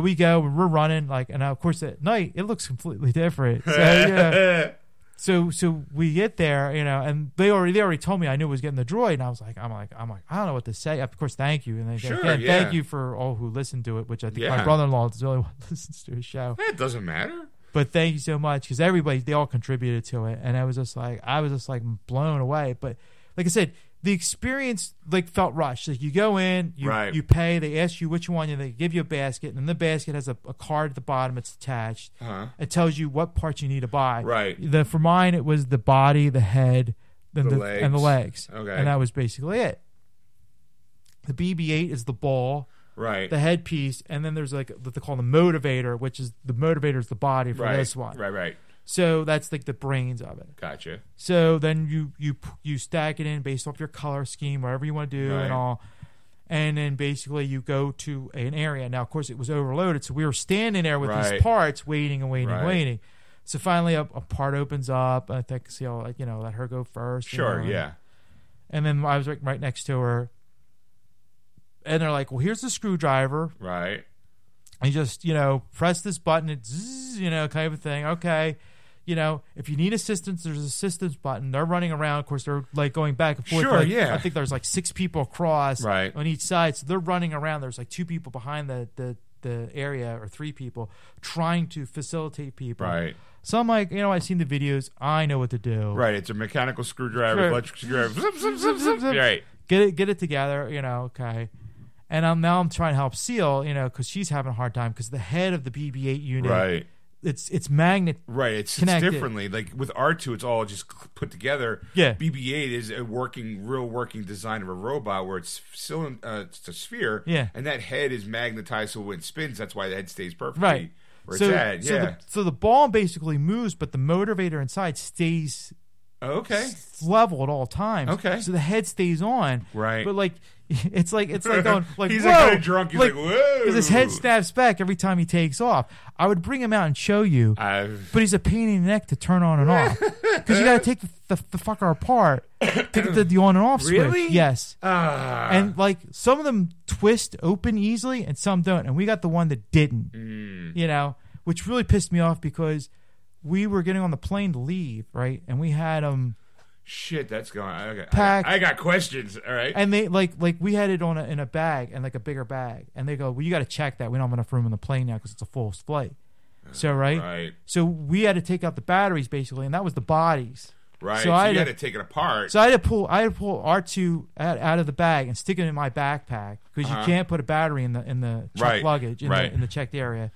we go. We're running like, and of course at night it looks completely different. So yeah. so so we get there, you know, and they already they already told me I knew I was getting the droid, and I was like, I'm like, I'm like, I don't know what to say. Of course, thank you, and they
Sure,
again,
yeah.
thank you for all who listened to it, which I think
Yeah.
my brother-in-law is the only one who listens to his show.
It doesn't matter.
But thank you so much because everybody they all contributed to it, and I was just like I was just like blown away. But like I said, the experience like felt rushed. Like you go in, you
Right.
you pay, they ask you which one, and they give you a basket, and the basket has a, a card at the bottom. It's attached.
Huh?
It tells you what parts you need to buy.
Right.
The for mine it was the body, the head, then
The
the, and the
legs.
legs.
Okay.
And that was basically it. The BB-8 is the ball
Right.
the headpiece, and then there's like what they call the motivator, which is the motivator is the body for
right.
this one.
Right. Right.
So that's like the brains of it.
Gotcha.
So then you you you stack it in based off your color scheme, whatever you want to do,
Right.
and all. And then basically you go to an area. Now, of course, it was overloaded, so we were standing there with
Right.
these parts, waiting and waiting
Right.
and waiting. So finally, a, a part opens up. I think see, I'll like you know let her go first. you
Sure.
know, and-
Yeah.
And then I was like right next to her, and they're like, "Well, here's the screwdriver
Right.
and just you know press this button it's zzz, you know kind of a thing okay you know if you need assistance there's an assistance button they're running around of course they're like going back and forth
Sure,
like,
yeah.
i think there's like six people across
Right.
on each side so they're running around there's like two people behind the the the area or three people trying to facilitate people
Right.
so i'm like you know i've seen the videos i know what to do
Right. It's a mechanical screwdriver,
Sure.
electric screwdriver. Zip, zip, zip,
Zip,
zip.
zip.
Right.
get it get it together you know okay and I'm now I'm trying to help Seal, you know, because she's having a hard time because the head of the BB-8 unit,
Right.
it's it's magnet
Right, it's, it's
Connected.
differently. Like with R two, it's all just cl- put together.
Yeah.
BB-8 is a working, real working design of a robot where it's cylind- uh, it's a sphere.
Yeah.
and that head is magnetized, so when it spins, that's why the head stays perfectly
Right.
where it's at.
so,
yeah.
the, so the ball basically moves, but the motivator inside stays
okay.
s- level at all times.
Okay.
So the head stays on.
Right.
But like, it's like it's like going like
he's
whoa,
like kind of drunk. He's like, whoa,
because his head snaps back every time he takes off. I would bring him out and show you,
I've-
but he's a pain in the neck to turn on and off because you got to take the, the, the fucker apart to get the, the on and off
Really?
switch. Yes.
ah,
And like some of them twist open easily and some don't. And we got the one that didn't, you know, which really pissed me off because we were getting on the plane to leave, right? And we had um, them,
shit, that's going. I got, I got-
Pack.
I got questions. All right.
and they like, like we had it on a, in a bag and like a bigger bag. And they go, well, you got to check that. We don't have enough room in the plane now because it's a full flight. So, right?
right.
So we had to take out the batteries basically, and that was the bodies.
Right.
So
So,
I
you got
had
to take it apart.
So I had to pull, I had to pull R two out, out of the bag and stick it in my backpack because
Uh-huh.
you can't put a battery in the in the checked
Right,
luggage in,
right.
the, in the checked area.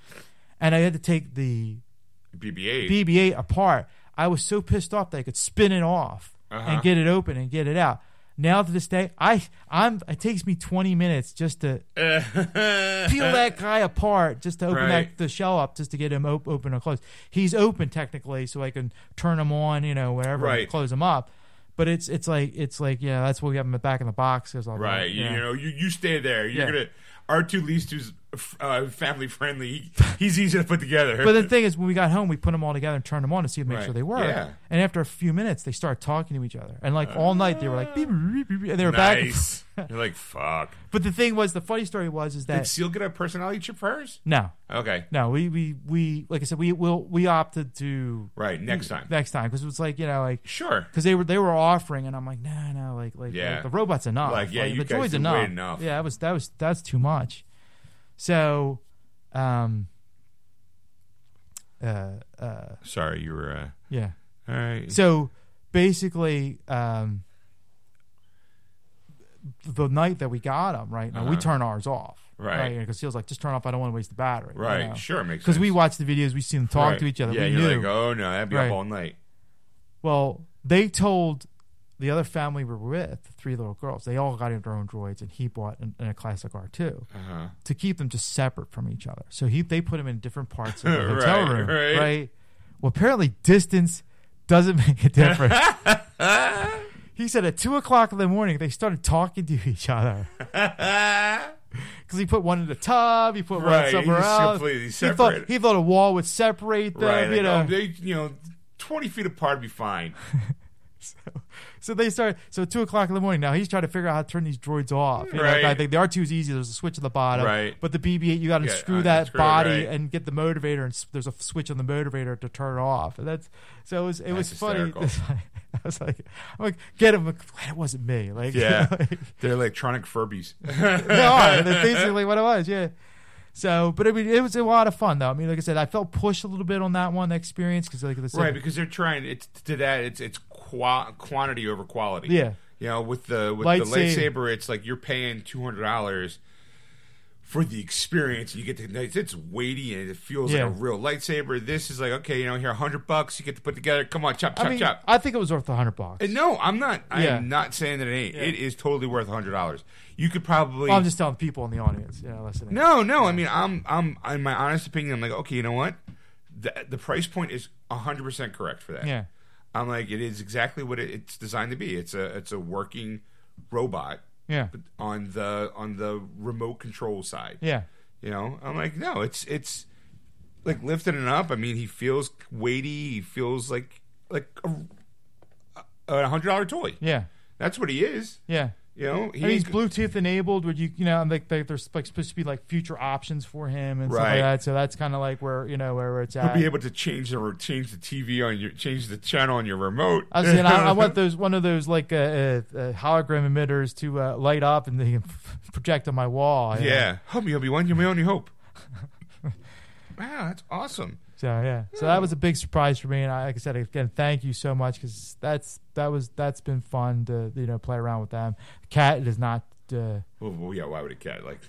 And I had to take the
BB-8.
BB-8 apart. I was so pissed off that I could spin it off
Uh-huh.
and get it open and get it out. Now to this day, I I'm it takes me 20 minutes just to peel that guy apart just to open
Uh, Right.
that, the shell up just to get him op- open or closed. He's open technically, so I can turn him on, you know, wherever, and
Right.
close him up. But it's it's like it's like yeah, that's what we have him back in the box. Is all that,
Right. You,
yeah.
you know, you, you stay there. You're
Yeah.
gonna R two Lee's two's uh, family friendly. He, he's easy to put together.
But the thing is, when we got home, we put them all together and turned them on to see make
Right.
sure they were.
Yeah.
And after a few minutes, they started talking to each other, and like all night they were like, beep, beep, beep, beep, and they were back. and forth.
nice. You're like fuck.
But the thing was, the funny story was, is
Did
that
Seal get a personality chip first?
no,
Okay.
no, we we we like I said, we will we opted to
Right. Next time.
next time because it was like you know like
Sure.
because they were they were offering, and I'm like, nah, nah, like like,
Yeah.
like, the robot's enough,
Like, yeah, you
the
guys
droid's
did way
enough.
enough.
Yeah, that was that was that's too much. So, um, uh, uh,
Sorry, you were. Uh,
yeah.
all right.
So basically, um, the night that we got them, right? Now we
Uh-huh.
turn ours off,
Right.
Because Seal's like, just turn off. I don't want to waste the battery,
right. Sure. Makes
Because
sense.
we watched the videos, we seen them talk
Right.
to each other.
Yeah.
we
you're
knew.
like, oh no, that'd be
Right.
up all night.
Well, they told the other family we were with, the three little girls, they all got their own droids, and he bought an, an, a classic R two
Uh huh.
to keep them just separate from each other. So he they put them in different parts of the
Right,
hotel room,
right.
right? Well, apparently distance doesn't make a difference. he said at two o'clock in the morning they started talking to each other because he put one in the tub, he put
Right,
one somewhere
he's
else.
completely
He thought
separate.
he thought a wall would separate them,
right.
you
like,
know.
oh, they, you know, twenty feet apart would be fine.
So they start. So two o'clock in the morning. Now he's trying to figure out how to turn these droids off. You know,
Right.
I think the R two is easy. There's a switch at the bottom.
Right.
But the BB-8, you got to
Yeah,
unscrew
uh,
that
unscrew it,
body
right.
and get the motivator. And s- there's a f- switch on the motivator to turn it off. And that's so it was. It was funny.
hysterical.
I was like, I'm like, get him. I'm glad it wasn't me. Like,
Yeah. They're electronic Furbies.
they are. That's basically what it was. Yeah. So, but I mean, it was a lot of fun though. I mean, like I said, I felt pushed a little bit on that one, the experience, because like the
right, because they're trying it's to that it's it's qua- quantity over quality.
Yeah.
You know, with the with the
Lightsaber.
lightsaber, it's like you're paying two hundred dollars for the experience. You get to it's, it's weighty and it feels
Yeah.
like a real lightsaber. This is like okay, you know, here hundred bucks you get to put together. Come on, chop, chop,
I mean,
chop.
I think it was worth the hundred bucks.
And no, I'm not. I
Yeah.
am not saying that it ain't. It is totally worth hundred dollars. You could probably.
I'm just telling people in the audience, you know, listening.
no, no. I mean, I'm. I'm. In my honest opinion, I'm like, okay, you know what? The the price point is hundred percent correct for that.
Yeah.
I'm like, it is exactly what it, it's designed to be. It's a. It's a working robot
Yeah.
on the on the remote control side.
Yeah.
You know, I'm like, no, it's it's like lifting it up. I mean, he feels weighty. He feels like like a, a hundred dollar toy.
Yeah.
That's what he is.
Yeah.
You know, he
I mean, he's
ain't-
Bluetooth enabled. Would you, you know, and, like they- there's like supposed to be like future options for him and stuff
Right.
like that. So that's kind of like where you know where it's at.
be able to change the change the TV on your change the channel on your remote.
I was saying, I, I want those one of those like uh, uh, uh, hologram emitters to uh, light up and they project on my wall. you know?
yeah, help me, Obi Wan. You're my only hope. wow, that's awesome.
So yeah. So that was a big surprise for me, and I, like I said again, thank you so much because that's that was that's been fun to you know play around with them. Cat does not. Uh,
Well, well, yeah. Why would a cat like?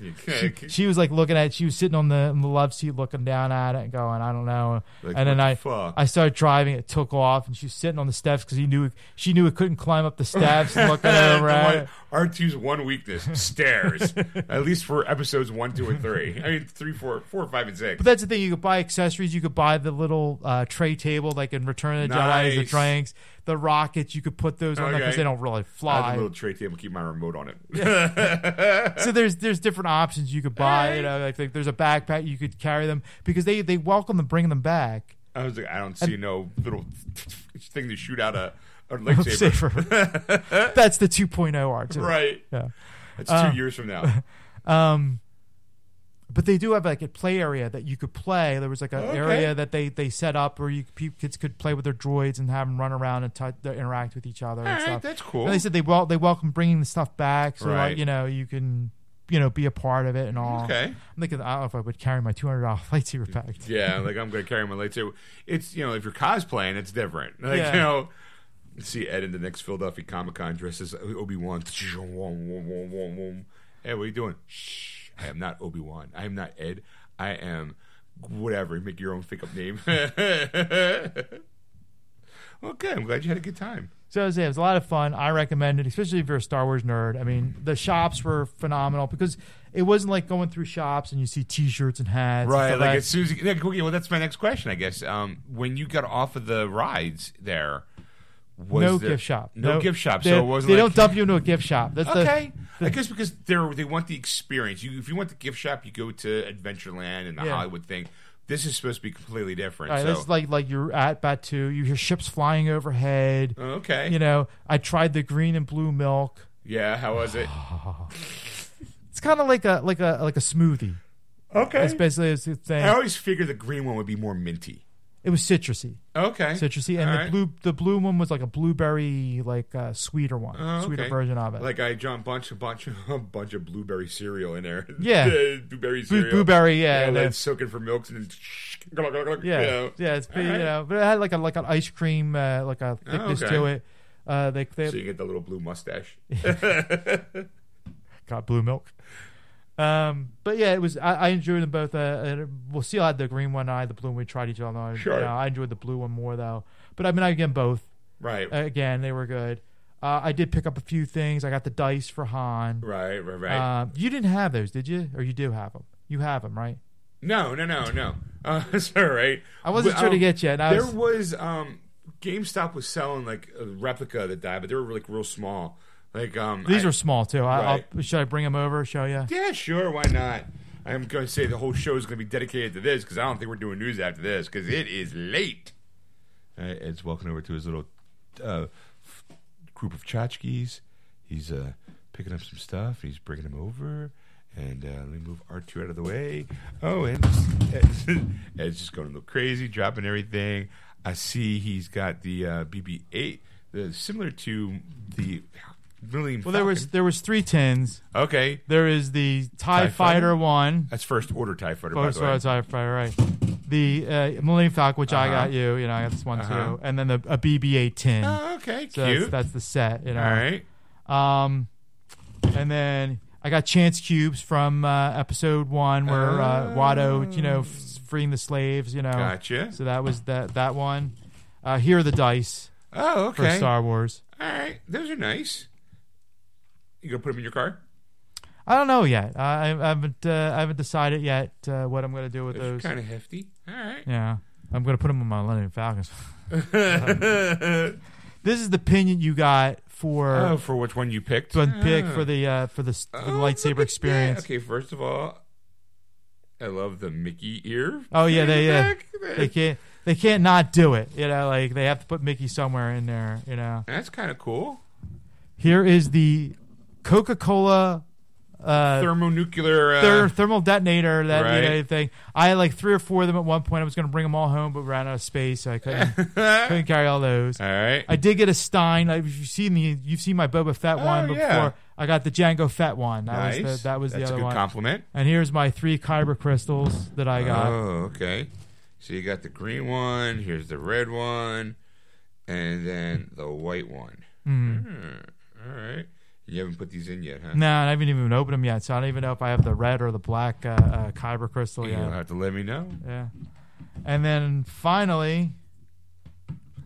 she was like looking at. She was sitting on the, on the love seat, looking down at it, and going, "I don't know."
Like,
and then
what the
I,
fuck?
I started driving. It took off, and she was sitting on the steps because he knew she knew it couldn't climb up the steps. looking over at it.
R2's one weakness: stairs. At least for episodes one, two, and three. I mean, three, four, four, five, and six.
But that's the thing. You could buy accessories. You could buy the little uh, tray table, like in Return of the Jedi, the
Nice.
drinks, the rockets. You could put those on there because
Okay.
they don't really
I have a
fly.
little tray table. Keep my remote on it.
so there's there's different options you could buy.
Alright.
You know, like, like there's a backpack you could carry them because they they welcome them bringing them back.
I was like, I don't see no little thing to shoot out a, a lightsaber.
Safer. that's the 2.0 R2.
Right.
Yeah.
Uh, That's two years from now.
Um, but they do have like a play area that you could play. There was like an
Okay.
area that they, they set up where you pe- kids could play with their droids and have them run around and touch, interact with each other
All
and
right,
stuff.
that's cool.
And they said they wel- they welcome bringing the stuff back, so
Right.
like you know you can you know be a part of it and all.
Okay.
I'm thinking I don't know if I would carry my two hundred dollar lightsaber pack.
Yeah, like I'm gonna carry my lightsaber. It's you know, if you're cosplaying, it's different. Like
Yeah.
you know, see Ed in the next Philadelphia Comic Con dresses Obi Wan. Hey, what are you doing? Shh, I am not Obi Wan. I am not Ed. I am whatever. Make your own fake up name. okay, I'm glad you had a good time.
So as I say, it was a lot of fun. I recommend it, especially if you're a Star Wars nerd. I mean, the shops were phenomenal because it wasn't like going through shops and you see T-shirts and hats, and
Right,
stuff
like
that.
as soon as you, yeah, okay, well, that's my next question, I guess. Um, when you got off of the rides there, was
no
there-
gift shop,
no, gift shop.
They,
so it wasn't
they
like,
don't dump you into a gift shop. That's the-
Okay, I guess because they're they want the experience. You, if you want the gift shop, you go to Adventureland and the
Yeah.
Hollywood thing. This is supposed to be completely different.
all right,
so
that's like like you're at Batu, you hear ships flying overhead.
okay,
You know, I tried the green and blue milk.
yeah. How was it?
It's kind of like a like a like a smoothie. That's
Okay,
basically it's it's
I
saying
always figured the green one would be more minty.
it was citrusy,
Okay,
citrusy, and
All
the
right.
blue the blue one was like a blueberry like uh, sweeter one,
Oh,
sweeter
okay.
version of it.
Like I jumped a bunch, a bunch, a bunch of blueberry cereal in there.
Yeah.
blueberry
Blue-
cereal.
blueberry,
Yeah,
yeah,
like
yeah,
soaking for milks and then
yeah,
you know.
yeah. It's pretty,
All
you
right.
know, but it had like a like an ice cream uh, like a thickness
Oh, okay.
to it. Uh, they they
So you get the little blue mustache.
got blue milk. Um, but yeah, it was I, I enjoyed them both. Uh, and we'll see. I had the green one, I had the blue one. We tried each other. on. You
Sure.
know, I enjoyed the blue one more though. But I mean, I again both.
Right,
Uh, again, they were good. Uh, I did pick up a few things. I got the dice for Han.
right, right, right.
Um, you didn't have those, did you? Or you do have them? You have them, right?
No, no, no, no. Uh, it's all right.
I wasn't
But,
sure to
um,
get you. And I
there
was,
was um, GameStop was selling like a replica of the die, but they were like real small. Like um,
these
I-
are small too. I,
Right.
I'll, should I bring them over? Show you?
yeah, sure, why not? I'm going to say the whole show is going to be dedicated to this because I don't think we're doing news after this because it is late. Uh, Ed's walking over to his little uh, f- group of tchotchkes. He's uh, picking up some stuff. He's bringing them over. And uh, let me move R2 out of the way. Oh, and Ed's, Ed's just going a little crazy, dropping everything. I see he's got the uh, BB 8, the similar to the Millennium
Well, there was
Falcon.
there was three tins.
Okay.
There is the Tie,
TIE
Fighter,
fighter?
one.
That's first order TIE fighter, by
Oh,
the
sorry,
way.
Tie Fighter, right? The uh, Millennium Falcon, which I
Uh-huh.
got you. You know, I got this one
Uh-huh.
too, and then the, a BB-8 tin.
Oh, okay.
so that's,
Cute.
that's the set. You know.
All right.
Um, and then I got chance cubes from uh, episode one where uh, Watto, you know, f- freeing the slaves. You know,
Oh. Gotcha.
so that was that that one. Uh, here are the dice
Oh,
for
okay.
Star Wars.
All right. Those are nice. You gonna put them in your car?
I don't know yet. I, I haven't uh, I haven't decided yet uh, what I'm gonna do with
Those
those.
are kind of hefty. All right.
yeah, I'm gonna put them on my Millennium Falcons. this is the pinion you got for
oh, for which one you picked?
one Um, pick
Ah.
for the uh, for the, s- for the
Oh, look at
lightsaber
that.
experience.
Okay, first of all, I love the Mickey ear.
Oh, yeah,
in
they,
the
uh,
back.
They can't they can't not do it. You know, like they have to put Mickey somewhere in there. You know,
That's kind of cool.
here is the Coca Cola. Uh,
Thermonuclear. Uh,
ther- thermal detonator that you know
Right.
thing. I had like three or four of them at one point. I was going to bring them all home, but ran out of space. So I couldn't couldn't carry all those.
all right.
I did get a Stein. Like, if you've seen the you've seen my Boba Fett
Oh,
one before.
yeah.
I got the Django Fett one. That
nice.
was the, that was the
That's a
other
good
one.
compliment.
and here's my three kyber crystals that I got.
Oh, okay. So you got the green one. Here's the red one, and then the white one.
Mm.
Hmm, All right. You haven't put these in yet, huh?
No, I haven't even opened them yet, so I don't even know if I have the red or the black uh, uh, kyber crystal
You'll
yet.
have to let me know.
Yeah. And then finally,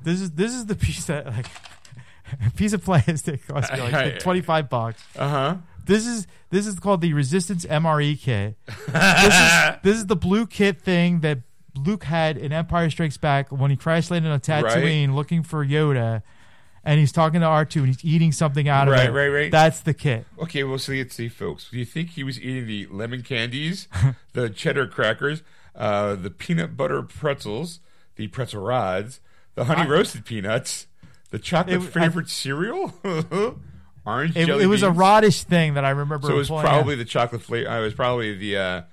this is this is the piece that like a piece of plastic cost me
I-
like
I-
twenty five bucks.
Uh huh.
This is this is called the Resistance MRE kit. this is this is the blue kit thing that Luke had in Empire Strikes Back when he crash landed on Tatooine looking for Yoda, and he's talking to R two and he's eating something out of
Right,
it.
right, right.
That's the kit.
Okay, well, so let's see, folks. Do you think he was eating the lemon candies, the cheddar crackers, uh, the peanut butter pretzels, the pretzel rods, the honey roasted peanuts, the chocolate
It- I-
flavored cereal, orange
It,
jelly
it was a
beans?
roddish thing that I remember.
So it was
pulling
probably
out.
the chocolate flavor. Uh, it was probably the uh,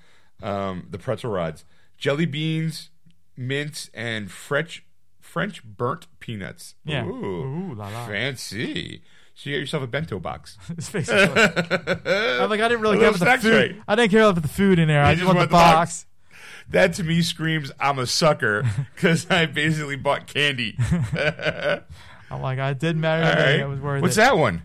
um, the pretzel rods, jelly beans, mints, and French French burnt peanuts.
Yeah.
Ooh,
Ooh, la la.
fancy. So you got yourself a bento box.
It's basically- I'm like I didn't really
A little
care about the
snack
food.
tray.
I didn't care about the food in there. I
You
just, want, the box.
That to me screams I'm a sucker because I basically bought candy.
I'm like I did matter.
All right,
It was worth
What's
it.
that one?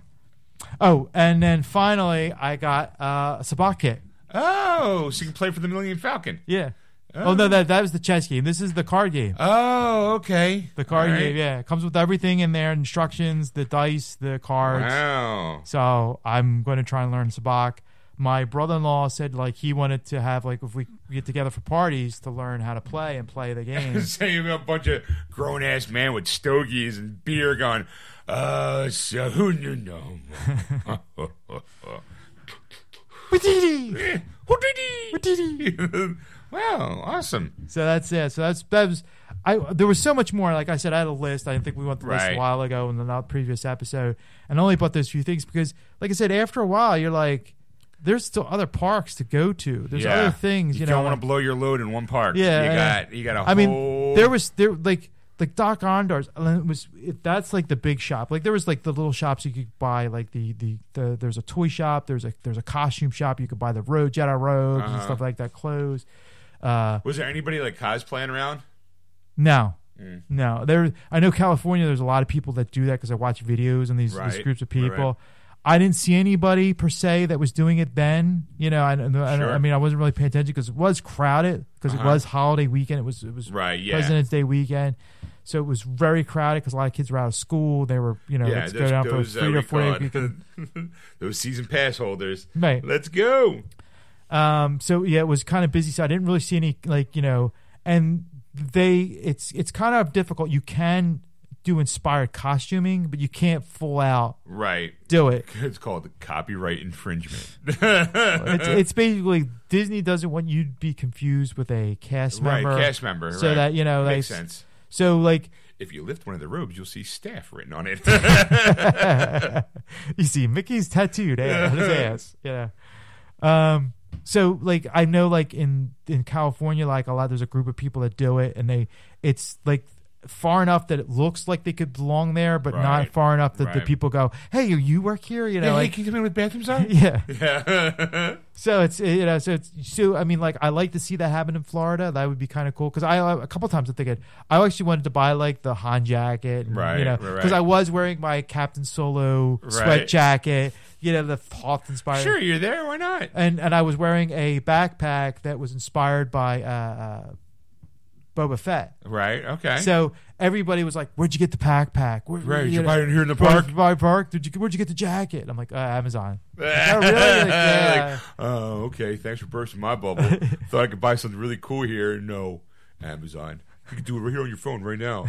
Oh, and then finally I got uh, a sabacc kit.
Oh, so you can play for the Millennium Falcon.
Yeah. Oh. no, that that was the chess game. This is the card game.
Oh, okay.
The card
All right.
game, yeah, it comes with everything in there: instructions, the dice, the cards.
Wow.
So I'm going to try and learn sabacc. My brother-in-law said like he wanted to have like if we get together for parties to learn how to play and play the game.
Saying a bunch of grown ass men with stogies and beer going, uh, so who you know?
Wee-dee-dee.
Eh, hootity. wow, awesome.
So that's it. So that's that was. I there was so much more. Like I said, I had a list. I think we went the list a
Right.
while ago in the not previous episode, and I only bought those few things because, like I said, after a while, you're like, there's still other parks to go to. There's other things. You, know,
don't want
like-
to blow your load in one park.
Yeah,
you
yeah.
got you got a
I mean,
whole-
there was there like like Doc Ondar's and it was it, that's like the big shop. Like there was like the little shops you could buy. Like the the, the there's a toy shop. There's a there's a costume shop. You could buy the road Jedi robes and
Uh-huh.
stuff like that. Clothes. Uh,
was there anybody like cosplaying around?
no.
Mm.
No. There I know California there's a lot of people that do that cuz I watch videos and these, these
Right,
groups of
right, right.
people. I didn't see anybody per se that was doing it then, you know, I I, I-
Sure.
I mean I wasn't really paying attention cuz it was crowded cuz it
Uh-huh.
was holiday weekend, it was it was
Right, yeah.
President's Day weekend. So it was very crowded because a lot of kids were out of school. They were, you know,
yeah,
let's go down for a
uh,
three
what
or
do
four
you
day
call
weekend.
it? those season pass holders.
Right.
Let's go.
Um, so yeah, it was kind of busy. So I didn't really see any like you know, and they it's it's kind of difficult. You can do inspired costuming, but you can't full out
Right.
do it.
It's called copyright infringement.
It's, it's basically Disney doesn't want you to be confused with a cast
right,
member.
cast member.
so
right.
that you know, like,
makes sense.
so like
If you lift one of the robes, you'll see staff written on it.
you see Mickey's tattooed ass, on his ass. Yeah. Um. So like I know like in in California like a lot there's a group of people that do it and they it's like far enough that it looks like they could belong there but not
Right.
far enough that the
Right.
people go hey you work here you know
hey,
like
can you come in with bathrooms on?
yeah
Yeah.
so it's you know so it's so I mean like I like to see that happen in Florida that would be kind of cool because I a couple times I think it, I actually wanted to buy like the Han jacket and,
Right,
you know
right, right.
I was wearing my Captain Solo sweat
Right.
jacket you know the Hoth inspired
sure, you're there. Why not?
and and I was wearing a backpack that was inspired by uh, uh, Boba Fett.
Right. Okay.
So everybody was like, "Where'd you get the backpack? Where,
right.
you
Did you
know,
buy it here in the
where'd
park?
you buy park? Did you, where'd you get the jacket?" And I'm like, uh, "Amazon."
oh,
really? Like, yeah.
oh, okay. Thanks for bursting my bubble. Thought I could buy something really cool here. No, Amazon. You can do it right here on your phone right now.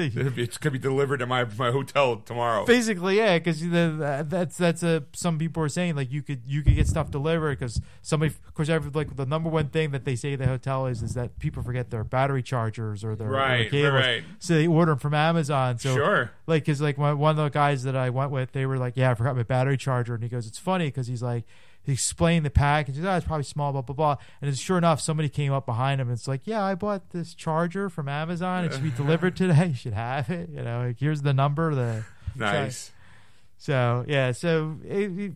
you-
It's gonna be delivered to my my hotel tomorrow.
Basically, yeah, because uh, that's that's a some people are saying like you could you could get stuff delivered because somebody of course every like the number one thing that they say at the hotel is is that people forget their battery chargers or their or their
Right, right,
cables.
right.
so they order them from Amazon so
Sure.
like because like one, one of the guys that I went with, they were like, "Yeah, I forgot my battery charger," and he goes, "It's funny because he's like." He explained the package. He's, Oh, it's probably small, blah blah blah. And it's sure enough, somebody came up behind him and it's like, "Yeah, I bought this charger from Amazon. It should be delivered today. You should have it. You know, like, here's the number." The
Nice.
so yeah, so it, it-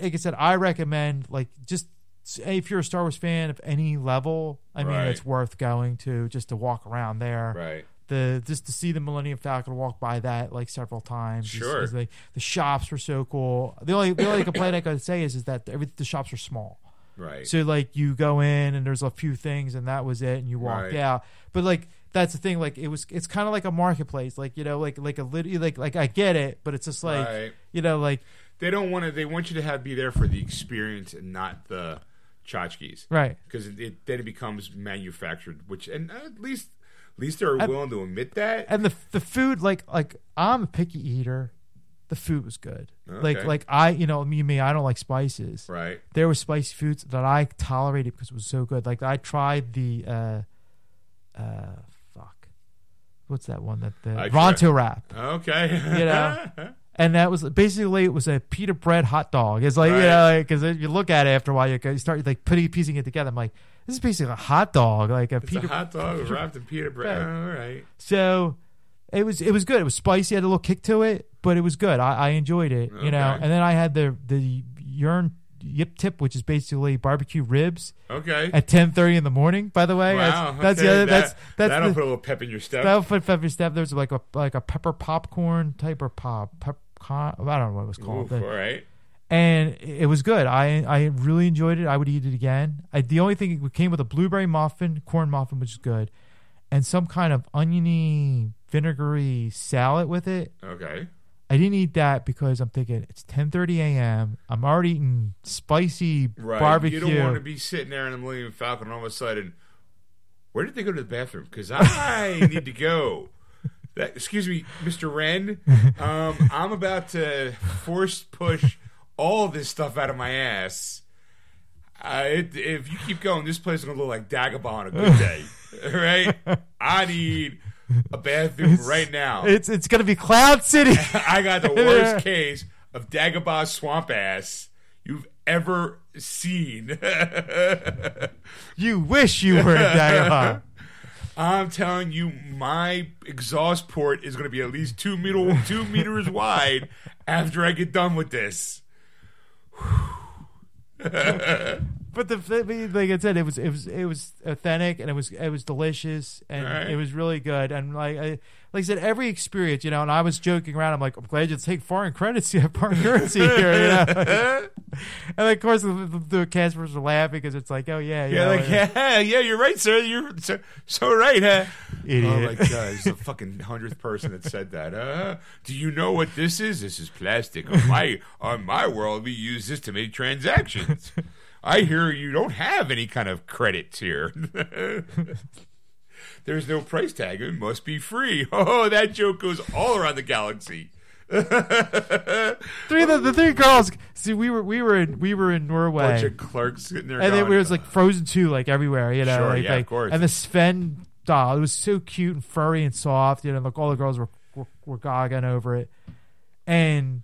like I said, I recommend like just if you're a Star Wars fan of any level, I mean,
Right.
it's worth going to just to walk around there
Right.
the just to see the Millennium Falcon walk by that like several times. is-
Sure.
is, like, the shops were so cool. The only the only complaint I could say is is that every, the shops are small.
Right.
So like you go in and there's a few things and that was it and you walked
Right.
out. But like that's the thing. Like it was it's kind of like a marketplace. Like you know like like a lit- like like I get it, but it's just like
Right.
you know like
they don't want to. They want you to have be there for the experience and not the tchotchkes.
right.
Because it, it then it becomes manufactured, which and at least at least they're willing to admit that.
and the the food like like I'm a picky eater. The food was good. Like
Okay.
like I you know me me I don't like spices.
right.
there were spicy foods that I tolerated because it was so good. Like I tried the uh uh fuck. What's that one that the
I tried-
Ronto wrap.
Okay.
You know. And that was basically it was a pita bread hot dog. It's like you know, because if you look at it after a while, you go- you start like putting piecing it together. I'm like, this is basically a hot dog, like a
It's
pita.
a hot dog wrapped in pita bread. All right.
so it was it was good. It was spicy, had a little kick to it, but it was good. I, I enjoyed it, you know.
Okay.
And then I had the the yearn yip tip, which is basically barbecue ribs.
Okay.
at ten thirty in the morning. By the way,
wow.
that's, that's
okay.
the other.
That-
that's that's
that'll
the,
put a little pep in your step.
that'll put pepper step. There's like a like a pepper popcorn type or pop pep. I don't know what it was called,
Oof,
but-
all right.
and it was good. I I really enjoyed it. I would eat it again. I, the only thing it came with a blueberry muffin, corn muffin, which is good, and some kind of oniony vinegary salad with it.
Okay.
I didn't eat that because I'm thinking it's 10:30 a.m. I'm already eating spicy
Right.
barbecue.
You don't want to be sitting there in a Millennium Falcon and all of a sudden, where did they go to the bathroom? Because I need to go. That, excuse me, Mr. Wren. Um, I'm about to force push all this stuff out of my ass. Uh, it, if you keep going, this place is going to look like Dagobah on a good day. All right? I need a bathroom right now.
it's it's gonna be Cloud City.
I got the worst case of Dagobah swamp ass you've ever seen.
You wish you were in Dagobah.
I'm telling you, my exhaust port is going to be at least two meter, two meters wide after I get done with this.
but the I mean, like I said, it was it was it was authentic and it was it was delicious and
Alright.
it was really good and like I, like I said, every experience, you know. And I was joking around. I'm like, I'm glad you take foreign credits. You have foreign currency here, you know. and of course, the, the, the customers are laughing because it's like, oh yeah, you
Yeah,
know,
like yeah, yeah, you're right, sir. You're so, so right, huh?
Idiot.
Oh my god, he's the fucking hundredth person that said that. Uh, do you know what this is? This is plastic. On my on my world, we use this to make transactions. I hear you don't have any kind of credits here. There's no price tag. It must be free. Oh, that joke goes all around the galaxy.
three of the, the three girls. See, we were we were in we were in Norway.
Bunch of clerks sitting there.
and then
going,
we was like Frozen Two, like everywhere, you know,
Sure,
like,
yeah, of
like-
course.
And the Sven doll. It was so cute and furry and soft. You know, like all the girls were were, were gogging over it, and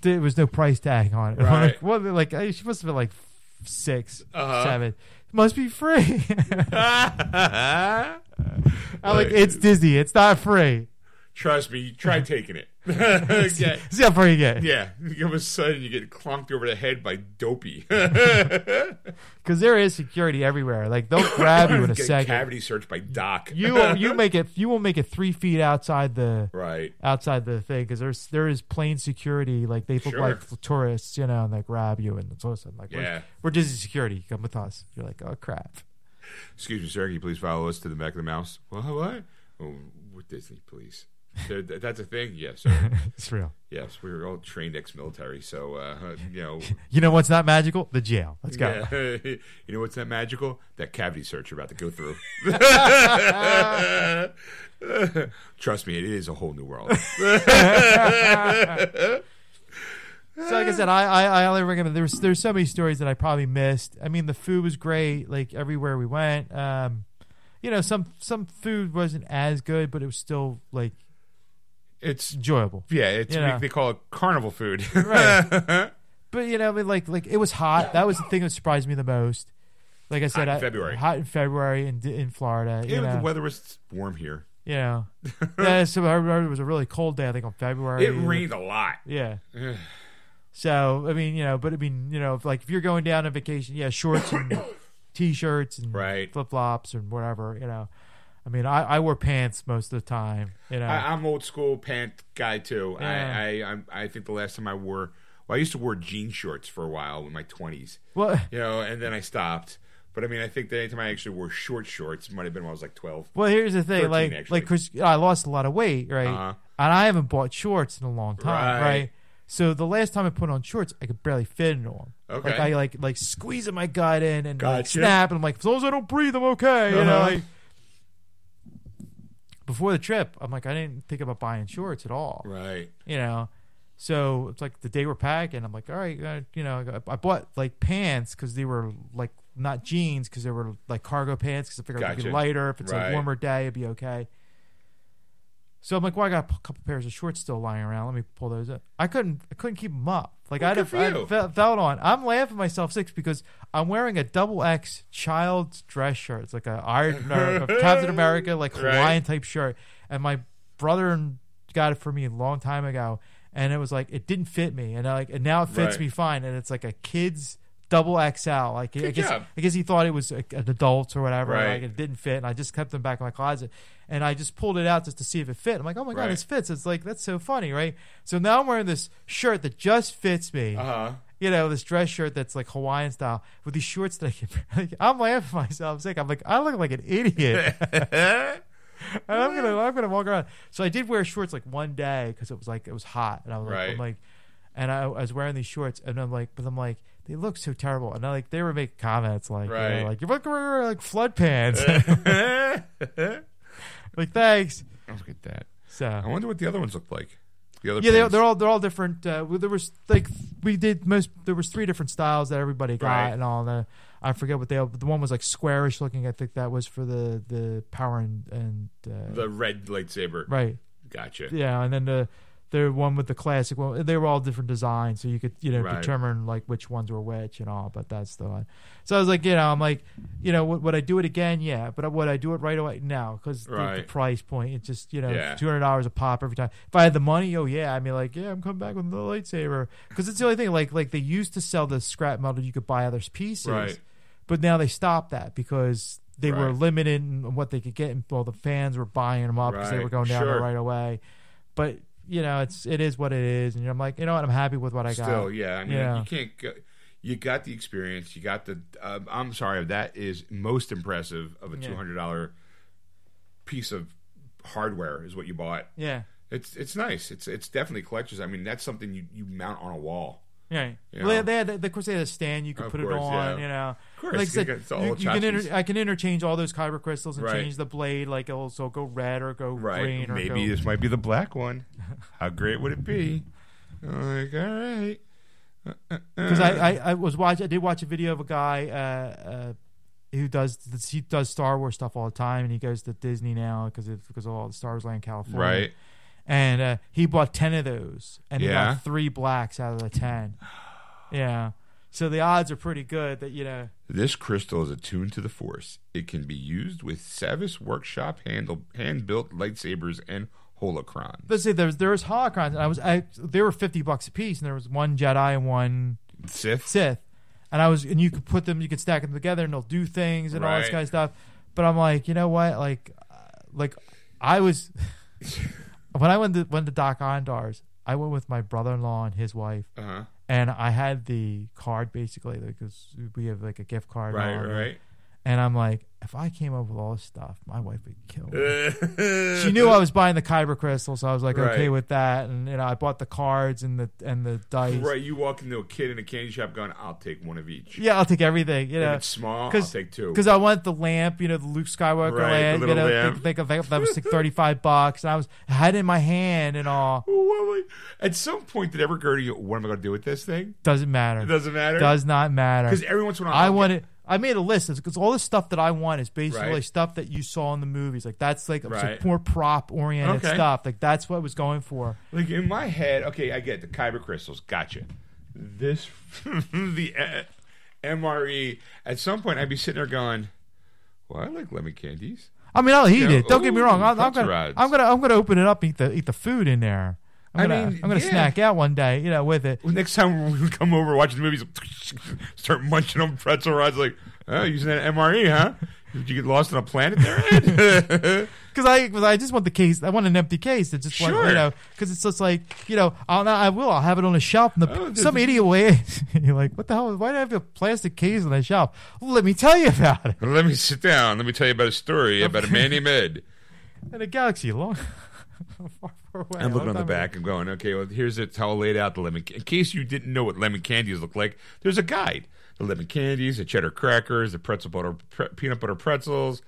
there was no price tag on it. I'm
Right.
Like, what? Like I- she must have been like six,
Uh-huh.
seven. must be free.
I'm
I'm like, it's Disney. It's not free.
trust me. Try taking it. okay.
See how far you get.
Yeah, all of a sudden you get clonked over the head by dopey.
Because there is security everywhere. Like they'll grab you in a
Get
second.
Cavity search by Doc.
You will, you make it. You will make it three feet outside the
right.
outside the thing because there's there is plain security. Like they look
Sure.
like tourists, you know, and they grab you and so it's like
Yeah.
we're, we're Disney security. Come with us. You're like, oh crap.
Excuse me, sir. Can you please follow us to the back of the mouse? Well, what? Oh, with Disney, please. Sir, th- that's a thing. Yes, sir.
It's real.
yes. We were all trained ex-military, so uh, you know.
You know what's not magical? The jail. Let's go.
Yeah. you know what's that magical? That cavity search you're about to go through. Trust me, it is a whole new world.
So like I said, I I, I only recommend there's there's so many stories that I probably missed. I mean, the food was great. Like everywhere we went, um, you know, some some food wasn't as good, but it was still like
It's
enjoyable.
yeah. It's
You know.
they call it carnival food.
Right. But you know, I mean, like like it was hot. That was the thing that surprised me the most. Like I said,
Hot in
I-
February.
hot in February in in Florida. You
Yeah,
know,
the weather was warm here.
you know. yeah, so I remember it was a really cold day. I think on February
It rained a lot.
Yeah. so I mean, you know, but I mean, you know, if, like if you're going down on vacation, yeah, shorts and t-shirts and
Right.
flip flops and whatever, you know. I mean, I, I wore pants most of the time, you know.
I, I'm old school pant guy too.
Yeah.
I, I I'm, I think the last time I wore, well, I used to wear jean shorts for a while in my 20s,
well,
you know, and then I stopped. But I mean, I think the only time I actually wore short shorts might have been when I was like 12.
well, here's the thing,
13,
like
actually.
like Chris, I lost a lot of weight, right?
Uh-huh.
And I haven't bought shorts in a long time,
Right.
right? So the last time I put on shorts, I could barely fit into them.
Okay.
Like I like like squeezing my gut in and like,
Gotcha.
snap, and I'm like, as long as I don't breathe, I'm okay. You know,
Uh-huh.
like before the trip, I'm like, I didn't think about buying shorts at all.
Right.
You know, so it's like the day we're packing, I'm like, all right, uh, you know, I I bought like pants because they were like not jeans because they were like cargo pants because I figured it'd be
Gotcha.
lighter if it's
Right.
a warmer day, it'd be okay. So I'm like, well, I got a p- couple pairs of shorts still lying around. Let me pull those up. I couldn't, I couldn't keep them up. Like
Well,
I'd
good
have,
for
I'd
you.
fe- felt on. I'm laughing myself six because I'm wearing a double X child's dress shirt. It's like a Iron or a Captain America, like
Right.
Hawaiian type shirt. And my brother and- got it for me a long time ago, and it was like it didn't fit me, and I, like and now it fits
Right.
me fine. And it's like a kid's double XL. Like I
Good
guess
job.
I guess he thought it was like, an adult or whatever.
Right.
Like it didn't fit, and I just kept them back in my closet. And I just pulled it out just to see if it fit. I'm like, oh my
Right.
god, this fits. It's like that's so funny, right? So now I'm wearing this shirt that just fits me.
Uh huh.
You know, this dress shirt that's like Hawaiian style with these shorts that I can. Like, I'm laughing at myself sick. I'm like, I look like an idiot. and I'm gonna I'm gonna walk around. So I did wear shorts like one day because it was like it was hot, and I was like,
Right.
I'm like, and I, I was wearing these shorts, and I'm like, but I'm like, they look so terrible, and I like they were making comments like, you know,
Right.
like you're like wearing like flood pants,
I'll
like thanks.
get that. I
So
wonder what the other ones look like. The other
yeah, they,
pants.
they're all they're all different. Uh, well, there was like th- we did most there was three different styles that everybody got,
Right.
and all the I forget what they all- but the one was like squarish looking. I think that was for the the power and and uh,
the red lightsaber.
right.
Gotcha.
yeah, and then the the one with the classic one. They were all different designs, so you could you know
Right.
determine like which ones were which and all. But that's the one. So I was like, you know, I'm like, you know, would, would I do it again? Yeah, but would I do it right away? No, because the,
Right.
the price point. It's just you know
Yeah.
two hundred dollars a pop every time. If I had the money, oh yeah, I mean like yeah, I'm coming back with the lightsaber because it's the only thing. Like like they used to sell the scrap metal you could buy other pieces,
Right.
but now they stopped that because. They were
Right.
limited in what they could get, and well, the fans were buying them up because they
Right.
were going down
Sure.
there right away but you know, it's it is what it is, and I'm like, you know what, I'm happy with what I got.
Still, yeah. I mean,
Yeah.
you can't. Go, you got the experience. You got the. Uh, I'm sorry. That is most impressive of a
Yeah.
two hundred dollar piece of hardware is what you bought.
yeah,
It's it's nice. It's it's definitely collectors. I mean, that's something you, you mount on a wall.
yeah.
Yeah.
Well, they had, of course, they had a stand you could
Of
put it
course,
on.
yeah.
You know,
Of course,
like I
you
said,
got- it's all
you, you can
tchotchkes.
inter- I can interchange all those kyber crystals and
Right.
change the blade. Like it'll so go red or go
Right.
green or
Maybe
go.
this might be the black one. How great would it be? I'm like, all right.
Because I, I I was watch I did watch a video of a guy. Uh, uh, who does he does Star Wars stuff all the time, and he goes to Disney now because because all the Star Wars land in California,
Right.
And uh, he bought ten of those, and he
Yeah.
got three blacks out of the ten. Yeah, so the odds are pretty good that you know.
This crystal is attuned to the Force. It can be used with Savas Workshop handle, hand-built lightsabers and holocron.
Let's say there's there was holocrons, and I was I they were fifty bucks a piece, and there was one Jedi and one
Sith.
Sith, and I was and you could put them, you could stack them together, and they'll do things and all this
Right.
kind of stuff. But I'm like, you know what? Like, uh, like I was when I went to went to Doc Ondar's, I went with my brother-in-law and his wife,
Uh-huh.
and I had the card basically because we have like a gift card, and
Right,
all that.
right.
And I'm like, if I came up with all this stuff, my wife would kill me she
she
knew I was buying the Kyber crystal, so I was like, okay
Right.
with that. And you know, I bought the cards and the and the dice.
Right, you walk into a kid in a candy shop going, I'll take one of each.
Yeah, I'll take everything. You
If
know,
it's small, I'll
Cause-
take two.
because I want the lamp. You know, the Luke Skywalker
Right, the
lamp. You
little
know,
lamp.
Think, think of that was like thirty five bucks, and I was I had it in my hand and all.
Well, what would- At some point, did ever occur to you, what am I going to do with this thing?
Doesn't matter.
It doesn't matter.
Does not matter.
Because every once in a while,
I
I'll
want it. I made a list because all the stuff that I want is basically
Right.
stuff that you saw in the movies. Like that's like, it's like
Right.
more prop oriented
Okay.
stuff. Like that's what I was going for.
get- like in my head, okay, I get the Kyber crystals. Gotcha. This, the uh, MRE. At some point, I'd be sitting there going, well, I like lemon candies.
I mean, I'll eat it. Don't get me wrong.
Ooh,
I'm, I'm
pretzel
gonna,
rods.
I'm gonna, I'm gonna open it up, eat the, eat the food in there. I'm
I
gonna,
mean,
am gonna
yeah.
snack out one day, you know, with it.
Well, next time we come over, watching the movies, start munching on pretzel rods. Like, oh, using that MRE, huh? Did you get lost on a planet there? Ed?
Because I, 'cause I just want the case. I want an empty case. It's just like,
Sure.
you know, because it's just like, you know, I'll, I will. I'll have it on a shelf. And the,
Oh, there's
some
a-
idiot way. you're like, what the hell? Why do I have a plastic case on the shelf? Well, let me tell you about it.
Let me sit down. Let me tell you about a story about a man named Ed.
In a galaxy long, far, far away.
I'm looking on
Long
the
time ago.
back. I'm going, okay, well, here's it, how I laid out the lemon. ca- In case you didn't know what lemon candies look like, there's a guide. The lemon candies, the cheddar crackers, the pretzel butter, pre- peanut butter pretzels,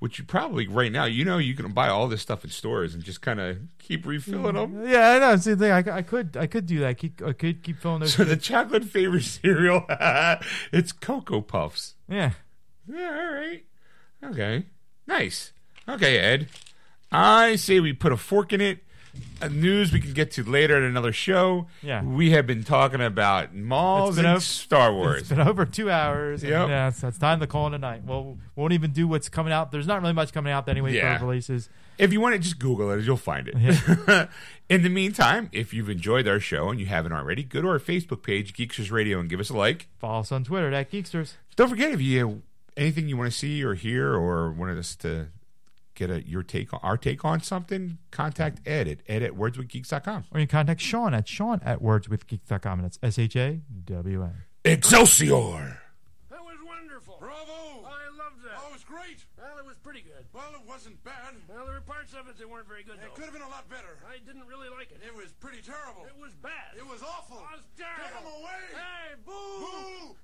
which you probably, right now, you know, you can buy all this stuff in stores and just kind of keep refilling them.
Yeah, I know. It's the thing. I, I could, I could do that. Keep, I could keep filling those.
So the chocolate favorite cereal, it's Cocoa Puffs.
yeah.
Yeah, all right. Okay. Nice. Okay, Ed. I say we put a fork in it. Uh, news we can get to later at another show.
Yeah.
We have been talking about malls
It's been
and
a-
Star Wars.
It's been over two hours. and,
Yep.
Yeah, it's, it's time to call it a night. Well, won't even do what's coming out. There's not really much coming out anyway
Yeah.
for releases.
If you want it, just Google it. You'll find it. In the meantime, if you've enjoyed our show and you haven't already, go to our Facebook page, Geeksters Radio, and give us a like.
Follow us on Twitter at Geeksters.
Don't forget if you anything you want to see or hear or wanted us to get a your take on our take on something, contact Ed at ed at wordswithgeeks.com.
Or you can contact Sean at Sean at wordswithgeek.com. And it's S H A W N.
Excelsior!
That was wonderful.
Bravo!
I loved that.
Oh, it was great.
Well, it was pretty good.
Well, it wasn't bad.
Well, there were parts of it that weren't very good,
It
though.
could have been a lot better.
I didn't really like it.
It was pretty terrible.
It was bad.
It was awful.
It was
Get him
terrible.
away!
Hey, boo!
Boo!